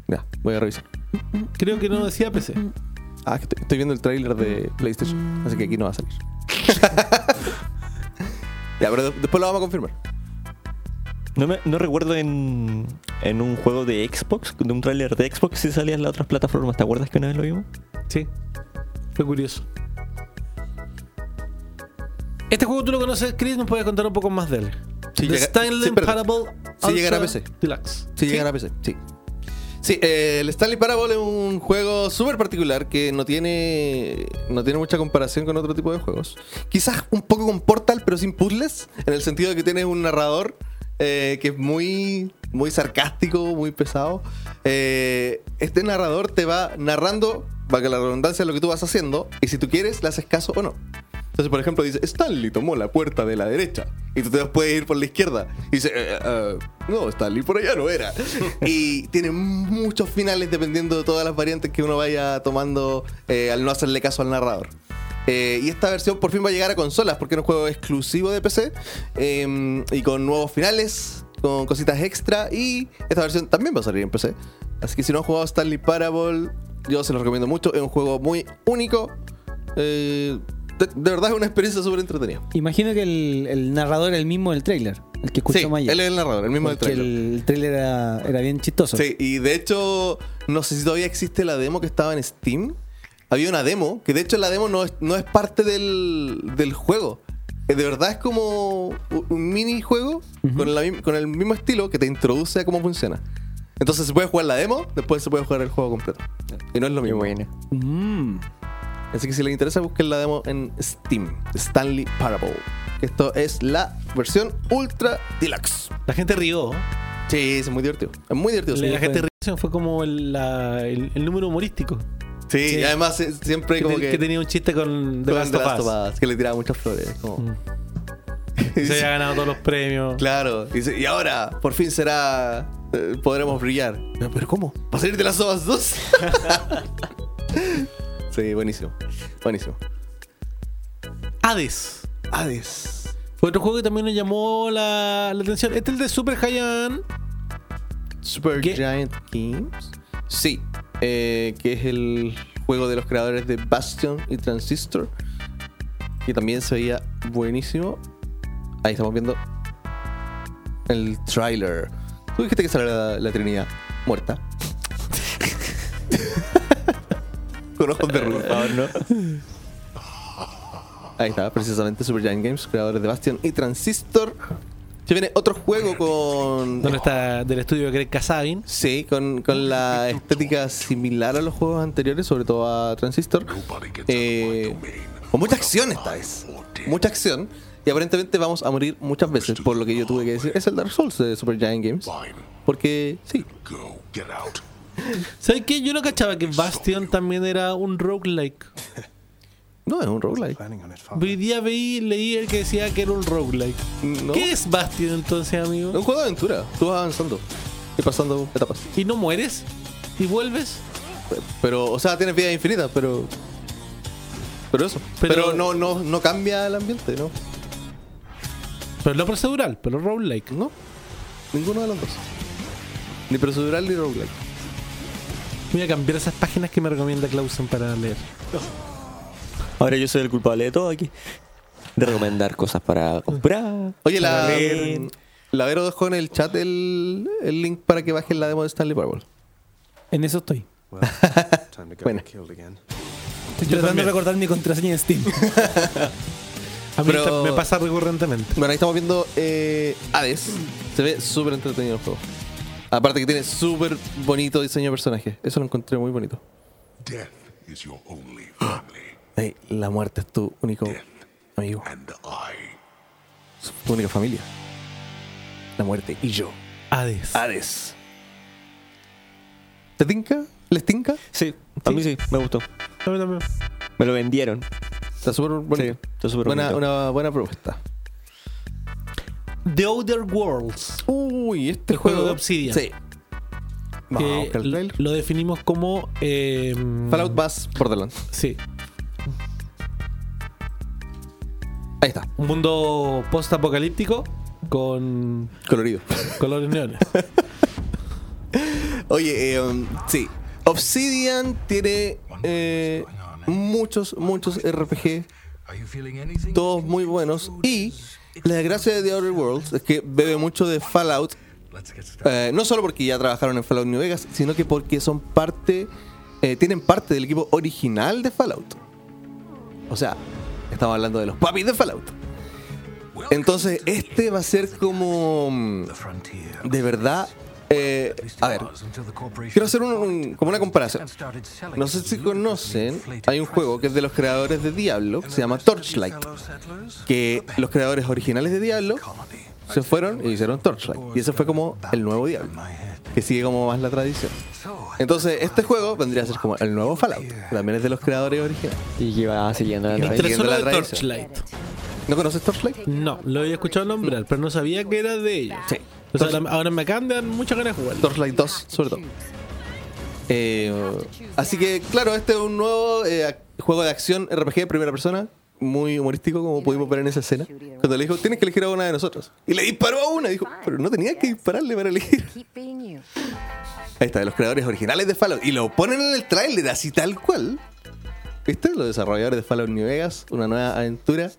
Speaker 5: Ya, voy a revisar.
Speaker 1: Creo que no decía PC.
Speaker 5: Ah, que estoy, estoy viendo el tráiler de PlayStation, así que aquí no va a salir. ya, pero de- después lo vamos a confirmar.
Speaker 4: No, me- no recuerdo en, en un juego de Xbox, de un tráiler de Xbox, si salían las otras plataformas. ¿Te acuerdas que una vez lo vimos?
Speaker 1: Sí. Fue curioso. Este juego tú lo conoces, Chris. Nos puedes contar un poco más de él. The
Speaker 5: Sí, llega-
Speaker 1: Stanley
Speaker 5: sí, perdón.
Speaker 1: Parable
Speaker 5: Sí llegará a
Speaker 1: Ultra
Speaker 5: PC.
Speaker 1: Deluxe.
Speaker 5: Si llegan a PC, sí. Sí, eh, el Stanley Parable es un juego súper particular que no tiene, no tiene mucha comparación con otro tipo de juegos. Quizás un poco con Portal, pero sin puzzles, en el sentido de que tienes un narrador eh, que es muy, muy sarcástico, muy pesado. Eh, este narrador te va narrando, para que la redundancia, lo que tú vas haciendo, y si tú quieres, le haces caso o no. Entonces, por ejemplo, dice, Stanley tomó la puerta de la derecha. Y tú te puedes ir por la izquierda. Y dice, "Eh, eh, no, Stanley por allá no era. y tiene muchos finales dependiendo de todas las variantes que uno vaya tomando eh, al no hacerle caso al narrador. Eh, y esta versión por fin va a llegar a consolas porque es un juego exclusivo de PC. eh, y con nuevos finales, con cositas extra. Y esta versión también va a salir en PC. Así que si no han jugado Stanley Parable, yo se los recomiendo mucho. Es un juego muy único. Eh, de, de verdad es una experiencia súper entretenida.
Speaker 6: Imagino que el, el narrador es el mismo del trailer, el que
Speaker 5: Sí,
Speaker 6: escuchamos ayer.
Speaker 5: él es el narrador, el mismo del
Speaker 6: Porque
Speaker 5: trailer.
Speaker 6: El trailer era, era bien chistoso.
Speaker 5: Sí, y de hecho, no sé si todavía existe la demo que estaba en Steam. Había una demo, que de hecho la demo no es, no es parte del, del juego. Eh, De verdad es como u- un minijuego con, la mim- con el mismo estilo que te introduce a cómo funciona. Entonces se puede jugar la demo, después se puede jugar el juego completo. Y no es lo mismo.
Speaker 6: Mm.
Speaker 5: Así que si les interesa, busquen la demo en Steam. Stanley Parable. Esto es la versión Ultra Deluxe.
Speaker 1: La gente rió.
Speaker 5: Sí, es muy divertido. Es muy divertido. sí.
Speaker 1: la gente rió. Fue como el, la- el- el número humorístico.
Speaker 5: Sí, y además eh, siempre
Speaker 1: Que,
Speaker 5: como
Speaker 1: te-
Speaker 5: que,
Speaker 1: que tenía un chiste con The
Speaker 5: con
Speaker 1: Last
Speaker 5: The
Speaker 1: of
Speaker 5: Last
Speaker 1: Us. Mm.
Speaker 5: of Us, que le tiraba muchas flores. como- Y
Speaker 1: Se
Speaker 5: dice,
Speaker 1: había ganado todos los premios.
Speaker 5: Claro, y dice, y ahora por fin será eh, podremos brillar. Pero, Pero ¿cómo? ¿Va a salir de las Us 2? sí, buenísimo. Buenísimo.
Speaker 1: Hades.
Speaker 5: Hades.
Speaker 1: Fue otro juego que también nos llamó la, la atención. Este es el de Super Haiyan.
Speaker 5: Super
Speaker 1: ¿Qué?
Speaker 5: Giant Games. Sí, eh, que es el juego de los creadores de Bastion y Transistor, que también se veía buenísimo. Ahí estamos viendo el trailer. Tú dijiste que sale la, la Trinidad muerta. Con ojos de ruido. Ahí está, precisamente Super Giant Games, creadores de Bastion y Transistor. Se viene otro juego con
Speaker 1: Donde está del estudio de Greg Kasabin.
Speaker 5: Sí, con, con la estética similar a los juegos anteriores, sobre todo a Transistor. Eh, con mucha acción esta vez. Mucha acción. Y aparentemente vamos a morir muchas veces, por lo que yo tuve que decir. Es el Dark Souls de Super Giant Games. Porque sí.
Speaker 7: Go, get out.
Speaker 1: ¿Sabes qué? Yo no cachaba que Bastion también era un roguelike.
Speaker 5: No, es un roguelike.
Speaker 1: Hoy día veí, leí el que decía que era un roguelike.
Speaker 5: No.
Speaker 1: ¿Qué es Bastion entonces,
Speaker 5: Es un
Speaker 1: amigo?
Speaker 5: juego de aventura. Tú vas avanzando y pasando etapas.
Speaker 1: ¿Y no mueres? ¿Y vuelves?
Speaker 5: Pero, o sea, tienes vidas infinitas, pero. Pero eso.
Speaker 1: Pero-
Speaker 5: Pero, no, no, no cambia el ambiente, ¿no?
Speaker 1: Pero no procedural, pero roguelike.
Speaker 5: No. Ninguno de los dos. Ni procedural ni roguelike.
Speaker 1: Voy a cambiar esas páginas que me recomienda Clausen para leer.
Speaker 4: Ahora yo soy el culpable de todo aquí. De recomendar cosas para comprar.
Speaker 5: Oye, la, mm,
Speaker 4: para ver.
Speaker 5: La Vero dejó en el chat el, el link para que bajen la demo de Stanley Parable.
Speaker 6: En eso estoy.
Speaker 5: Bueno.
Speaker 6: Estoy tratando de recordar mi contraseña de Steam.
Speaker 1: A mí
Speaker 5: Pero-
Speaker 1: esta- me pasa recurrentemente.
Speaker 5: Bueno, ahí estamos viendo eh, Hades. Se ve súper entretenido el juego. Aparte que tiene súper bonito diseño de personaje. Eso lo encontré muy bonito.
Speaker 7: Death is your only family,
Speaker 5: Ey, la muerte es tu único amigo,
Speaker 7: and I.
Speaker 5: tu única familia. La muerte y yo.
Speaker 1: Hades.
Speaker 5: Ah, Hades. ¿Te tinca? ¿Les tinca?
Speaker 4: Sí, a mí sí, me gustó. Me lo vendieron.
Speaker 5: Está súper
Speaker 4: Sí,
Speaker 5: bonito.
Speaker 4: está súper
Speaker 5: buena,
Speaker 4: bonito.
Speaker 5: una buena propuesta.
Speaker 1: The Outer Worlds.
Speaker 5: Uy, este
Speaker 1: El
Speaker 5: juego,
Speaker 1: juego de Obsidian.
Speaker 5: Sí. Vamos a
Speaker 1: que
Speaker 5: buscar el
Speaker 1: lo-
Speaker 5: trailer.
Speaker 1: lo definimos como. eh,
Speaker 5: Fallout Bass Borderlands.
Speaker 1: Sí.
Speaker 5: Ahí está,
Speaker 1: Un mundo post-apocalíptico con
Speaker 5: colorido.
Speaker 1: colores neones.
Speaker 5: Oye, eh, um, sí. Obsidian tiene eh, muchos, muchos RPG,
Speaker 7: Are you feeling anything?
Speaker 5: todos muy buenos. Y la desgracia de The Outer Worlds es que bebe mucho de Fallout,
Speaker 7: Let's get started.
Speaker 5: eh, no solo porque ya trabajaron en Fallout New Vegas, sino que porque son parte, eh, tienen parte del equipo original de Fallout. O sea, estamos hablando de los papis de Fallout. Entonces, este va a ser como... mm,
Speaker 7: The frontier.
Speaker 5: De verdad... eh, a ver, Quiero hacer un- un- como una comparación. No sé si conocen, hay un juego que es de los creadores de Diablo, que se llama Torchlight, que los creadores originales de Diablo se fueron y hicieron Torchlight. Y ese fue como el nuevo Diablo, que sigue como más la tradición. Entonces, este juego vendría a ser como el nuevo Fallout, que también es de los creadores originales.
Speaker 4: Y que va siguiendo la
Speaker 5: Mientras-
Speaker 4: raíz.
Speaker 1: Interesó
Speaker 5: la
Speaker 1: lo de
Speaker 5: tradición.
Speaker 1: Torchlight.
Speaker 5: ¿No conoces Torchlight?
Speaker 1: No, lo había escuchado nombrar, pero no sabía que era de ellos.
Speaker 5: Sí.
Speaker 1: O sea, ahora, ahora me acaban de dar muchas ganas de jugarlo.
Speaker 5: Torchlight 2, sobre todo. Eh, así que, claro, este es un nuevo eh, ac- juego de acción RPG de primera persona, muy humorístico, como pudimos ver en esa escena. Cuando le dijo, tienes que elegir a una de nosotros. Y le disparó a una, dijo, pero no tenía que dispararle para elegir. Ahí está, de los creadores originales de Fallout. Y lo ponen en el tráiler, así tal cual. ¿Viste? Los desarrolladores de Fallout New Vegas, una nueva aventura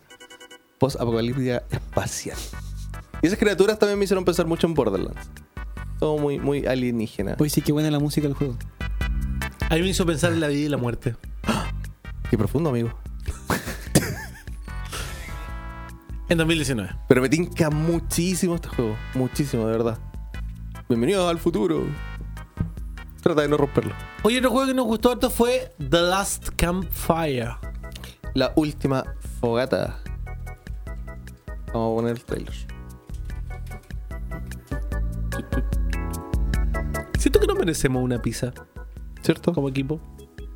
Speaker 5: post-apocalíptica espacial. Y esas criaturas también me hicieron pensar mucho en Borderlands. Todo muy, muy alienígena.
Speaker 6: Uy, sí, qué buena la música del juego.
Speaker 1: A mí me hizo pensar en la vida y la muerte.
Speaker 5: Qué profundo, amigo.
Speaker 1: En 2019.
Speaker 5: Pero me tinca muchísimo este juego. Muchísimo, de verdad. Bienvenidos al futuro. Trata de no romperlo.
Speaker 1: Oye, otro juego que nos gustó harto fue The Last Campfire.
Speaker 5: La última fogata. Vamos a poner el trailer.
Speaker 1: Siento que no merecemos una pizza
Speaker 5: ¿Cierto?
Speaker 1: como equipo.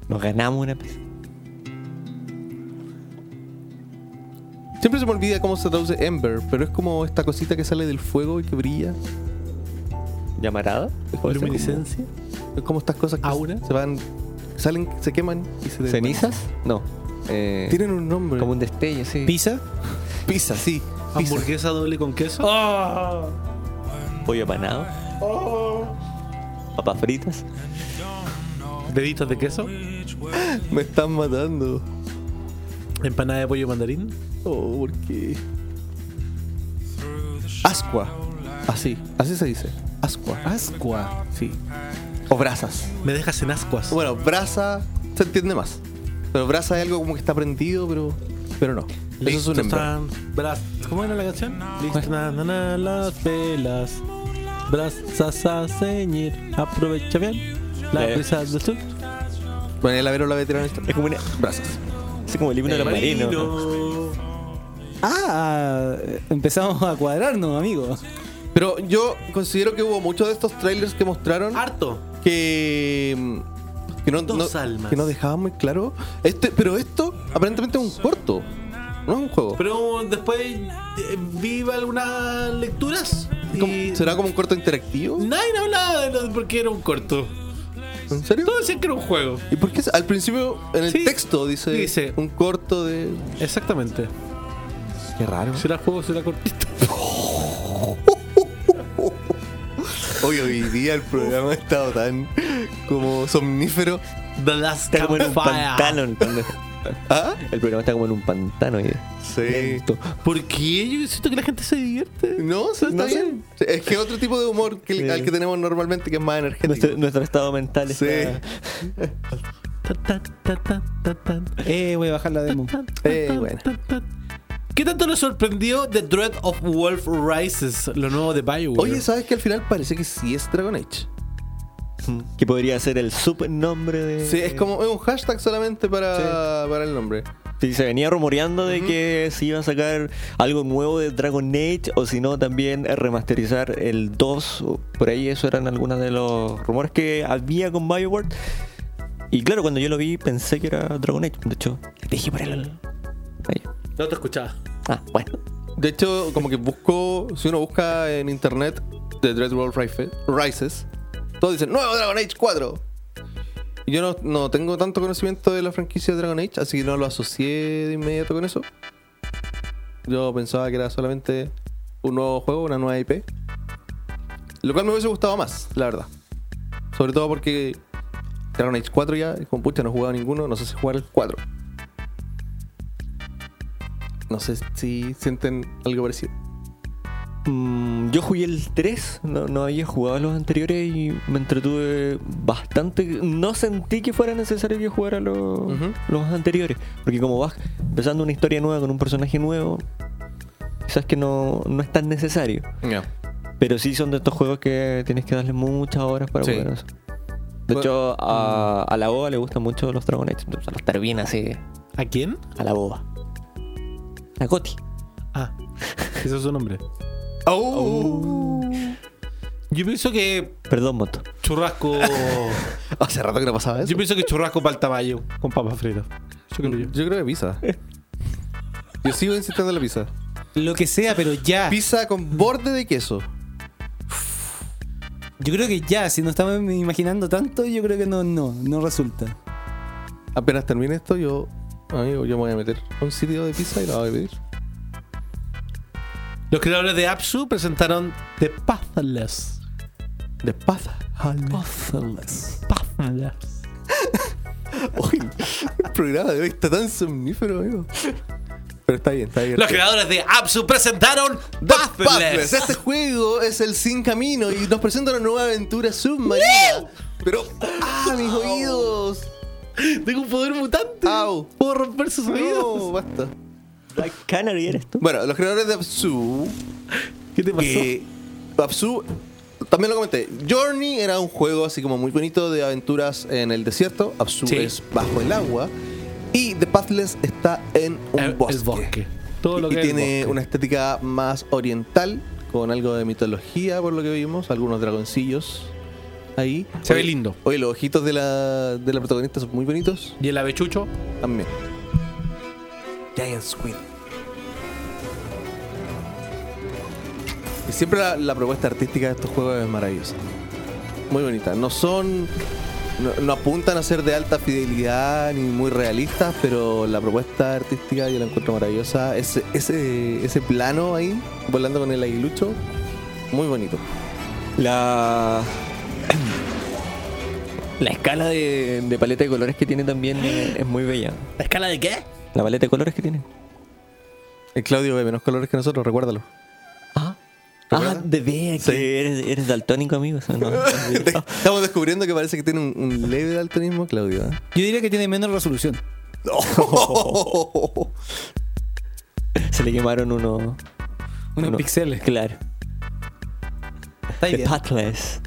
Speaker 4: Nos ganamos una pizza.
Speaker 5: Siempre se me olvida cómo se traduce Ember, pero es como esta cosita que sale del fuego y que brilla.
Speaker 4: ¿Llamarada?
Speaker 5: Puede ser
Speaker 1: Luminiscencia.
Speaker 5: Es como estas cosas que
Speaker 1: Aura.
Speaker 5: se van, salen, se queman y se
Speaker 4: ¿Cenizas? No. Eh,
Speaker 5: Tienen un nombre.
Speaker 4: como un destello, sí.
Speaker 6: ¿Pizza?
Speaker 5: pizza, sí.
Speaker 1: Ah,
Speaker 5: Pizza.
Speaker 1: Hamburguesa doble con queso.
Speaker 4: Pollo apanado.
Speaker 5: Oh.
Speaker 4: Papas fritas.
Speaker 1: Deditos de queso.
Speaker 5: Me están matando.
Speaker 1: Empanada de pollo mandarín.
Speaker 5: Oh, ¿por qué? Ascua. Así, así se dice. Ascua. Ascua. Sí. O brasas.
Speaker 1: Me dejas en ascuas.
Speaker 5: Bueno, brasa se entiende más. Pero brasa es algo como que está prendido, pero pero no. Eso es un ember.
Speaker 1: Liechtenstein, Bras. ¿Cómo era la canción? Listo, na, na, na, las velas. Brasas a ceñir. Aprovecha bien. La
Speaker 4: Eh.
Speaker 1: brisa del sur.
Speaker 5: Bueno, el avero la veterana está.
Speaker 4: Es como una.
Speaker 5: Brasas.
Speaker 4: Es como el
Speaker 1: Eh,
Speaker 4: himno de los marinos. ¿no?
Speaker 6: Ah, empezamos a cuadrarnos, amigo.
Speaker 5: Pero yo considero que hubo muchos de estos trailers que mostraron
Speaker 1: Harto.
Speaker 5: que mm, que no,
Speaker 1: Dos
Speaker 5: no-
Speaker 1: almas.
Speaker 5: que no dejaban muy claro. Este, pero esto aparentemente es un corto. No es un juego.
Speaker 1: Pero después eh, vi algunas lecturas.
Speaker 5: ¿Cómo-
Speaker 1: Y
Speaker 5: ¿Será como un corto interactivo?
Speaker 1: Nadie hablaba de lo- porque era un corto.
Speaker 5: ¿En serio?
Speaker 1: Todos decían que era un juego.
Speaker 5: ¿Y por qué se- al principio en el
Speaker 1: Sí,
Speaker 5: texto dice,
Speaker 1: dice.
Speaker 5: un corto de.
Speaker 1: Exactamente.
Speaker 5: Qué raro.
Speaker 1: Será juego, será cortito.
Speaker 5: Hoy, hoy día el programa ha estado tan como somnífero.
Speaker 1: The Last
Speaker 4: Está como en un
Speaker 1: Campfire.
Speaker 4: pantano. el pendejo.
Speaker 5: ¿Ah?
Speaker 4: El programa está como en un pantano. ¿eh?
Speaker 5: Sí.
Speaker 4: Lento.
Speaker 1: ¿Por qué? Yo siento que la gente se divierte.
Speaker 5: No, o sea, está
Speaker 4: No sé.
Speaker 5: bien. Es que otro tipo de humor que, al que tenemos normalmente que es más energético.
Speaker 4: Nuestro, nuestro estado mental
Speaker 5: Sí.
Speaker 4: está...
Speaker 1: Ta, ta, ta, ta, ta, ta.
Speaker 6: Eh, voy a bajar la demo.
Speaker 5: Eh, bueno.
Speaker 1: ¿Qué tanto nos sorprendió The Dread of Wolf Rises, lo nuevo de Bioware?
Speaker 5: Oye, ¿sabes que al final parece que sí es Dragon Age?
Speaker 4: Que podría ser el subnombre de...
Speaker 5: Sí, es como es un hashtag solamente para, para el nombre.
Speaker 4: Sí, se venía rumoreando de que se iba a sacar algo nuevo de Dragon Age o si no también remasterizar el 2. o Por ahí eso eran algunos de los rumores que había con Bioware. Y claro, cuando yo lo vi pensé que era Dragon Age. De hecho, le dije por el... Ahí.
Speaker 1: No te escuchaba.
Speaker 4: Ah, bueno.
Speaker 5: De hecho, como que busco, si uno busca en internet The Dread World Rife- Rises, todos dicen Nuevo Dragon Age 4. Y Yo no, no tengo tanto conocimiento de la franquicia de Dragon Age, así que no lo asocié de inmediato con eso. Yo pensaba que era solamente un nuevo juego, una nueva IP. Lo cual me hubiese gustado más, la verdad. Sobre todo porque Dragon Age 4 ya, es como pucha, no he jugado ninguno, no sé si jugar el 4. No sé si sienten algo parecido.
Speaker 4: Mm, yo jugué el 3, no, no había jugado los anteriores y me entretuve bastante. No sentí que fuera necesario que jugara los, los anteriores, porque como vas empezando una historia nueva con un personaje nuevo, quizás que no, no es tan necesario. Pero sí son de estos juegos que tienes que darle muchas horas para
Speaker 5: Sí.
Speaker 4: poder hacer. De
Speaker 5: Bu-
Speaker 4: hecho, a, a la boba le gustan mucho los Dragon Age. O sea, los termina así,
Speaker 10: ¿A quién?
Speaker 4: a la boba. La Goti.
Speaker 10: Ah, ese es su nombre.
Speaker 5: Oh.
Speaker 10: Yo pienso que
Speaker 4: Perdón, Moto.
Speaker 10: churrasco.
Speaker 5: Hace rato que no pasaba eso.
Speaker 10: yo pienso que churrasco para el tamaño con papas fritas. Yo creo yo.
Speaker 5: Yo creo que pizza. Yo sigo insistiendo en la pizza.
Speaker 6: Lo que sea, pero ya.
Speaker 5: Pizza con borde de queso.
Speaker 6: Yo creo que ya, si no estamos imaginando tanto, yo creo que no, no, no resulta.
Speaker 5: Apenas termine esto, yo, amigo, yo me voy a meter a un sitio de pizza y la voy a pedir.
Speaker 1: Los creadores de Apsu presentaron The Pathless.
Speaker 5: De pasta.
Speaker 6: Pathless.
Speaker 1: Pathless.
Speaker 5: Uy, el programa de hoy está tan somnífero, amigo. Pero está bien, está bien.
Speaker 1: Los creadores de Apsu presentaron
Speaker 5: The Pathless.
Speaker 1: Pathless.
Speaker 5: Este juego es el sin camino y nos presenta una nueva aventura submarina. Pero, ah, mis oídos.
Speaker 1: Tengo un poder mutante.
Speaker 5: Au.
Speaker 1: Puedo romper sus
Speaker 5: No,
Speaker 1: oídos.
Speaker 5: basta.
Speaker 4: Black Canary eres tú.
Speaker 5: Bueno, los creadores de Absu.
Speaker 1: ¿Qué te pasó?
Speaker 5: que Absu. Eh, También lo comenté. Journey era un juego así como muy bonito de aventuras en el desierto. Absu
Speaker 1: Sí.
Speaker 5: es bajo el agua. Y The Pathless está en un
Speaker 1: El- el
Speaker 5: bosque.
Speaker 1: bosque. Todo lo
Speaker 5: y
Speaker 1: que es el
Speaker 5: tiene
Speaker 1: bosque.
Speaker 5: una estética más oriental, con algo de mitología, por lo que vimos. Algunos dragoncillos ahí.
Speaker 10: Se ve
Speaker 5: Oye-
Speaker 10: lindo.
Speaker 5: Oye, los ojitos de la, de la protagonista son muy bonitos.
Speaker 10: Y el avechucho.
Speaker 5: También. Giant Squid. Y siempre la, la propuesta artística de estos juegos es maravillosa. Muy bonita. No son. No, no apuntan a ser de alta fidelidad ni muy realistas, pero la propuesta artística yo la encuentro maravillosa. Ese, ese, ese plano ahí, volando con el aguilucho, muy bonito.
Speaker 4: La. La escala de, de paleta de colores que tiene también es, es muy bella.
Speaker 1: ¿La escala de qué?
Speaker 4: La paleta de colores que tiene.
Speaker 5: El Eh, Claudio ve menos colores que nosotros, recuérdalo.
Speaker 4: Ah. Ah, de ver, que eres, eres daltónico, amigo. eso no-
Speaker 5: Estamos descubriendo que parece que tiene un, un leve daltonismo, Claudio. ¿eh?
Speaker 6: Yo diría que tiene menos resolución.
Speaker 4: Se le quemaron unos. Unos
Speaker 6: Unos píxeles.
Speaker 4: Claro.
Speaker 6: Está
Speaker 4: The
Speaker 6: bien.
Speaker 4: Pathless.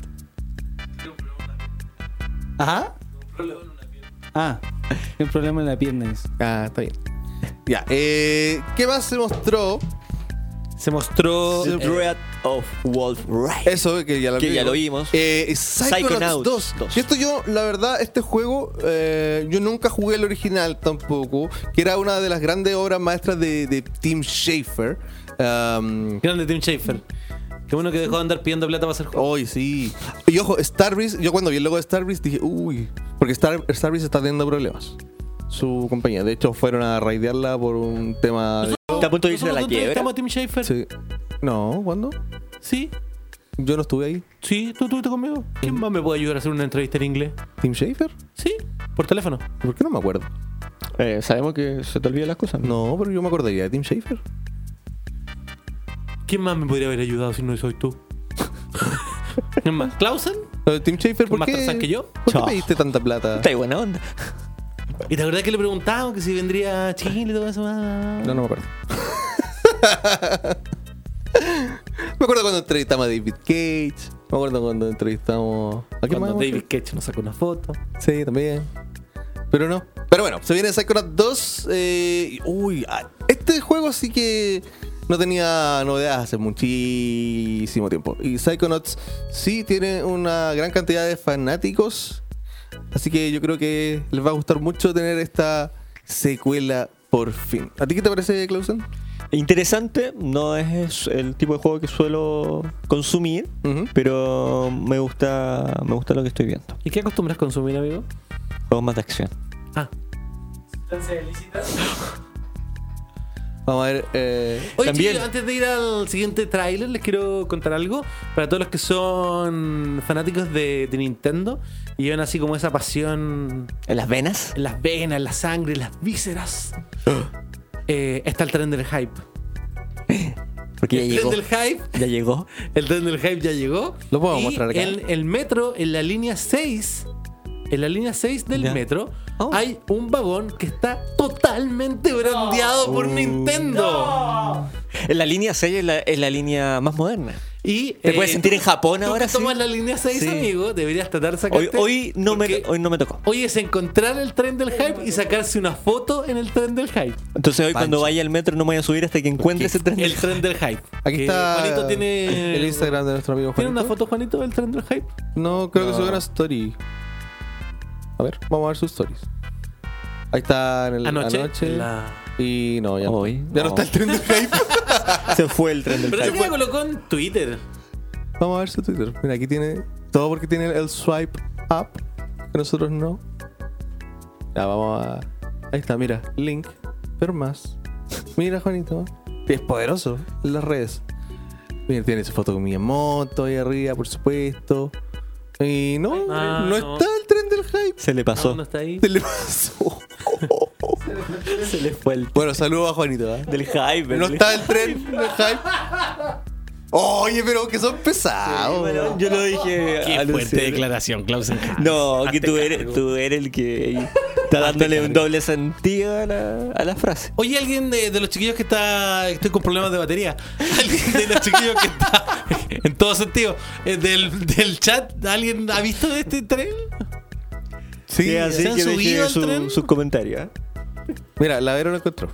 Speaker 6: Ajá. Ah, un problema en la pierna es.
Speaker 5: Ah, está bien. Ya, eh, ¿qué más se mostró?
Speaker 10: Se
Speaker 6: Oh,
Speaker 10: mostró.
Speaker 4: The Dread of Wolf Ride.
Speaker 5: Eso, que ya lo,
Speaker 4: Que ya
Speaker 5: vimos.
Speaker 4: lo vimos.
Speaker 5: Eh, Psychonauts
Speaker 4: Psychonauts
Speaker 5: 2.
Speaker 4: 2.
Speaker 5: Y esto yo, la verdad, este juego, eh, yo nunca jugué el original tampoco, que era una de las grandes obras maestras de, de Tim Schafer. Um,
Speaker 10: Grande Tim Schafer. Qué bueno que dejó de andar pidiendo plata para hacer juegos.
Speaker 5: Hoy sí. Y ojo, Starbreeze, yo cuando vi el logo de Starbreeze dije, uy, porque Star, Starbreeze está teniendo problemas. Su compañía. De hecho, fueron a raidearla por un tema. de-
Speaker 4: Está a punto de irse a la
Speaker 10: Nosotros
Speaker 4: quiebra.
Speaker 10: entrevistamos a Tim Schafer? Sí.
Speaker 5: Sí. No, ¿cuándo?
Speaker 10: ¿Sí?
Speaker 5: Yo no estuve ahí.
Speaker 10: ¿Tú estuviste conmigo? ¿Quién más me puede ayudar a hacer una entrevista en inglés?
Speaker 5: ¿Tim Schafer?
Speaker 10: Sí, por teléfono.
Speaker 5: ¿Por qué no me acuerdo?
Speaker 4: Eh, sabemos que se te olvidan las cosas.
Speaker 5: No, pero yo me acordaría de Tim Schafer.
Speaker 1: ¿Quién más me podría haber ayudado si no soy tú? ¿Quién más? ¿Clausen?
Speaker 5: Eh, Tim Schafer, ¿por
Speaker 1: ¿Más
Speaker 5: qué?
Speaker 1: tarzán que yo?
Speaker 5: ¿Por qué
Speaker 4: Chao.
Speaker 5: pediste tanta plata?
Speaker 4: Está buena onda.
Speaker 1: ¿Y te acordás que le preguntaban que si vendría a Chile y todo eso? Ah.
Speaker 5: No, no me acuerdo. me acuerdo cuando entrevistamos a David Cage. Me acuerdo cuando entrevistamos. ¿A quién
Speaker 1: Cuando
Speaker 5: más?
Speaker 1: David Ketch nos sacó una foto.
Speaker 5: Sí, también. Pero no. Pero bueno, se viene Psychonaut 2. eh, uy, ah, este juego sí que no tenía novedades hace muchísimo tiempo. Y Psychonauts sí tiene una gran cantidad de fanáticos. Así que yo creo que les va a gustar mucho tener esta secuela por fin. ¿A ti qué te parece, Clausen?
Speaker 4: Interesante, no es el tipo de juego que suelo consumir,
Speaker 5: Ujú.
Speaker 4: pero me gusta, me gusta lo que estoy viendo.
Speaker 1: ¿Y qué acostumbras consumir, amigo?
Speaker 4: Juegos más de acción.
Speaker 1: Ah.
Speaker 5: Vamos a ver. eh,
Speaker 1: Oye,
Speaker 4: También.
Speaker 1: chiquillos, antes de ir al siguiente tráiler, les quiero contar algo. Para todos los que son fanáticos de, de Nintendo y llevan así como esa pasión
Speaker 4: ¿En las venas?
Speaker 1: en las venas, en la sangre, en las vísceras, eh, está el tren del hype.
Speaker 4: Porque ya
Speaker 1: el
Speaker 4: llegó.
Speaker 1: tren del hype
Speaker 4: Ya llegó.
Speaker 1: El tren del hype ya llegó.
Speaker 5: Lo podemos
Speaker 1: Y
Speaker 5: mostrar acá.
Speaker 1: En el metro, en la línea 6, en la línea 6 del
Speaker 4: Ya.
Speaker 1: metro,
Speaker 4: Oh.
Speaker 1: hay un vagón que está totalmente brandeado por
Speaker 4: Oh,
Speaker 1: Nintendo.
Speaker 4: En la línea 6 es la, es la línea más moderna.
Speaker 1: Y, eh,
Speaker 4: ¿Te puedes sentir en Japón
Speaker 1: tú
Speaker 4: ahora,
Speaker 1: que tomas
Speaker 4: sí?
Speaker 1: la línea 6,
Speaker 4: Sí.
Speaker 1: amigo. Deberías tratar de
Speaker 4: Hoy,
Speaker 1: sacarte.
Speaker 4: hoy, no me,
Speaker 1: porque
Speaker 4: hoy no me tocó.
Speaker 1: hoy es encontrar el tren del hype y sacarse una foto en el tren del hype.
Speaker 4: Entonces hoy cuando
Speaker 5: Pancho.
Speaker 4: vaya al metro no me voy a subir hasta que encuentre ese tren.
Speaker 1: El tren del hype.
Speaker 5: aquí
Speaker 1: Que
Speaker 5: está
Speaker 1: Juanito tiene.
Speaker 5: el Instagram de nuestro amigo
Speaker 1: ¿Tiene una
Speaker 5: Juanito.
Speaker 1: foto, Juanito, del tren del hype?
Speaker 5: No, creo que subió una story. A ver, vamos a ver sus stories. Ahí está en el,
Speaker 1: Anoche.
Speaker 5: anoche.
Speaker 1: La-
Speaker 5: Y no, ya, no.
Speaker 4: Hoy,
Speaker 5: ya no.
Speaker 4: no.
Speaker 5: está el tren del hype.
Speaker 4: Se fue el tren del
Speaker 1: Pero
Speaker 4: tren.
Speaker 1: eso que la colocó en Twitter.
Speaker 5: vamos a ver su Twitter. Mira, aquí tiene todo porque tiene el swipe up. Que nosotros no. Ya, vamos a. Ahí está, mira. Link. Pero más. Mira, Juanito. Es poderoso en las redes. Mira, tiene su foto con Miyamoto ahí arriba, por supuesto. Y no,
Speaker 1: Ah,
Speaker 5: no
Speaker 1: no.
Speaker 5: está el tren del hype.
Speaker 4: Se le
Speaker 1: Ah,
Speaker 4: pasó.
Speaker 1: no está ahí.
Speaker 5: Se le pasó.
Speaker 4: Se le fue el
Speaker 5: Bueno, saludos a Juanito. ¿eh?
Speaker 4: del hype.
Speaker 5: No
Speaker 4: el-
Speaker 5: está el tren del hype. Oye, pero que son pesados.
Speaker 4: Bueno, yo lo dije.
Speaker 1: Qué
Speaker 4: alucin-
Speaker 1: fuerte declaración, Clausen.
Speaker 4: Ah, No, que
Speaker 1: Hazte
Speaker 4: tú
Speaker 1: cargo.
Speaker 4: eres, tú eres el que está dándole un doble sentido a la, a la frase.
Speaker 1: Oye, alguien de, de los chiquillos que está. Estoy con problemas de batería. Alguien de los chiquillos que está. En todo sentido. eh, Del, del chat, ¿alguien ha visto este tren?
Speaker 5: Sí,
Speaker 4: Que así
Speaker 1: ¿se han
Speaker 4: que deje
Speaker 1: subido al
Speaker 4: su-
Speaker 1: tren?
Speaker 4: sus comentarios. ¿eh?
Speaker 5: Mira, la Vero lo encontró.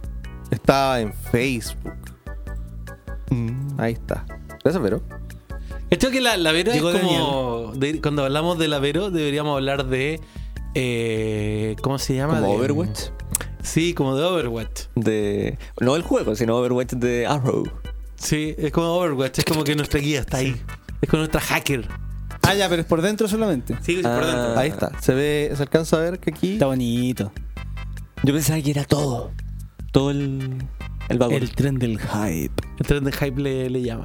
Speaker 5: Estaba en Facebook.
Speaker 4: Mm.
Speaker 5: Ahí está. Gracias, Vero.
Speaker 1: Esto que la, la Vero
Speaker 4: Llegó
Speaker 1: es como. de- cuando hablamos de la Vero, deberíamos hablar de. eh, ¿Cómo se llama?
Speaker 4: Como
Speaker 1: De-
Speaker 4: Overwatch.
Speaker 1: Sí, como de Overwatch.
Speaker 4: De, no el juego, sino Overwatch de Arrow.
Speaker 1: Sí, es como Overwatch. Es como que nuestra guía está ahí. Es como nuestra hacker.
Speaker 6: Ah, ya, pero es por dentro solamente.
Speaker 1: Sí, por
Speaker 4: Ah.
Speaker 1: dentro.
Speaker 5: Ahí está. Se ve, se alcanza a ver que aquí.
Speaker 6: Está bonito.
Speaker 4: Yo pensaba que era todo. Todo el, el vagón.
Speaker 1: El tren del hype. El tren del hype le, le llama.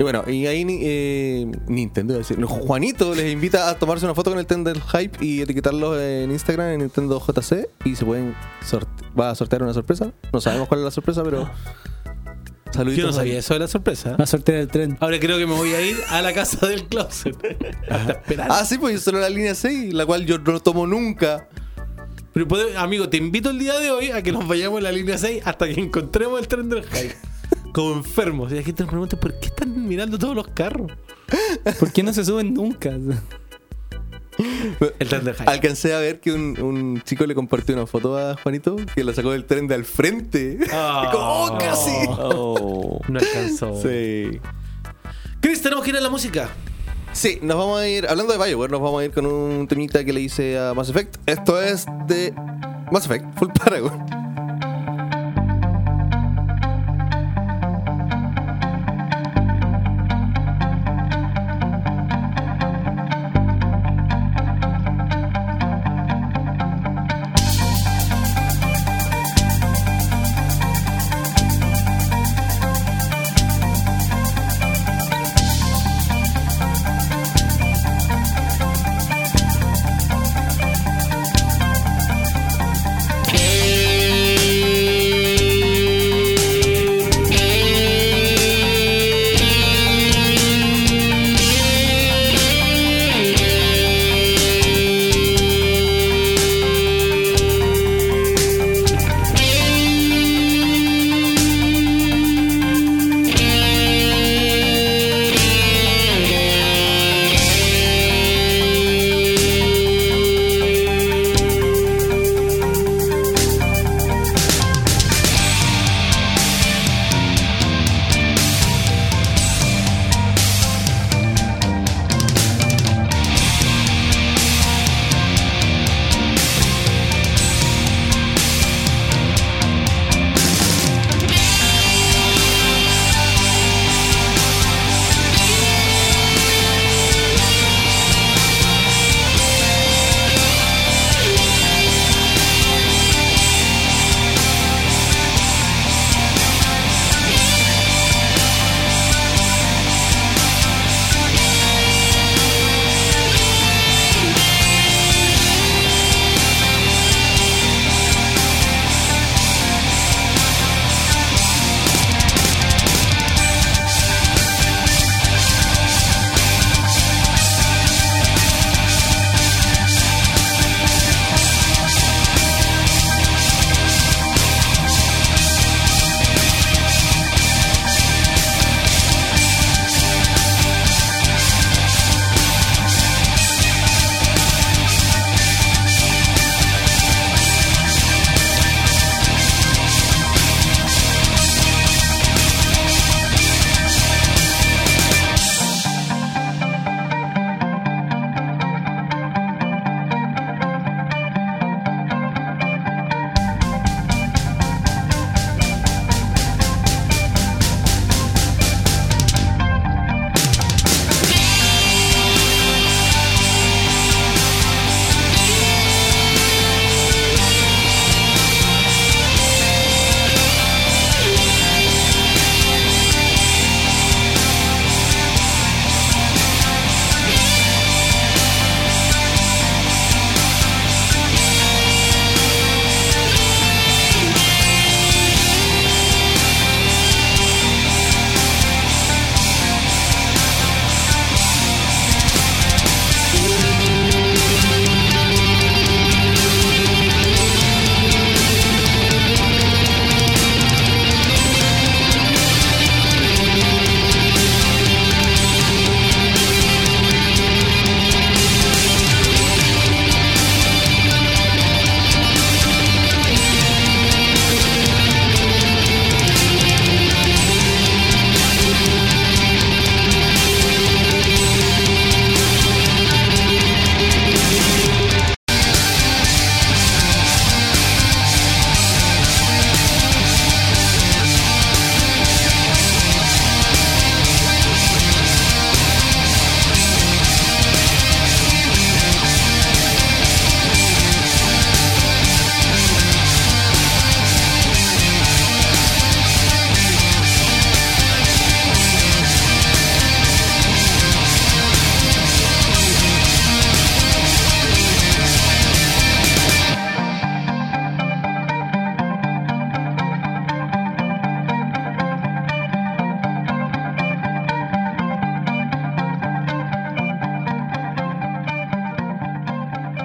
Speaker 5: Y bueno, y ahí ni- eh, Nintendo, iba a decir, no, Juanito les invita a tomarse una foto con el tren del hype y etiquetarlos en Instagram en Nintendo JC y se pueden sorte- va a sortear una sorpresa. No sabemos cuál es la sorpresa, pero saluditos.
Speaker 1: Ah. Yo no
Speaker 5: ahí.
Speaker 1: sabía eso de la sorpresa.
Speaker 6: Una sortera del tren.
Speaker 1: Ahora creo que me voy a ir a la casa del closet. Hasta esperar.
Speaker 5: Ah, sí, pues yo solo la línea 6, la cual yo no tomo nunca.
Speaker 1: Pero puede- amigo, te invito el día de hoy a que nos vayamos en la línea 6 hasta que encontremos el tren del hype. Como enfermos. Y la gente nos pregunta, ¿por qué están mirando todos los carros?
Speaker 6: ¿Por qué no se suben nunca?
Speaker 1: El tren del hype.
Speaker 5: Alcancé a ver que un, un chico le compartió una foto a Juanito que la sacó del tren de al frente.
Speaker 1: Ah.
Speaker 5: Y como, oh, casi.
Speaker 4: Oh.
Speaker 1: No alcanzó.
Speaker 5: Sí.
Speaker 1: Chris, tenemos que ir a la música.
Speaker 5: Sí, nos vamos a ir, hablando de Bioware, nos vamos a ir con un temita que le hice a Mass Effect. Esto es de Mass Effect, Full Paragon.
Speaker 11: Hey,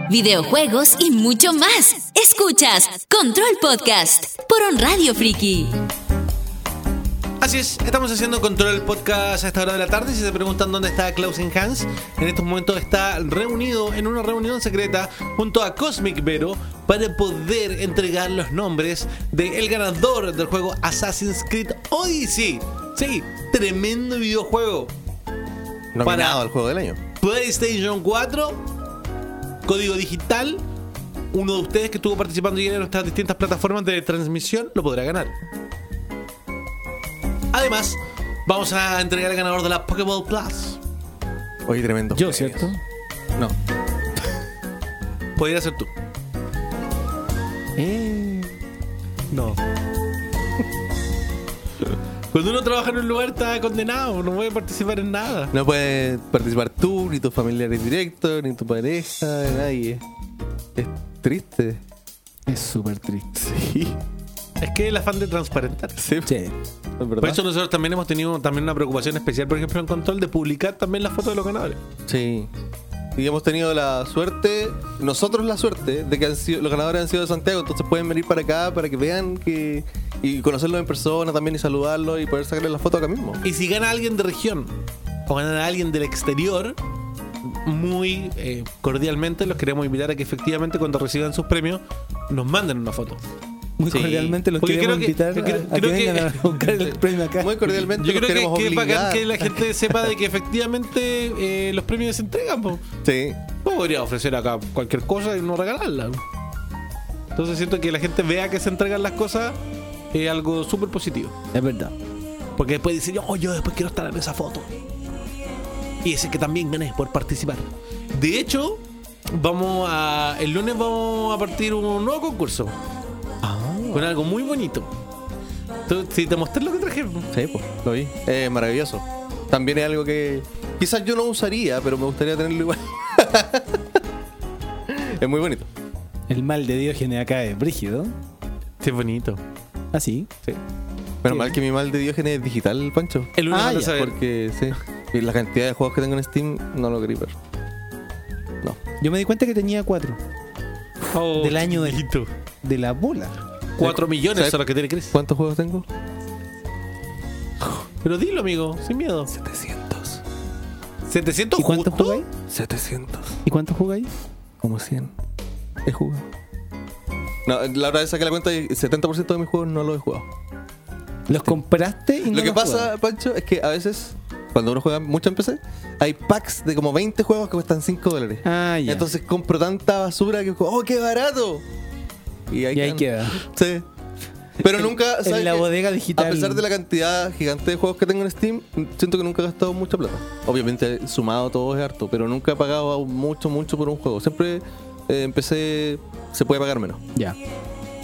Speaker 3: videojuegos y mucho más. Escuchas Control Podcast por On Radio Friki.
Speaker 1: Así es, estamos haciendo control podcast a esta hora de la tarde. Si se preguntan dónde está Klausen Hans, en estos momentos está reunido en una reunión secreta junto a Cosmic Vero para poder entregar los nombres del ganador del juego Assassin's Creed Odyssey. Sí, tremendo videojuego.
Speaker 5: Nominado al juego del año.
Speaker 1: PlayStation 4, código digital. Uno de ustedes que estuvo participando ayer en nuestras distintas plataformas de transmisión lo podrá ganar. Además, vamos a entregar al ganador de la Pokéball Plus.
Speaker 5: Oye, tremendo.
Speaker 6: Yo, ¿cierto?
Speaker 5: No.
Speaker 1: Podría ser tú. No. Cuando uno trabaja en un lugar está condenado, no puede participar en nada.
Speaker 5: No puedes participar tú, ni tus familiares directos, ni tu pareja, ni nadie. Es triste.
Speaker 6: Es súper triste.
Speaker 5: Sí,
Speaker 1: Es que el afán de transparentar.
Speaker 5: sí,
Speaker 6: Sí. Pues
Speaker 5: es verdad.
Speaker 1: Por eso nosotros también hemos tenido también una preocupación especial, por ejemplo, en control de publicar también las fotos de los ganadores.
Speaker 5: Sí. Y hemos tenido la suerte, nosotros la suerte, de que han sido- los ganadores han sido de Santiago, entonces pueden venir para acá para que vean que y conocerlos en persona también y saludarlos y poder sacarle la foto acá mismo.
Speaker 1: Y si gana alguien de región o gana alguien del exterior, muy eh, cordialmente los queremos invitar a que efectivamente cuando reciban sus premios nos manden una foto.
Speaker 6: Muy
Speaker 5: Sí.
Speaker 6: cordialmente los
Speaker 1: Porque
Speaker 6: queremos
Speaker 1: creo que-
Speaker 6: invitar
Speaker 1: yo creo-
Speaker 6: a, a que
Speaker 1: creo que-
Speaker 6: vengan a buscar el premio acá.
Speaker 5: Muy cordialmente
Speaker 1: Yo
Speaker 5: los
Speaker 1: creo que-
Speaker 5: queremos
Speaker 1: que, es bacán
Speaker 5: obligar.
Speaker 1: que la gente sepa de que efectivamente eh, los premios se entregan. Po.
Speaker 5: Sí.
Speaker 1: Yo podría ofrecer acá cualquier cosa y no regalarla. Entonces siento que la gente vea que se entregan las cosas es algo súper positivo.
Speaker 6: Es verdad.
Speaker 1: Porque después dicen, oh, yo después quiero estar en esa foto. Y ese que también gané por participar. De hecho, vamos a. El lunes vamos a partir un nuevo concurso. Con algo muy bonito. Tú- Si te mostré lo que traje.
Speaker 5: Sí, pues, lo vi. Eh, maravilloso. También es algo que quizás yo no usaría, pero me gustaría tenerlo igual. es muy bonito.
Speaker 6: El mal de Diógenes acá es brígido.
Speaker 1: Sí, bonito.
Speaker 6: Así.
Speaker 5: Menos mal que mi mal de Diógenes es digital, Pancho.
Speaker 1: El lunes
Speaker 6: Ah,
Speaker 1: van a
Speaker 6: ya,
Speaker 1: saber.
Speaker 5: Porque, sí. Y la cantidad de juegos que tengo en Steam no lo quería ver. No.
Speaker 6: Yo me di cuenta que tenía cuatro.
Speaker 1: Oh,
Speaker 6: del año del-
Speaker 1: chiquito.
Speaker 6: De la bola.
Speaker 1: Cuatro millones
Speaker 5: ¿Sabes?
Speaker 1: son los que tiene Chris.
Speaker 5: ¿Cuántos juegos tengo?
Speaker 1: Pero dilo, amigo, sin miedo.
Speaker 5: 700.
Speaker 1: ¿700
Speaker 6: ¿Y cuántos
Speaker 1: justo?
Speaker 6: jugáis?
Speaker 5: 700.
Speaker 6: ¿Y cuántos jugáis?
Speaker 5: Como 100. He jugado. No, la verdad es que la cuenta y 70% de mis juegos no los he jugado.
Speaker 6: ¿Los compraste y no
Speaker 5: Lo que
Speaker 6: los
Speaker 5: pasa,
Speaker 6: jugaste?
Speaker 5: Pancho, es que a veces, cuando uno juega mucho en PC, hay packs de como 20 juegos que cuestan 5 dólares.
Speaker 6: Ah, ya.
Speaker 5: Entonces compro tanta basura que, ¡oh, qué barato! Y ahí,
Speaker 6: Y ahí
Speaker 5: quedan.
Speaker 6: queda.
Speaker 5: Sí. Pero nunca.
Speaker 6: En
Speaker 5: ¿sabes
Speaker 6: la
Speaker 5: qué?
Speaker 6: bodega digital.
Speaker 5: A pesar de la cantidad gigante de juegos que tengo en Steam, siento que nunca he gastado mucha plata. Obviamente, sumado todo es harto, pero nunca he pagado mucho, mucho por un juego. Siempre eh, empecé. Se puede pagar menos.
Speaker 6: Ya.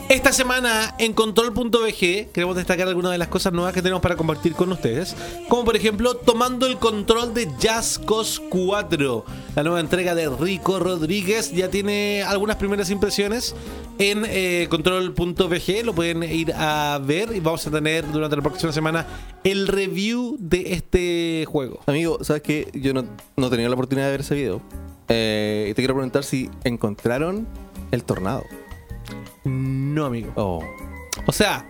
Speaker 1: Esta semana en control.bg queremos destacar algunas de las cosas nuevas que tenemos para compartir con ustedes, como por ejemplo tomando el control de Jazz Cos 4. La nueva entrega de Rico Rodríguez ya tiene algunas primeras impresiones en eh, control.bg, lo pueden ir a ver y vamos a tener durante la próxima semana el review de este juego.
Speaker 5: Amigo, ¿sabes qué? Yo no, no tenía la oportunidad de ver ese video. Eh, y te quiero preguntar si encontraron el tornado.
Speaker 1: No, amigo.
Speaker 5: Oh.
Speaker 1: O sea,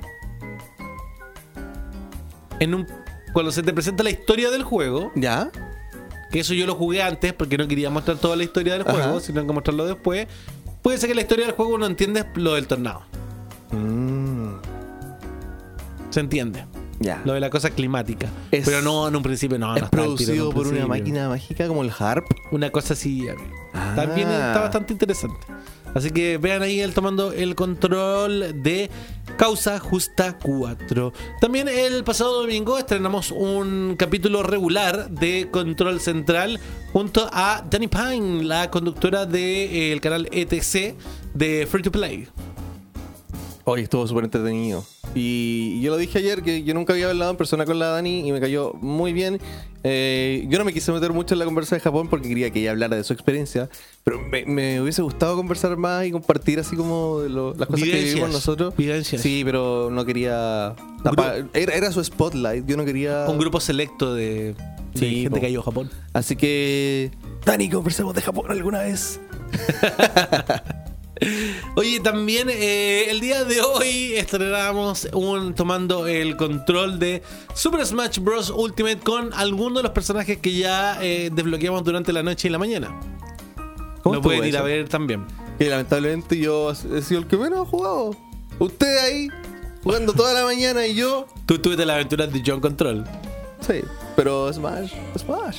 Speaker 1: en un cuando se te presenta la historia del juego,
Speaker 5: ¿Ya?
Speaker 1: que eso yo lo jugué antes porque no quería mostrar toda la historia del
Speaker 5: Ajá.
Speaker 1: juego, sino que mostrarlo después. Puede ser que la historia del juego no entiendes lo del tornado.
Speaker 5: Mm,
Speaker 1: Se entiende.
Speaker 5: ya.
Speaker 1: Lo de la cosa climática.
Speaker 5: Es-
Speaker 1: Pero no, en un principio
Speaker 6: Ah,
Speaker 1: no. no
Speaker 5: es
Speaker 1: estaba al tiro en
Speaker 5: producido
Speaker 1: un
Speaker 5: por una
Speaker 1: principio.
Speaker 5: máquina mágica como el Harp.
Speaker 1: Una cosa así. amigo.
Speaker 5: Ah.
Speaker 1: También está bastante interesante. Así que vean ahí él tomando el control de Causa Justa 4. También el pasado domingo estrenamos un capítulo regular de Control Central junto a Danny Pine, la conductora del canal ETC de Free to Play.
Speaker 5: Hoy estuvo súper entretenido. Y yo lo dije ayer que yo nunca había hablado en persona con la Dani y me cayó muy bien. Eh, yo no me quise meter mucho en la conversa de Japón porque quería que ella hablara de su experiencia, pero me, me hubiese gustado conversar más y compartir así como de lo- las cosas que
Speaker 1: Vivencias,
Speaker 5: vivimos nosotros.
Speaker 1: vivencias.
Speaker 5: Sí, pero no quería... tapar- Era, era su spotlight, yo no quería...
Speaker 1: Un grupo selecto de, de
Speaker 5: Ah. Sí,
Speaker 1: gente
Speaker 5: po.
Speaker 1: que ha ido a Japón.
Speaker 5: Así que... Dani, conversemos de Japón alguna vez.
Speaker 1: Oye, también eh, el día de hoy estrenamos un tomando el control de Super Smash Bros. Ultimate con alguno de los personajes que ya eh, desbloqueamos durante la noche y la mañana.
Speaker 5: ¿Cómo
Speaker 1: Lo
Speaker 5: estuvo
Speaker 1: pueden ir a
Speaker 5: eso?
Speaker 1: ver también.
Speaker 5: Que lamentablemente yo he sido el que menos ha jugado. Usted ahí, jugando toda la mañana y yo.
Speaker 1: Tú tuviste la aventura de John Control.
Speaker 5: Sí, pero Smash, Smash.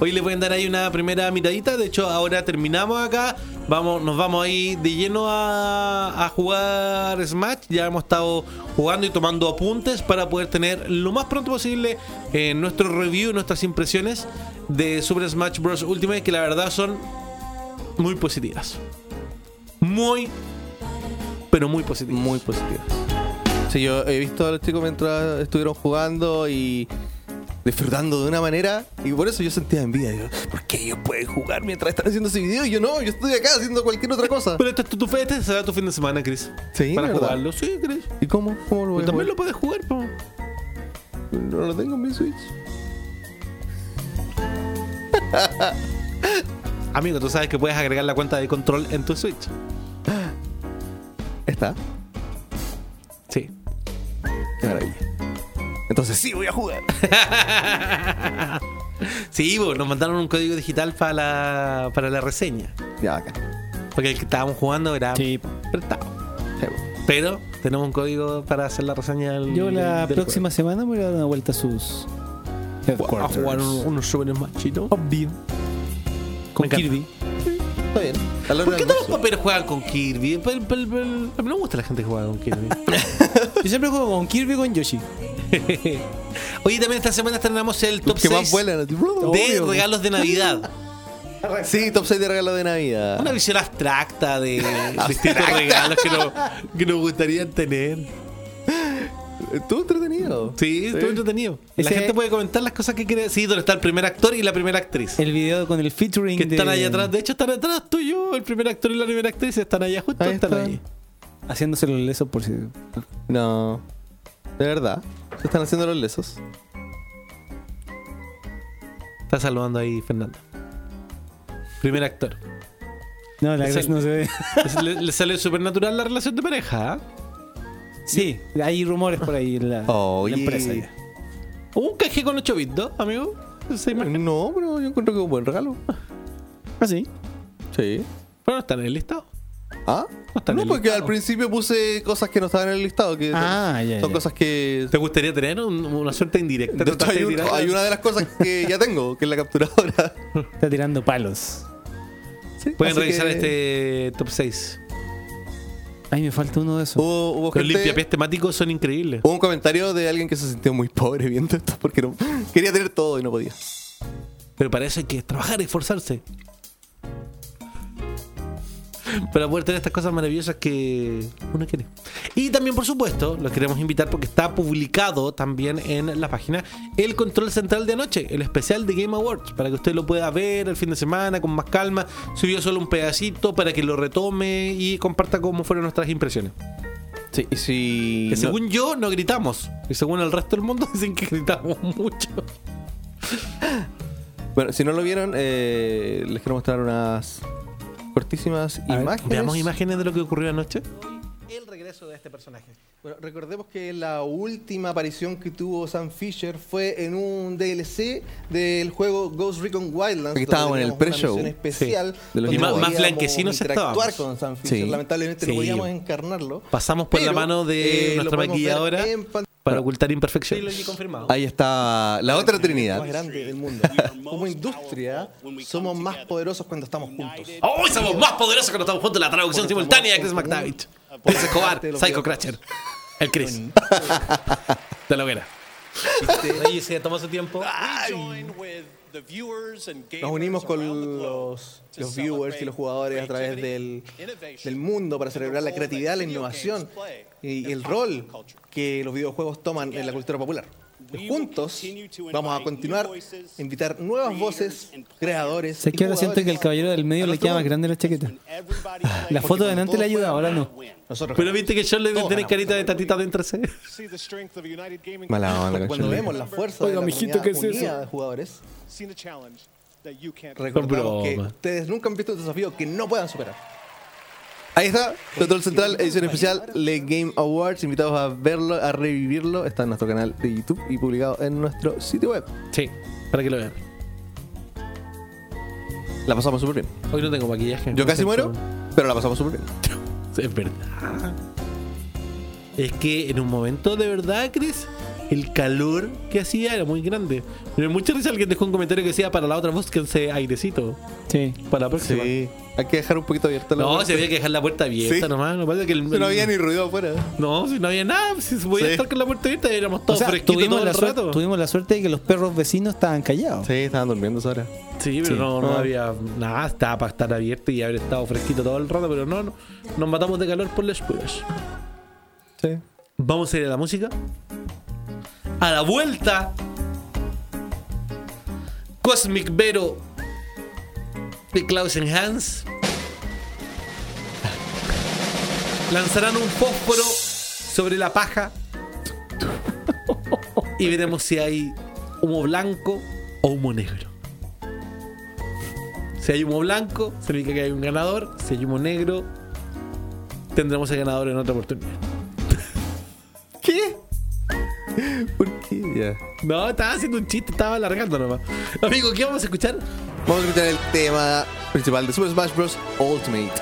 Speaker 1: Hoy le pueden dar ahí una primera miradita. De hecho, ahora terminamos acá. Vamos, nos vamos ahí de lleno a, a jugar Smash. Ya hemos estado jugando y tomando apuntes para poder tener lo más pronto posible eh, nuestro review, nuestras impresiones de Super Smash Bros. Ultimate, que la verdad son muy positivas. Muy, pero muy positivas.
Speaker 5: Muy positivo. Sí, yo he visto a los chicos mientras estuvieron jugando y disfrutando de una manera. Y por eso yo sentía envidia. Yo, ¿Por qué ellos pueden jugar mientras están haciendo ese video? Y yo no, yo estoy acá haciendo cualquier otra cosa.
Speaker 1: Pero este, es tu- tu, fe- este será tu fin de semana, Chris.
Speaker 5: Sí,
Speaker 1: Para
Speaker 5: ¿verdad?
Speaker 1: jugarlo, sí, Chris.
Speaker 5: ¿Y cómo? ¿Cómo lo voy a
Speaker 1: También lo
Speaker 5: jugar?
Speaker 1: puedes jugar, po.
Speaker 5: No lo tengo en mi Switch.
Speaker 1: Amigo, tú sabes que puedes agregar la cuenta de control en tu Switch.
Speaker 5: Está.
Speaker 1: Sí.
Speaker 5: Qué maravilla. Entonces sí voy a jugar.
Speaker 1: Sí, bo, nos mandaron un código digital para la, para la reseña.
Speaker 5: Ya, acá.
Speaker 1: Porque el que estábamos jugando era
Speaker 6: Sí.
Speaker 1: apretado. Pero tenemos un código para hacer la reseña del
Speaker 6: Yo la
Speaker 1: del
Speaker 6: próxima semana me voy a dar una vuelta a sus
Speaker 1: juego. A
Speaker 6: headquarters.
Speaker 1: jugar un- unos jóvenes más chinos.
Speaker 6: Obvio. Con
Speaker 1: encanta.
Speaker 6: Kirby.
Speaker 5: Está bien. A la hora
Speaker 1: ¿Por qué
Speaker 5: del
Speaker 1: todos los
Speaker 5: almuerzo.
Speaker 1: paperos juegan con Kirby? Pel- pel- pel- A mí no me gusta la gente que juega con Kirby.
Speaker 6: Yo siempre juego con Kirby y con Yoshi.
Speaker 1: Oye, también esta semana estrenamos el top
Speaker 5: Los que
Speaker 1: 6
Speaker 5: más vuelan.
Speaker 1: de
Speaker 5: así, obvio.
Speaker 1: regalos de Navidad.
Speaker 5: Sí, top 6 de regalo de Navidad.
Speaker 1: Una visión abstracta de distintos regalos que, no- que nos gustaría tener.
Speaker 5: Estuvo entretenido.
Speaker 1: Sí, estuvo entretenido. La
Speaker 6: Ese-
Speaker 1: gente puede comentar las cosas que quiere. Sí, donde está el primer actor y la primera actriz.
Speaker 6: El video con el featuring
Speaker 1: que
Speaker 6: de-
Speaker 1: están allá atrás. De hecho, están atrás tú y yo. El primer actor y la primera actriz están allá justo.
Speaker 5: Ahí
Speaker 1: están
Speaker 5: están.
Speaker 1: ahí.
Speaker 6: Haciéndose los lesos por si...
Speaker 5: No. De verdad. Se están haciendo los lesos.
Speaker 1: Está saludando ahí Fernando. Primer actor.
Speaker 6: No, la
Speaker 1: Es
Speaker 6: gracia
Speaker 1: el-
Speaker 6: no se ve.
Speaker 1: le, le sale supernatural la relación de pareja. ¿ah?
Speaker 6: Sí, hay rumores por ahí en la,
Speaker 5: Oye.
Speaker 6: la empresa. ya.
Speaker 1: Hubo un canje con 8 bits, ¿no, amigo? Esa imagen.
Speaker 5: No, pero yo encuentro que es un buen regalo.
Speaker 6: Ah, sí.
Speaker 5: Sí.
Speaker 1: Pero no están en el listado.
Speaker 5: ¿Ah?
Speaker 1: está en
Speaker 5: No,
Speaker 1: el
Speaker 5: porque
Speaker 1: listado.
Speaker 5: al principio puse cosas que no estaban en el listado. Que
Speaker 6: Ah,
Speaker 5: son,
Speaker 6: ya,
Speaker 5: Son
Speaker 6: ya.
Speaker 5: cosas que.
Speaker 1: ¿Te gustaría tener un- una suerte indirecta?
Speaker 5: De hecho,
Speaker 1: ¿Trataste
Speaker 5: hay,
Speaker 1: de
Speaker 5: un-
Speaker 1: tirar?
Speaker 5: hay una de las cosas que ya tengo, que es la capturadora.
Speaker 6: Está tirando palos.
Speaker 5: Sí,
Speaker 1: Pueden
Speaker 5: así
Speaker 1: revisar
Speaker 5: que
Speaker 1: este top 6.
Speaker 6: Ay, me falta uno de
Speaker 1: Uh,
Speaker 6: esos.
Speaker 5: Hubo, hubo
Speaker 1: Los
Speaker 5: gente-
Speaker 1: limpiapiés temáticos son increíbles.
Speaker 5: hubo un comentario de alguien que se sintió muy pobre viendo esto porque no, quería tener todo y no podía.
Speaker 1: Pero para eso hay que trabajar y esforzarse. Para poder tener estas cosas maravillosas que uno quiere. Y también, por supuesto, los queremos invitar porque está publicado también en la página El Control Central de Anoche, el especial de Game Awards, para que usted lo pueda ver el fin de semana con más calma. Subió solo un pedacito para que lo retome y comparta cómo fueron nuestras impresiones.
Speaker 5: Sí, y si.
Speaker 1: Que
Speaker 5: no-
Speaker 1: según yo no gritamos. Y según el resto del mundo dicen que gritamos mucho.
Speaker 5: Bueno, si no lo vieron, eh, les quiero mostrar unas cortísimas imágenes.
Speaker 1: Veamos imágenes de lo que ocurrió anoche.
Speaker 5: Bueno, recordemos que la última aparición que tuvo Sam Fisher fue en un DLC del juego Ghost Recon Wildlands.
Speaker 4: Aquí
Speaker 5: que
Speaker 4: estábamos en el pre-show.
Speaker 5: especial.
Speaker 1: Sí.
Speaker 5: de los
Speaker 1: Y más- más
Speaker 5: podíamos
Speaker 1: blanquecinos
Speaker 5: interactuar
Speaker 1: estábamos.
Speaker 5: con Sam Fisher.
Speaker 4: Sí.
Speaker 5: Lamentablemente
Speaker 1: Sí.
Speaker 5: no podíamos encarnarlo.
Speaker 1: Pasamos por la
Speaker 5: Pero,
Speaker 1: mano de
Speaker 5: eh, lo
Speaker 1: nuestra
Speaker 5: podemos ver
Speaker 1: maquilladora
Speaker 5: en pan-
Speaker 1: para ocultar imperfecciones.
Speaker 5: Ahí está la otra trinidad.
Speaker 12: más grande del mundo.
Speaker 5: Como industria, somos más poderosos cuando estamos juntos.
Speaker 1: ¡Hoy ¡Oh, somos más poderosos cuando estamos juntos en la traducción simultánea de Chris McDavid! Chris Escobar, Psycho Crusher. El Chris. De la hoguera. Oye, se tomó su tiempo.
Speaker 5: Nos unimos con los, los viewers y los jugadores a través del, del mundo para celebrar la creatividad, la innovación y el rol que los videojuegos toman en la cultura popular. Juntos vamos a continuar a invitar nuevas voces, creadores.
Speaker 6: Sé
Speaker 5: y
Speaker 6: que ahora siento que el
Speaker 5: jugadores
Speaker 6: caballero del medio
Speaker 5: a
Speaker 6: le
Speaker 5: nuestro
Speaker 6: queda más
Speaker 5: mundo.
Speaker 6: grande la chaqueta. Ah, La foto de delante le ayuda, ahora no.
Speaker 5: Nosotros
Speaker 1: Pero viste que yo le vi tener carita de tatita de entre sí.
Speaker 5: cuando vemos la fuerza
Speaker 6: Oiga,
Speaker 5: de la
Speaker 6: mijito,
Speaker 5: comunidad
Speaker 6: ¿qué es eso?
Speaker 5: unida de jugadores,
Speaker 9: that you can't
Speaker 5: Recordamos que
Speaker 1: broma.
Speaker 5: ustedes nunca han visto un desafío que no puedan superar. Ahí está, Control Central, edición especial, Le Game Awards. Invitados a verlo, a revivirlo. Está en nuestro canal de YouTube y publicado en nuestro sitio web.
Speaker 1: Sí, para que lo vean.
Speaker 5: La pasamos súper bien.
Speaker 1: Hoy no tengo maquillaje.
Speaker 5: Yo casi muero, pero la pasamos súper bien.
Speaker 1: Es verdad. Es que en un momento de verdad, Chris, el calor que hacía era muy grande. Me dio mucha risa alguien dejó un comentario que decía para la otra búsquense airecito.
Speaker 6: Sí.
Speaker 1: Para la próxima.
Speaker 5: Sí, hay que dejar un poquito abierta la
Speaker 1: No,
Speaker 5: puerta.
Speaker 1: se había que dejar la puerta abierta
Speaker 5: Sí.
Speaker 1: nomás. No pasa que el-
Speaker 5: No había ni ruido afuera.
Speaker 1: No, si no había nada, si se podía
Speaker 5: Sí.
Speaker 1: estar con la puerta abierta, éramos
Speaker 6: O
Speaker 1: todos
Speaker 6: sea,
Speaker 1: fresquitos
Speaker 6: tuvimos
Speaker 1: todo
Speaker 6: la,
Speaker 1: el
Speaker 6: suerte,
Speaker 1: rato.
Speaker 6: tuvimos la suerte de que los perros vecinos estaban callados.
Speaker 5: Sí, estaban durmiendo ahora.
Speaker 1: Sí, pero no, no
Speaker 5: Ah.
Speaker 1: había nada, estaba para estar abierto y haber estado fresquito todo el rato, pero no, no nos matamos de calor por las puras.
Speaker 5: Sí.
Speaker 1: Vamos a ir a la música. A la vuelta. Cosmic Vero de Klaus Hans lanzarán un fósforo sobre la paja y veremos si hay humo blanco o humo negro. Si hay humo blanco, significa que hay un ganador. Si hay humo negro, tendremos el ganador en otra oportunidad.
Speaker 5: ¿Qué? ¿Por qué? Ya.
Speaker 1: No, estaba haciendo un chiste, estaba alargando nomás. Amigo, ¿qué vamos a escuchar?
Speaker 5: Vamos a escuchar el tema principal de Super Smash Bros. Ultimate.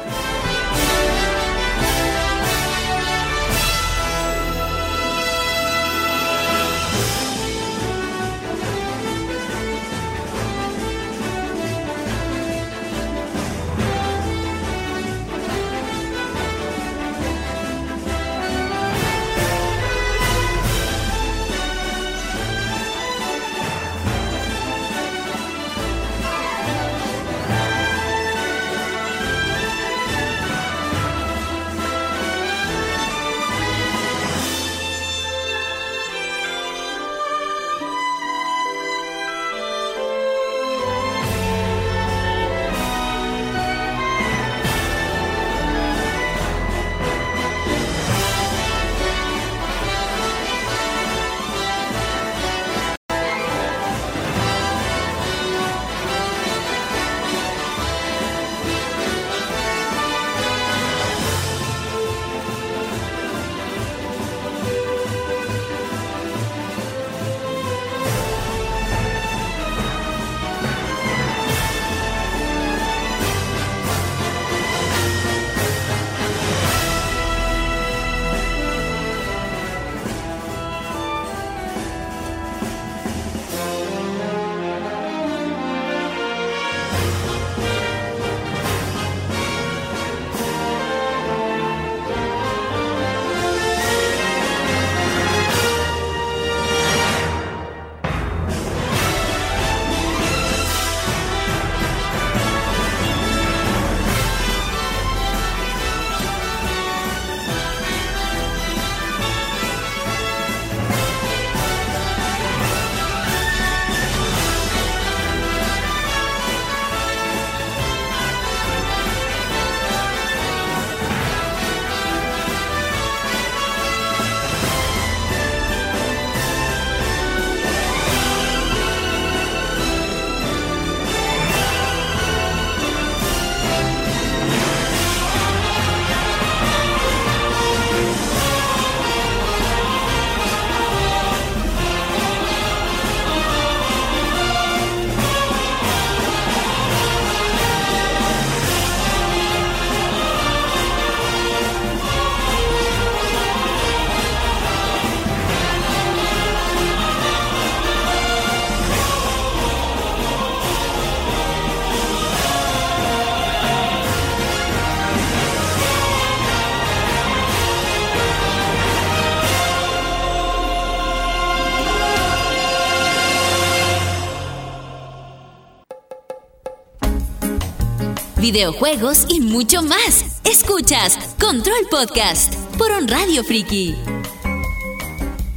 Speaker 3: videojuegos y mucho más. Escuchas Control Podcast por On Radio Friki.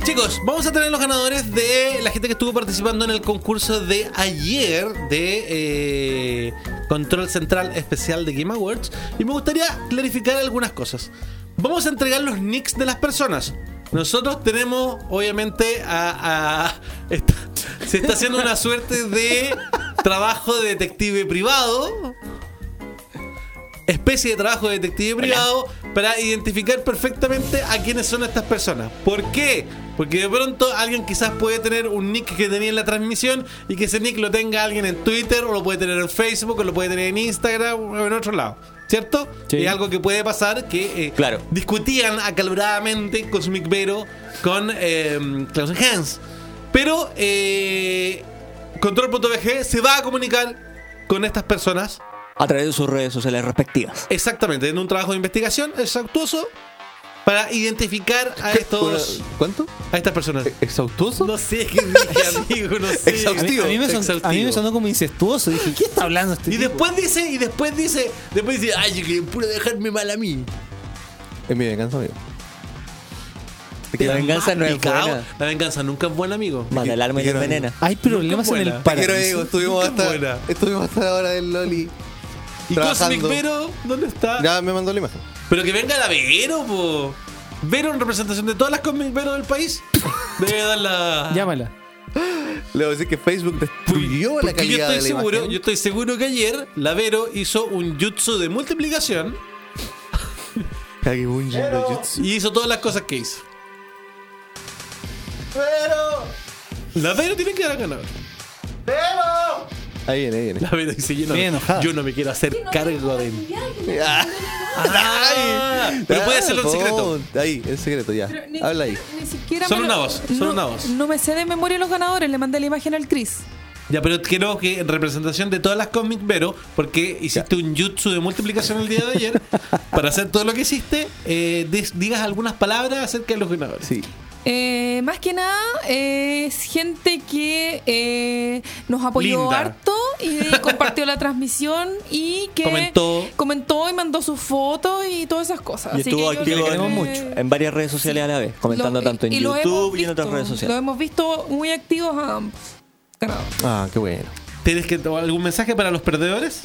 Speaker 1: Chicos, vamos a tener los ganadores de la gente que estuvo participando en el concurso de ayer de eh, Control Central Especial de Game Awards. Y me gustaría clarificar algunas cosas. Vamos a entregar los nicks de las personas. Nosotros tenemos, obviamente, a. a- está- se está haciendo una suerte de trabajo de detective privado. Especie de trabajo de detective privado para identificar perfectamente a quiénes son estas personas. ¿Por qué? Porque de pronto alguien quizás puede tener un nick que tenía en la transmisión y que ese nick lo tenga alguien en Twitter o lo puede tener en Facebook o lo puede tener en Instagram o en otro lado. ¿Cierto?
Speaker 4: Sí.
Speaker 1: Es algo que puede pasar que eh,
Speaker 4: Claro.
Speaker 1: discutían acaloradamente Cosmic Vero con eh, Klaus Hans. Pero eh, Control.bg se va a comunicar con estas personas
Speaker 4: A través de sus redes sociales respectivas.
Speaker 1: Exactamente, en un trabajo de investigación exhaustuoso para identificar a estos
Speaker 5: ¿Cuánto? ¿E-,
Speaker 1: a estas personas.
Speaker 4: Eh,
Speaker 5: ¿Exhaustuoso?
Speaker 1: No sé qué dije, amigo, no sé.
Speaker 6: A mí,
Speaker 5: Exhaustivo.
Speaker 6: a mí me son-
Speaker 1: Exhaustivo.
Speaker 6: a mí me sonó como incestuoso. Dije, ¿qué está hablando este
Speaker 1: Y
Speaker 6: tipo?
Speaker 1: después dice, y después dice, después dice, ay, yo que puro dejarme mal a mí.
Speaker 5: Es mi venganza, amigo.
Speaker 4: Porque la
Speaker 1: Te
Speaker 4: venganza
Speaker 1: has
Speaker 4: no es
Speaker 1: picado.
Speaker 4: buena.
Speaker 1: oh, La venganza nunca es buena, amigo.
Speaker 4: Manda el arma y te envenena.
Speaker 6: Hay problemas en
Speaker 1: Nunca
Speaker 6: el
Speaker 1: buena.
Speaker 5: Te quiero, Diego.
Speaker 6: paraíso.
Speaker 5: Estuvimos
Speaker 1: Qué
Speaker 5: hasta,
Speaker 1: buena.
Speaker 5: estuvimos hasta la hora del Loli.
Speaker 1: Y
Speaker 5: Trabajando.
Speaker 1: Cosmic Vero, ¿dónde está?
Speaker 5: Ya me mandó la imagen.
Speaker 1: Pero que venga la Vero, po. Vero en representación de todas las Cosmic Vero del país. Debe dar la.
Speaker 6: Llámala.
Speaker 5: Le voy a decir que Facebook destruyó la
Speaker 1: Porque yo
Speaker 5: calidad
Speaker 1: estoy
Speaker 5: de la
Speaker 1: seguro,
Speaker 5: imagen.
Speaker 1: yo estoy seguro que ayer la Vero hizo un jutsu de multiplicación
Speaker 5: Kagebunji no Jutsu.
Speaker 1: y hizo todas las cosas que hizo. Pero la Vero tiene que dar ganador.
Speaker 5: Ahí viene, ahí viene.
Speaker 1: La Vero dice yo no,
Speaker 6: Bien enojada.
Speaker 1: yo no me quiero hacer cargo de mí.
Speaker 5: Ay,
Speaker 1: pero puede
Speaker 5: ah,
Speaker 1: hacerlo en secreto.
Speaker 5: pon- Ahí, en secreto, ya. Habla ahí.
Speaker 13: Ni siquiera
Speaker 1: Son
Speaker 13: me
Speaker 1: una
Speaker 13: lo-
Speaker 1: voz, son
Speaker 13: no,
Speaker 1: una voz.
Speaker 13: No me sé de memoria los ganadores, le mandé la imagen al Chris.
Speaker 1: Ya, pero creo que en representación de todas las Cosmic Vero, porque hiciste un jutsu de multiplicación el día de ayer, para hacer todo lo que hiciste, eh, des- digas algunas palabras acerca de los ganadores.
Speaker 5: Sí.
Speaker 13: Eh, más que nada eh, es gente que eh, nos apoyó
Speaker 1: Linda.
Speaker 13: harto y eh, compartió la transmisión y que
Speaker 1: Comentó.
Speaker 13: comentó y mandó sus fotos y todas esas cosas.
Speaker 4: Y
Speaker 13: Así
Speaker 4: estuvo
Speaker 13: que yo
Speaker 4: activo
Speaker 13: creo
Speaker 4: en,
Speaker 13: que-
Speaker 4: en varias redes sociales a la vez, comentando
Speaker 13: lo-
Speaker 4: tanto en
Speaker 13: y lo hemos
Speaker 4: YouTube y en otras
Speaker 13: visto,
Speaker 4: redes
Speaker 13: Lo
Speaker 4: sociales.
Speaker 13: hemos visto muy ah, activos a ambos. ganadores.
Speaker 5: Ah, qué bueno.
Speaker 1: ¿Tienes que, algún mensaje para los perdedores?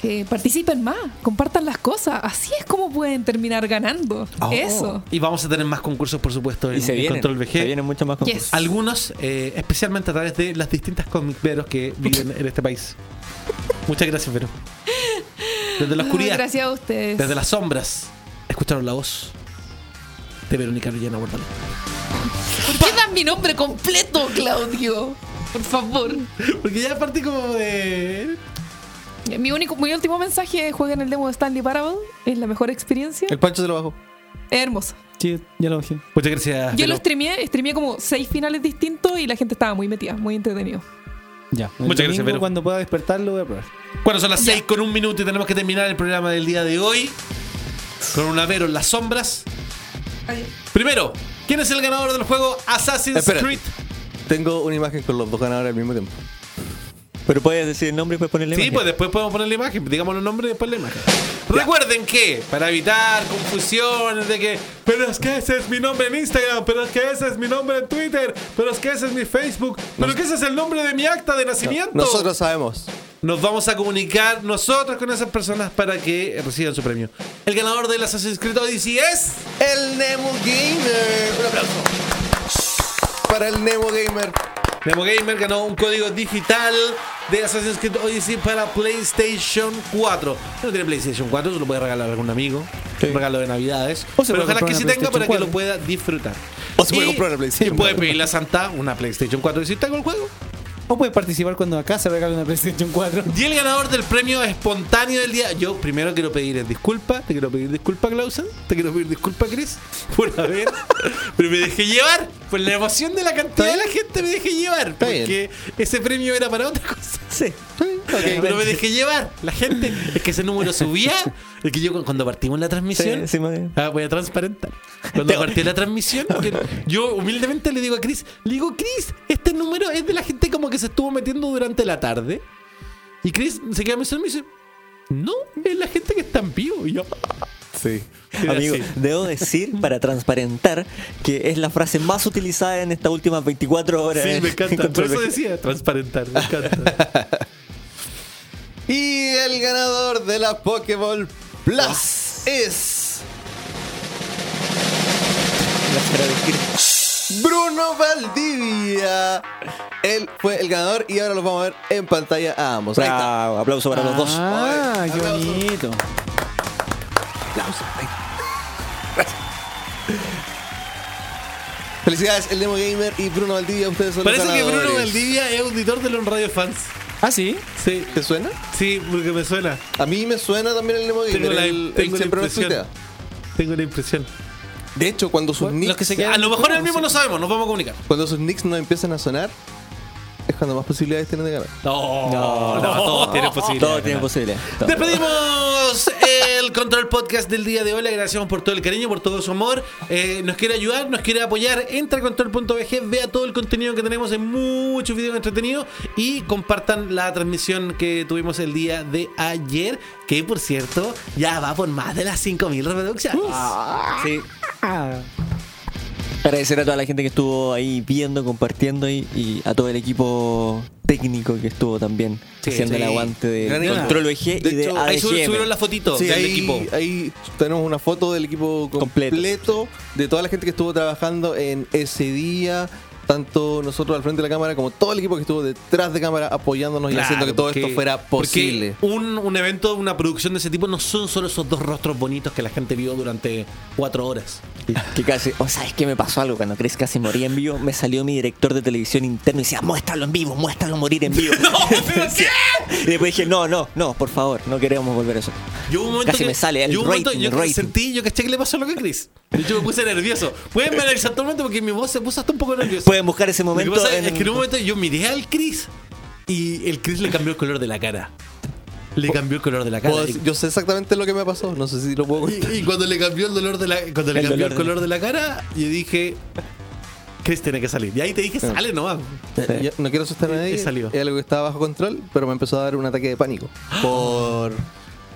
Speaker 13: Que participen más, compartan las cosas. Así es como pueden terminar ganando.
Speaker 1: Oh.
Speaker 13: Eso.
Speaker 1: Y vamos a tener más concursos, por supuesto, en,
Speaker 4: Y se
Speaker 1: en
Speaker 4: vienen,
Speaker 1: Control VG.
Speaker 4: se vienen mucho más concursos.
Speaker 13: Yes.
Speaker 1: Algunos, eh, especialmente a través de las distintas comicveros que viven en este país. Muchas gracias, Vero. Desde la oscuridad,
Speaker 13: Gracias a ustedes.
Speaker 1: desde las sombras, escucharon la voz de Verónica Rullana Bordaló.
Speaker 13: ¿Por qué dan mi nombre completo, Claudio? Por favor.
Speaker 1: Porque ya partí como de.
Speaker 13: Mi, único, mi último mensaje es jueguen el demo de Stanley Parable. Es la mejor experiencia.
Speaker 5: El Pancho se lo bajó.
Speaker 13: Es hermosa.
Speaker 6: Sí, ya lo bajé.
Speaker 1: Muchas gracias.
Speaker 13: Yo lo
Speaker 1: Vero.
Speaker 13: streameé, streameé como seis finales distintos y la gente estaba muy metida, muy entretenido.
Speaker 6: Ya. El
Speaker 1: Muchas gracias,
Speaker 6: domingo,
Speaker 1: Vero.
Speaker 6: Cuando pueda despertarlo, voy a probar.
Speaker 1: Bueno, son las
Speaker 13: Ya.
Speaker 1: 6 con un minuto y tenemos que terminar el programa del día de hoy. Con un Vero en las sombras. Primero, ¿quién es el ganador del juego Assassin's
Speaker 5: Espérate.
Speaker 1: Creed?
Speaker 5: Tengo una imagen con los dos ganadores al mismo tiempo.
Speaker 4: Pero puedes decir el nombre y puedes ponerle
Speaker 1: Sí,
Speaker 4: imagen.
Speaker 1: pues después podemos poner la imagen, digamos los nombres y después la imagen. Recuerden que, para evitar confusiones de que, pero es que ese es mi nombre en Instagram, pero es que ese es mi nombre en Twitter, pero es que ese es mi Facebook, pero que ese es el nombre de mi acta de nacimiento.
Speaker 5: Nosotros sabemos.
Speaker 1: Nos vamos a comunicar nosotros con esas personas para que reciban su premio. El ganador del Assassin's Creed Odyssey es...
Speaker 5: El Nemo Gamer. Un aplauso. Para el Nemo Gamer.
Speaker 1: Nemo Gamer ganó un código digital de Assassin's Creed Odyssey para PlayStation 4. Si no tiene PlayStation 4, se lo puede regalar a algún amigo. Un regalo de Navidades.
Speaker 6: O se
Speaker 1: Pero
Speaker 6: puede
Speaker 1: ojalá
Speaker 6: comprar
Speaker 1: que sí
Speaker 6: una
Speaker 1: tenga para que
Speaker 6: PlayStation
Speaker 1: lo pueda disfrutar.
Speaker 5: O se puede
Speaker 1: Y-
Speaker 5: comprar una PlayStation
Speaker 1: Y puede
Speaker 5: 4.
Speaker 1: pedirle a Santa una PlayStation 4 y si está con el juego.
Speaker 6: O puedes participar cuando acá se regale una PlayStation 4.
Speaker 1: Y el ganador del premio espontáneo del día. Yo primero quiero pedir disculpas. Te quiero pedir disculpas, Clausen. Te quiero pedir disculpas, Chris. Por haber. pero me dejé llevar. Por la emoción de la cantidad de la gente me dejé llevar.
Speaker 5: bien.
Speaker 1: Porque ese premio era para otra cosa. Sí. Pero me dejé llevar. La gente. Es que ese número subía. Es que yo cuando partimos la transmisión.
Speaker 4: Sí, sí, me-
Speaker 1: Ah, voy a transparentar. Cuando partí la transmisión, que yo humildemente le digo a Chris, le digo, Chris, este número es de la gente como que se estuvo metiendo durante la tarde. Y Chris se queda pensando y me dice, no, es la gente que está en vivo. Y yo,
Speaker 5: Sí.
Speaker 4: Amigo,
Speaker 1: así.
Speaker 4: debo decir para transparentar que es la frase más utilizada en estas últimas 24 horas.
Speaker 1: sí, me
Speaker 4: en
Speaker 1: encanta. Por
Speaker 4: Control
Speaker 1: eso
Speaker 4: VG.
Speaker 1: decía, transparentar, me encanta.
Speaker 5: Y el ganador de la Pokéball Plus es.
Speaker 4: La cara de Kirk.
Speaker 5: Bruno Valdivia. Él fue el ganador y ahora los vamos a ver en pantalla a ambos. Ahí está.
Speaker 4: Bravo, aplauso para los dos.
Speaker 6: Ah, qué
Speaker 5: Aplausos.
Speaker 6: bonito.
Speaker 5: Felicidades, el Demo Gamer y Bruno Valdivia. Ustedes son
Speaker 1: Parece
Speaker 5: los
Speaker 1: que
Speaker 5: ganadores.
Speaker 1: Bruno Valdivia es auditor de los Radio Fans.
Speaker 6: Ah, sí.
Speaker 1: Sí,
Speaker 5: ¿Te suena?
Speaker 1: sí, porque me suena.
Speaker 5: A mí me suena también el Demo Gamer.
Speaker 1: Tengo la-
Speaker 5: él- él
Speaker 1: tengo la
Speaker 5: siempre nos
Speaker 1: impresión.
Speaker 5: tuitea.
Speaker 1: Tengo la impresión.
Speaker 5: De hecho, cuando sus nicks,
Speaker 6: Los que se quedan.
Speaker 1: A lo mejor el mismo no sabemos, nos vamos a comunicar.
Speaker 5: cuando sus nicks no empiezan a sonar, es cuando más posibilidades tienen de ganar.
Speaker 1: No, no, todos tienen posibilidad.
Speaker 4: Todos tienen posibilidad. Todos.
Speaker 1: Despedimos el Control Podcast del día de hoy. Le agradecemos por todo el cariño, por todo su amor. Eh, nos quiere ayudar, nos quiere apoyar. Entra a control.bg, vea todo el contenido que tenemos en muchos videos entretenidos y compartan la transmisión que tuvimos el día de ayer, que por cierto ya va por más de las 5.000 reproducciones.
Speaker 4: Sí. Agradecer a toda la gente que estuvo ahí viendo, compartiendo y, y a todo el equipo técnico que estuvo también
Speaker 1: Sí,
Speaker 4: haciendo
Speaker 1: sí.
Speaker 4: el aguante de
Speaker 5: Gran equipo.
Speaker 4: Control VG y
Speaker 5: De
Speaker 4: de
Speaker 5: hecho,
Speaker 1: Ahí sub-
Speaker 4: ADGM.
Speaker 1: subieron la fotito
Speaker 5: Sí,
Speaker 1: del
Speaker 5: ahí,
Speaker 1: equipo.
Speaker 5: ahí tenemos una foto del equipo
Speaker 4: Completo.
Speaker 5: completo, de toda la gente que estuvo trabajando en ese día. Tanto nosotros al frente de la cámara como todo el equipo que estuvo detrás de cámara apoyándonos y
Speaker 1: Claro,
Speaker 5: haciendo que todo
Speaker 1: porque-
Speaker 5: esto fuera
Speaker 1: porque
Speaker 5: posible.
Speaker 1: Un, un evento, una producción de ese tipo no son solo esos dos rostros bonitos que la gente vio durante cuatro horas.
Speaker 4: Que casi, o sabes que me pasó algo cuando crees que casi morí en vivo, me salió mi director de televisión interno y decía, muéstralo en vivo, muéstralo morir en vivo. Y después dije, no, no, no, por favor, no queremos volver a eso.
Speaker 1: Yo hubo un momento
Speaker 4: Casi
Speaker 1: que,
Speaker 4: me sale el
Speaker 1: yo hubo un momento-
Speaker 4: rating,
Speaker 1: yo
Speaker 4: el rating.
Speaker 1: sentí, yo caché que le pasó lo que a Chris. De hecho, me puse nervioso. Pueden ver exactamente porque mi voz se puso hasta un poco nerviosa.
Speaker 4: Pueden buscar ese
Speaker 1: Lo que
Speaker 4: momento.
Speaker 1: pasa
Speaker 4: en-
Speaker 1: es que en un momento yo miré al Chris y el Chris le cambió el color de la cara. Le cambió el color de la cara.
Speaker 5: Puedo- yo sé exactamente lo que me pasó, no sé si lo puedo contar.
Speaker 1: Y, y cuando le cambió el dolor de la cuando le
Speaker 4: El
Speaker 1: cambió el
Speaker 4: dolor de-
Speaker 1: color de la cara, yo dije, Chris tiene que salir. Y ahí te dije,
Speaker 4: Ah.
Speaker 1: sale nomás.
Speaker 5: Eh, yo no quiero asustar a nadie.
Speaker 1: Y salió.
Speaker 5: Es algo que estaba bajo control, pero me empezó a dar un ataque de pánico. Por.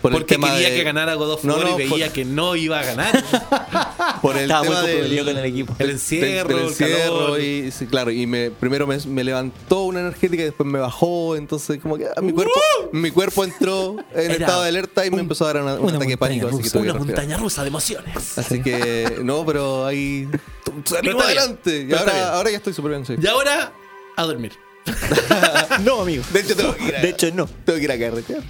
Speaker 5: por el
Speaker 1: Porque
Speaker 5: tema
Speaker 1: quería
Speaker 5: de-
Speaker 1: que ganara God of
Speaker 5: No,
Speaker 1: War
Speaker 5: no,
Speaker 1: y veía
Speaker 5: por-
Speaker 1: que no iba a ganar.
Speaker 5: Por el
Speaker 4: Estaba muy
Speaker 5: tema del-
Speaker 4: comprometido con el equipo.
Speaker 1: El
Speaker 5: del- del
Speaker 1: encierro, el
Speaker 5: encierro
Speaker 1: calor.
Speaker 5: y sí, claro y me primero me, me levantó una energética y después me bajó entonces como que ah, mi cuerpo mi cuerpo entró en
Speaker 1: Era
Speaker 5: estado de alerta y me empezó a dar una-
Speaker 6: una
Speaker 5: un ataque de
Speaker 6: montaña
Speaker 5: pánico así que, tuve que
Speaker 1: Una
Speaker 5: respirar.
Speaker 1: montaña rusa de emociones.
Speaker 5: Así que, no pero ahí tú-
Speaker 1: Pero
Speaker 5: salimos
Speaker 1: está bien,
Speaker 5: adelante y
Speaker 1: pero está
Speaker 5: ahora,
Speaker 1: bien.
Speaker 5: ahora ya estoy súper bien sí.
Speaker 1: Y ahora, a dormir.
Speaker 4: No, amigo.
Speaker 5: de hecho tengo que ir a,
Speaker 4: De hecho, no.
Speaker 5: tengo que ir a carretear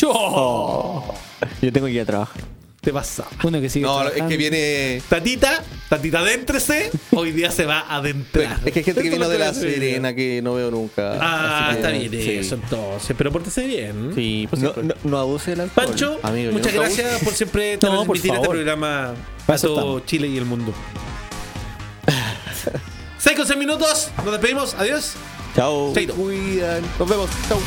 Speaker 4: Yo tengo que ir a trabajar.
Speaker 1: Te pasa.
Speaker 6: Uno que sigue.
Speaker 5: no es
Speaker 6: trabajando.
Speaker 5: que viene
Speaker 1: Tatita, tatita, adéntrese. Hoy día se va a adentrar.
Speaker 5: es que hay gente que
Speaker 1: Esto
Speaker 5: vino
Speaker 1: lo
Speaker 5: de la
Speaker 1: hace bien.
Speaker 5: Serena que no veo nunca
Speaker 1: Ah,
Speaker 5: Así que,
Speaker 1: está bien
Speaker 5: sí.
Speaker 1: eso entonces. Pero pórtese bien.
Speaker 5: sí pues
Speaker 4: No,
Speaker 5: sí, pues.
Speaker 4: no, no abuse del alcohol.
Speaker 1: Pancho,
Speaker 5: Amigo, yo
Speaker 1: muchas
Speaker 5: nunca
Speaker 1: gracias por siempre
Speaker 6: No, por
Speaker 1: transmitir este
Speaker 6: favor.
Speaker 1: programa a
Speaker 6: Paso
Speaker 1: todo
Speaker 6: estamos.
Speaker 1: Chile y el mundo. 6 con 6 minutos, nos despedimos, adiós.
Speaker 4: Chao.
Speaker 1: Chaito.
Speaker 5: cuidan nos vemos chau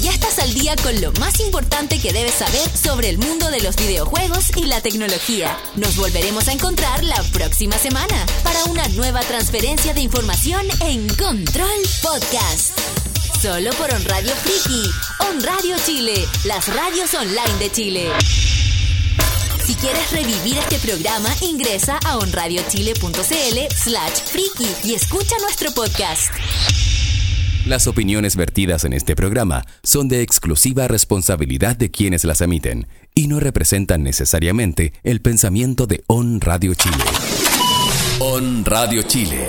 Speaker 3: Ya estás al día con lo más importante que debes saber sobre el mundo de los videojuegos y la tecnología. Nos volveremos a encontrar la próxima semana para una nueva transferencia de información en Control Podcast. Solo por On Radio Friki, On Radio Chile, las radios online de Chile. Si quieres revivir este programa, ingresa a onradiochile.cl slash friki y escucha nuestro podcast.
Speaker 2: Las opiniones vertidas en este programa son de exclusiva responsabilidad de quienes las emiten y no representan necesariamente el pensamiento de On Radio Chile. On Radio Chile.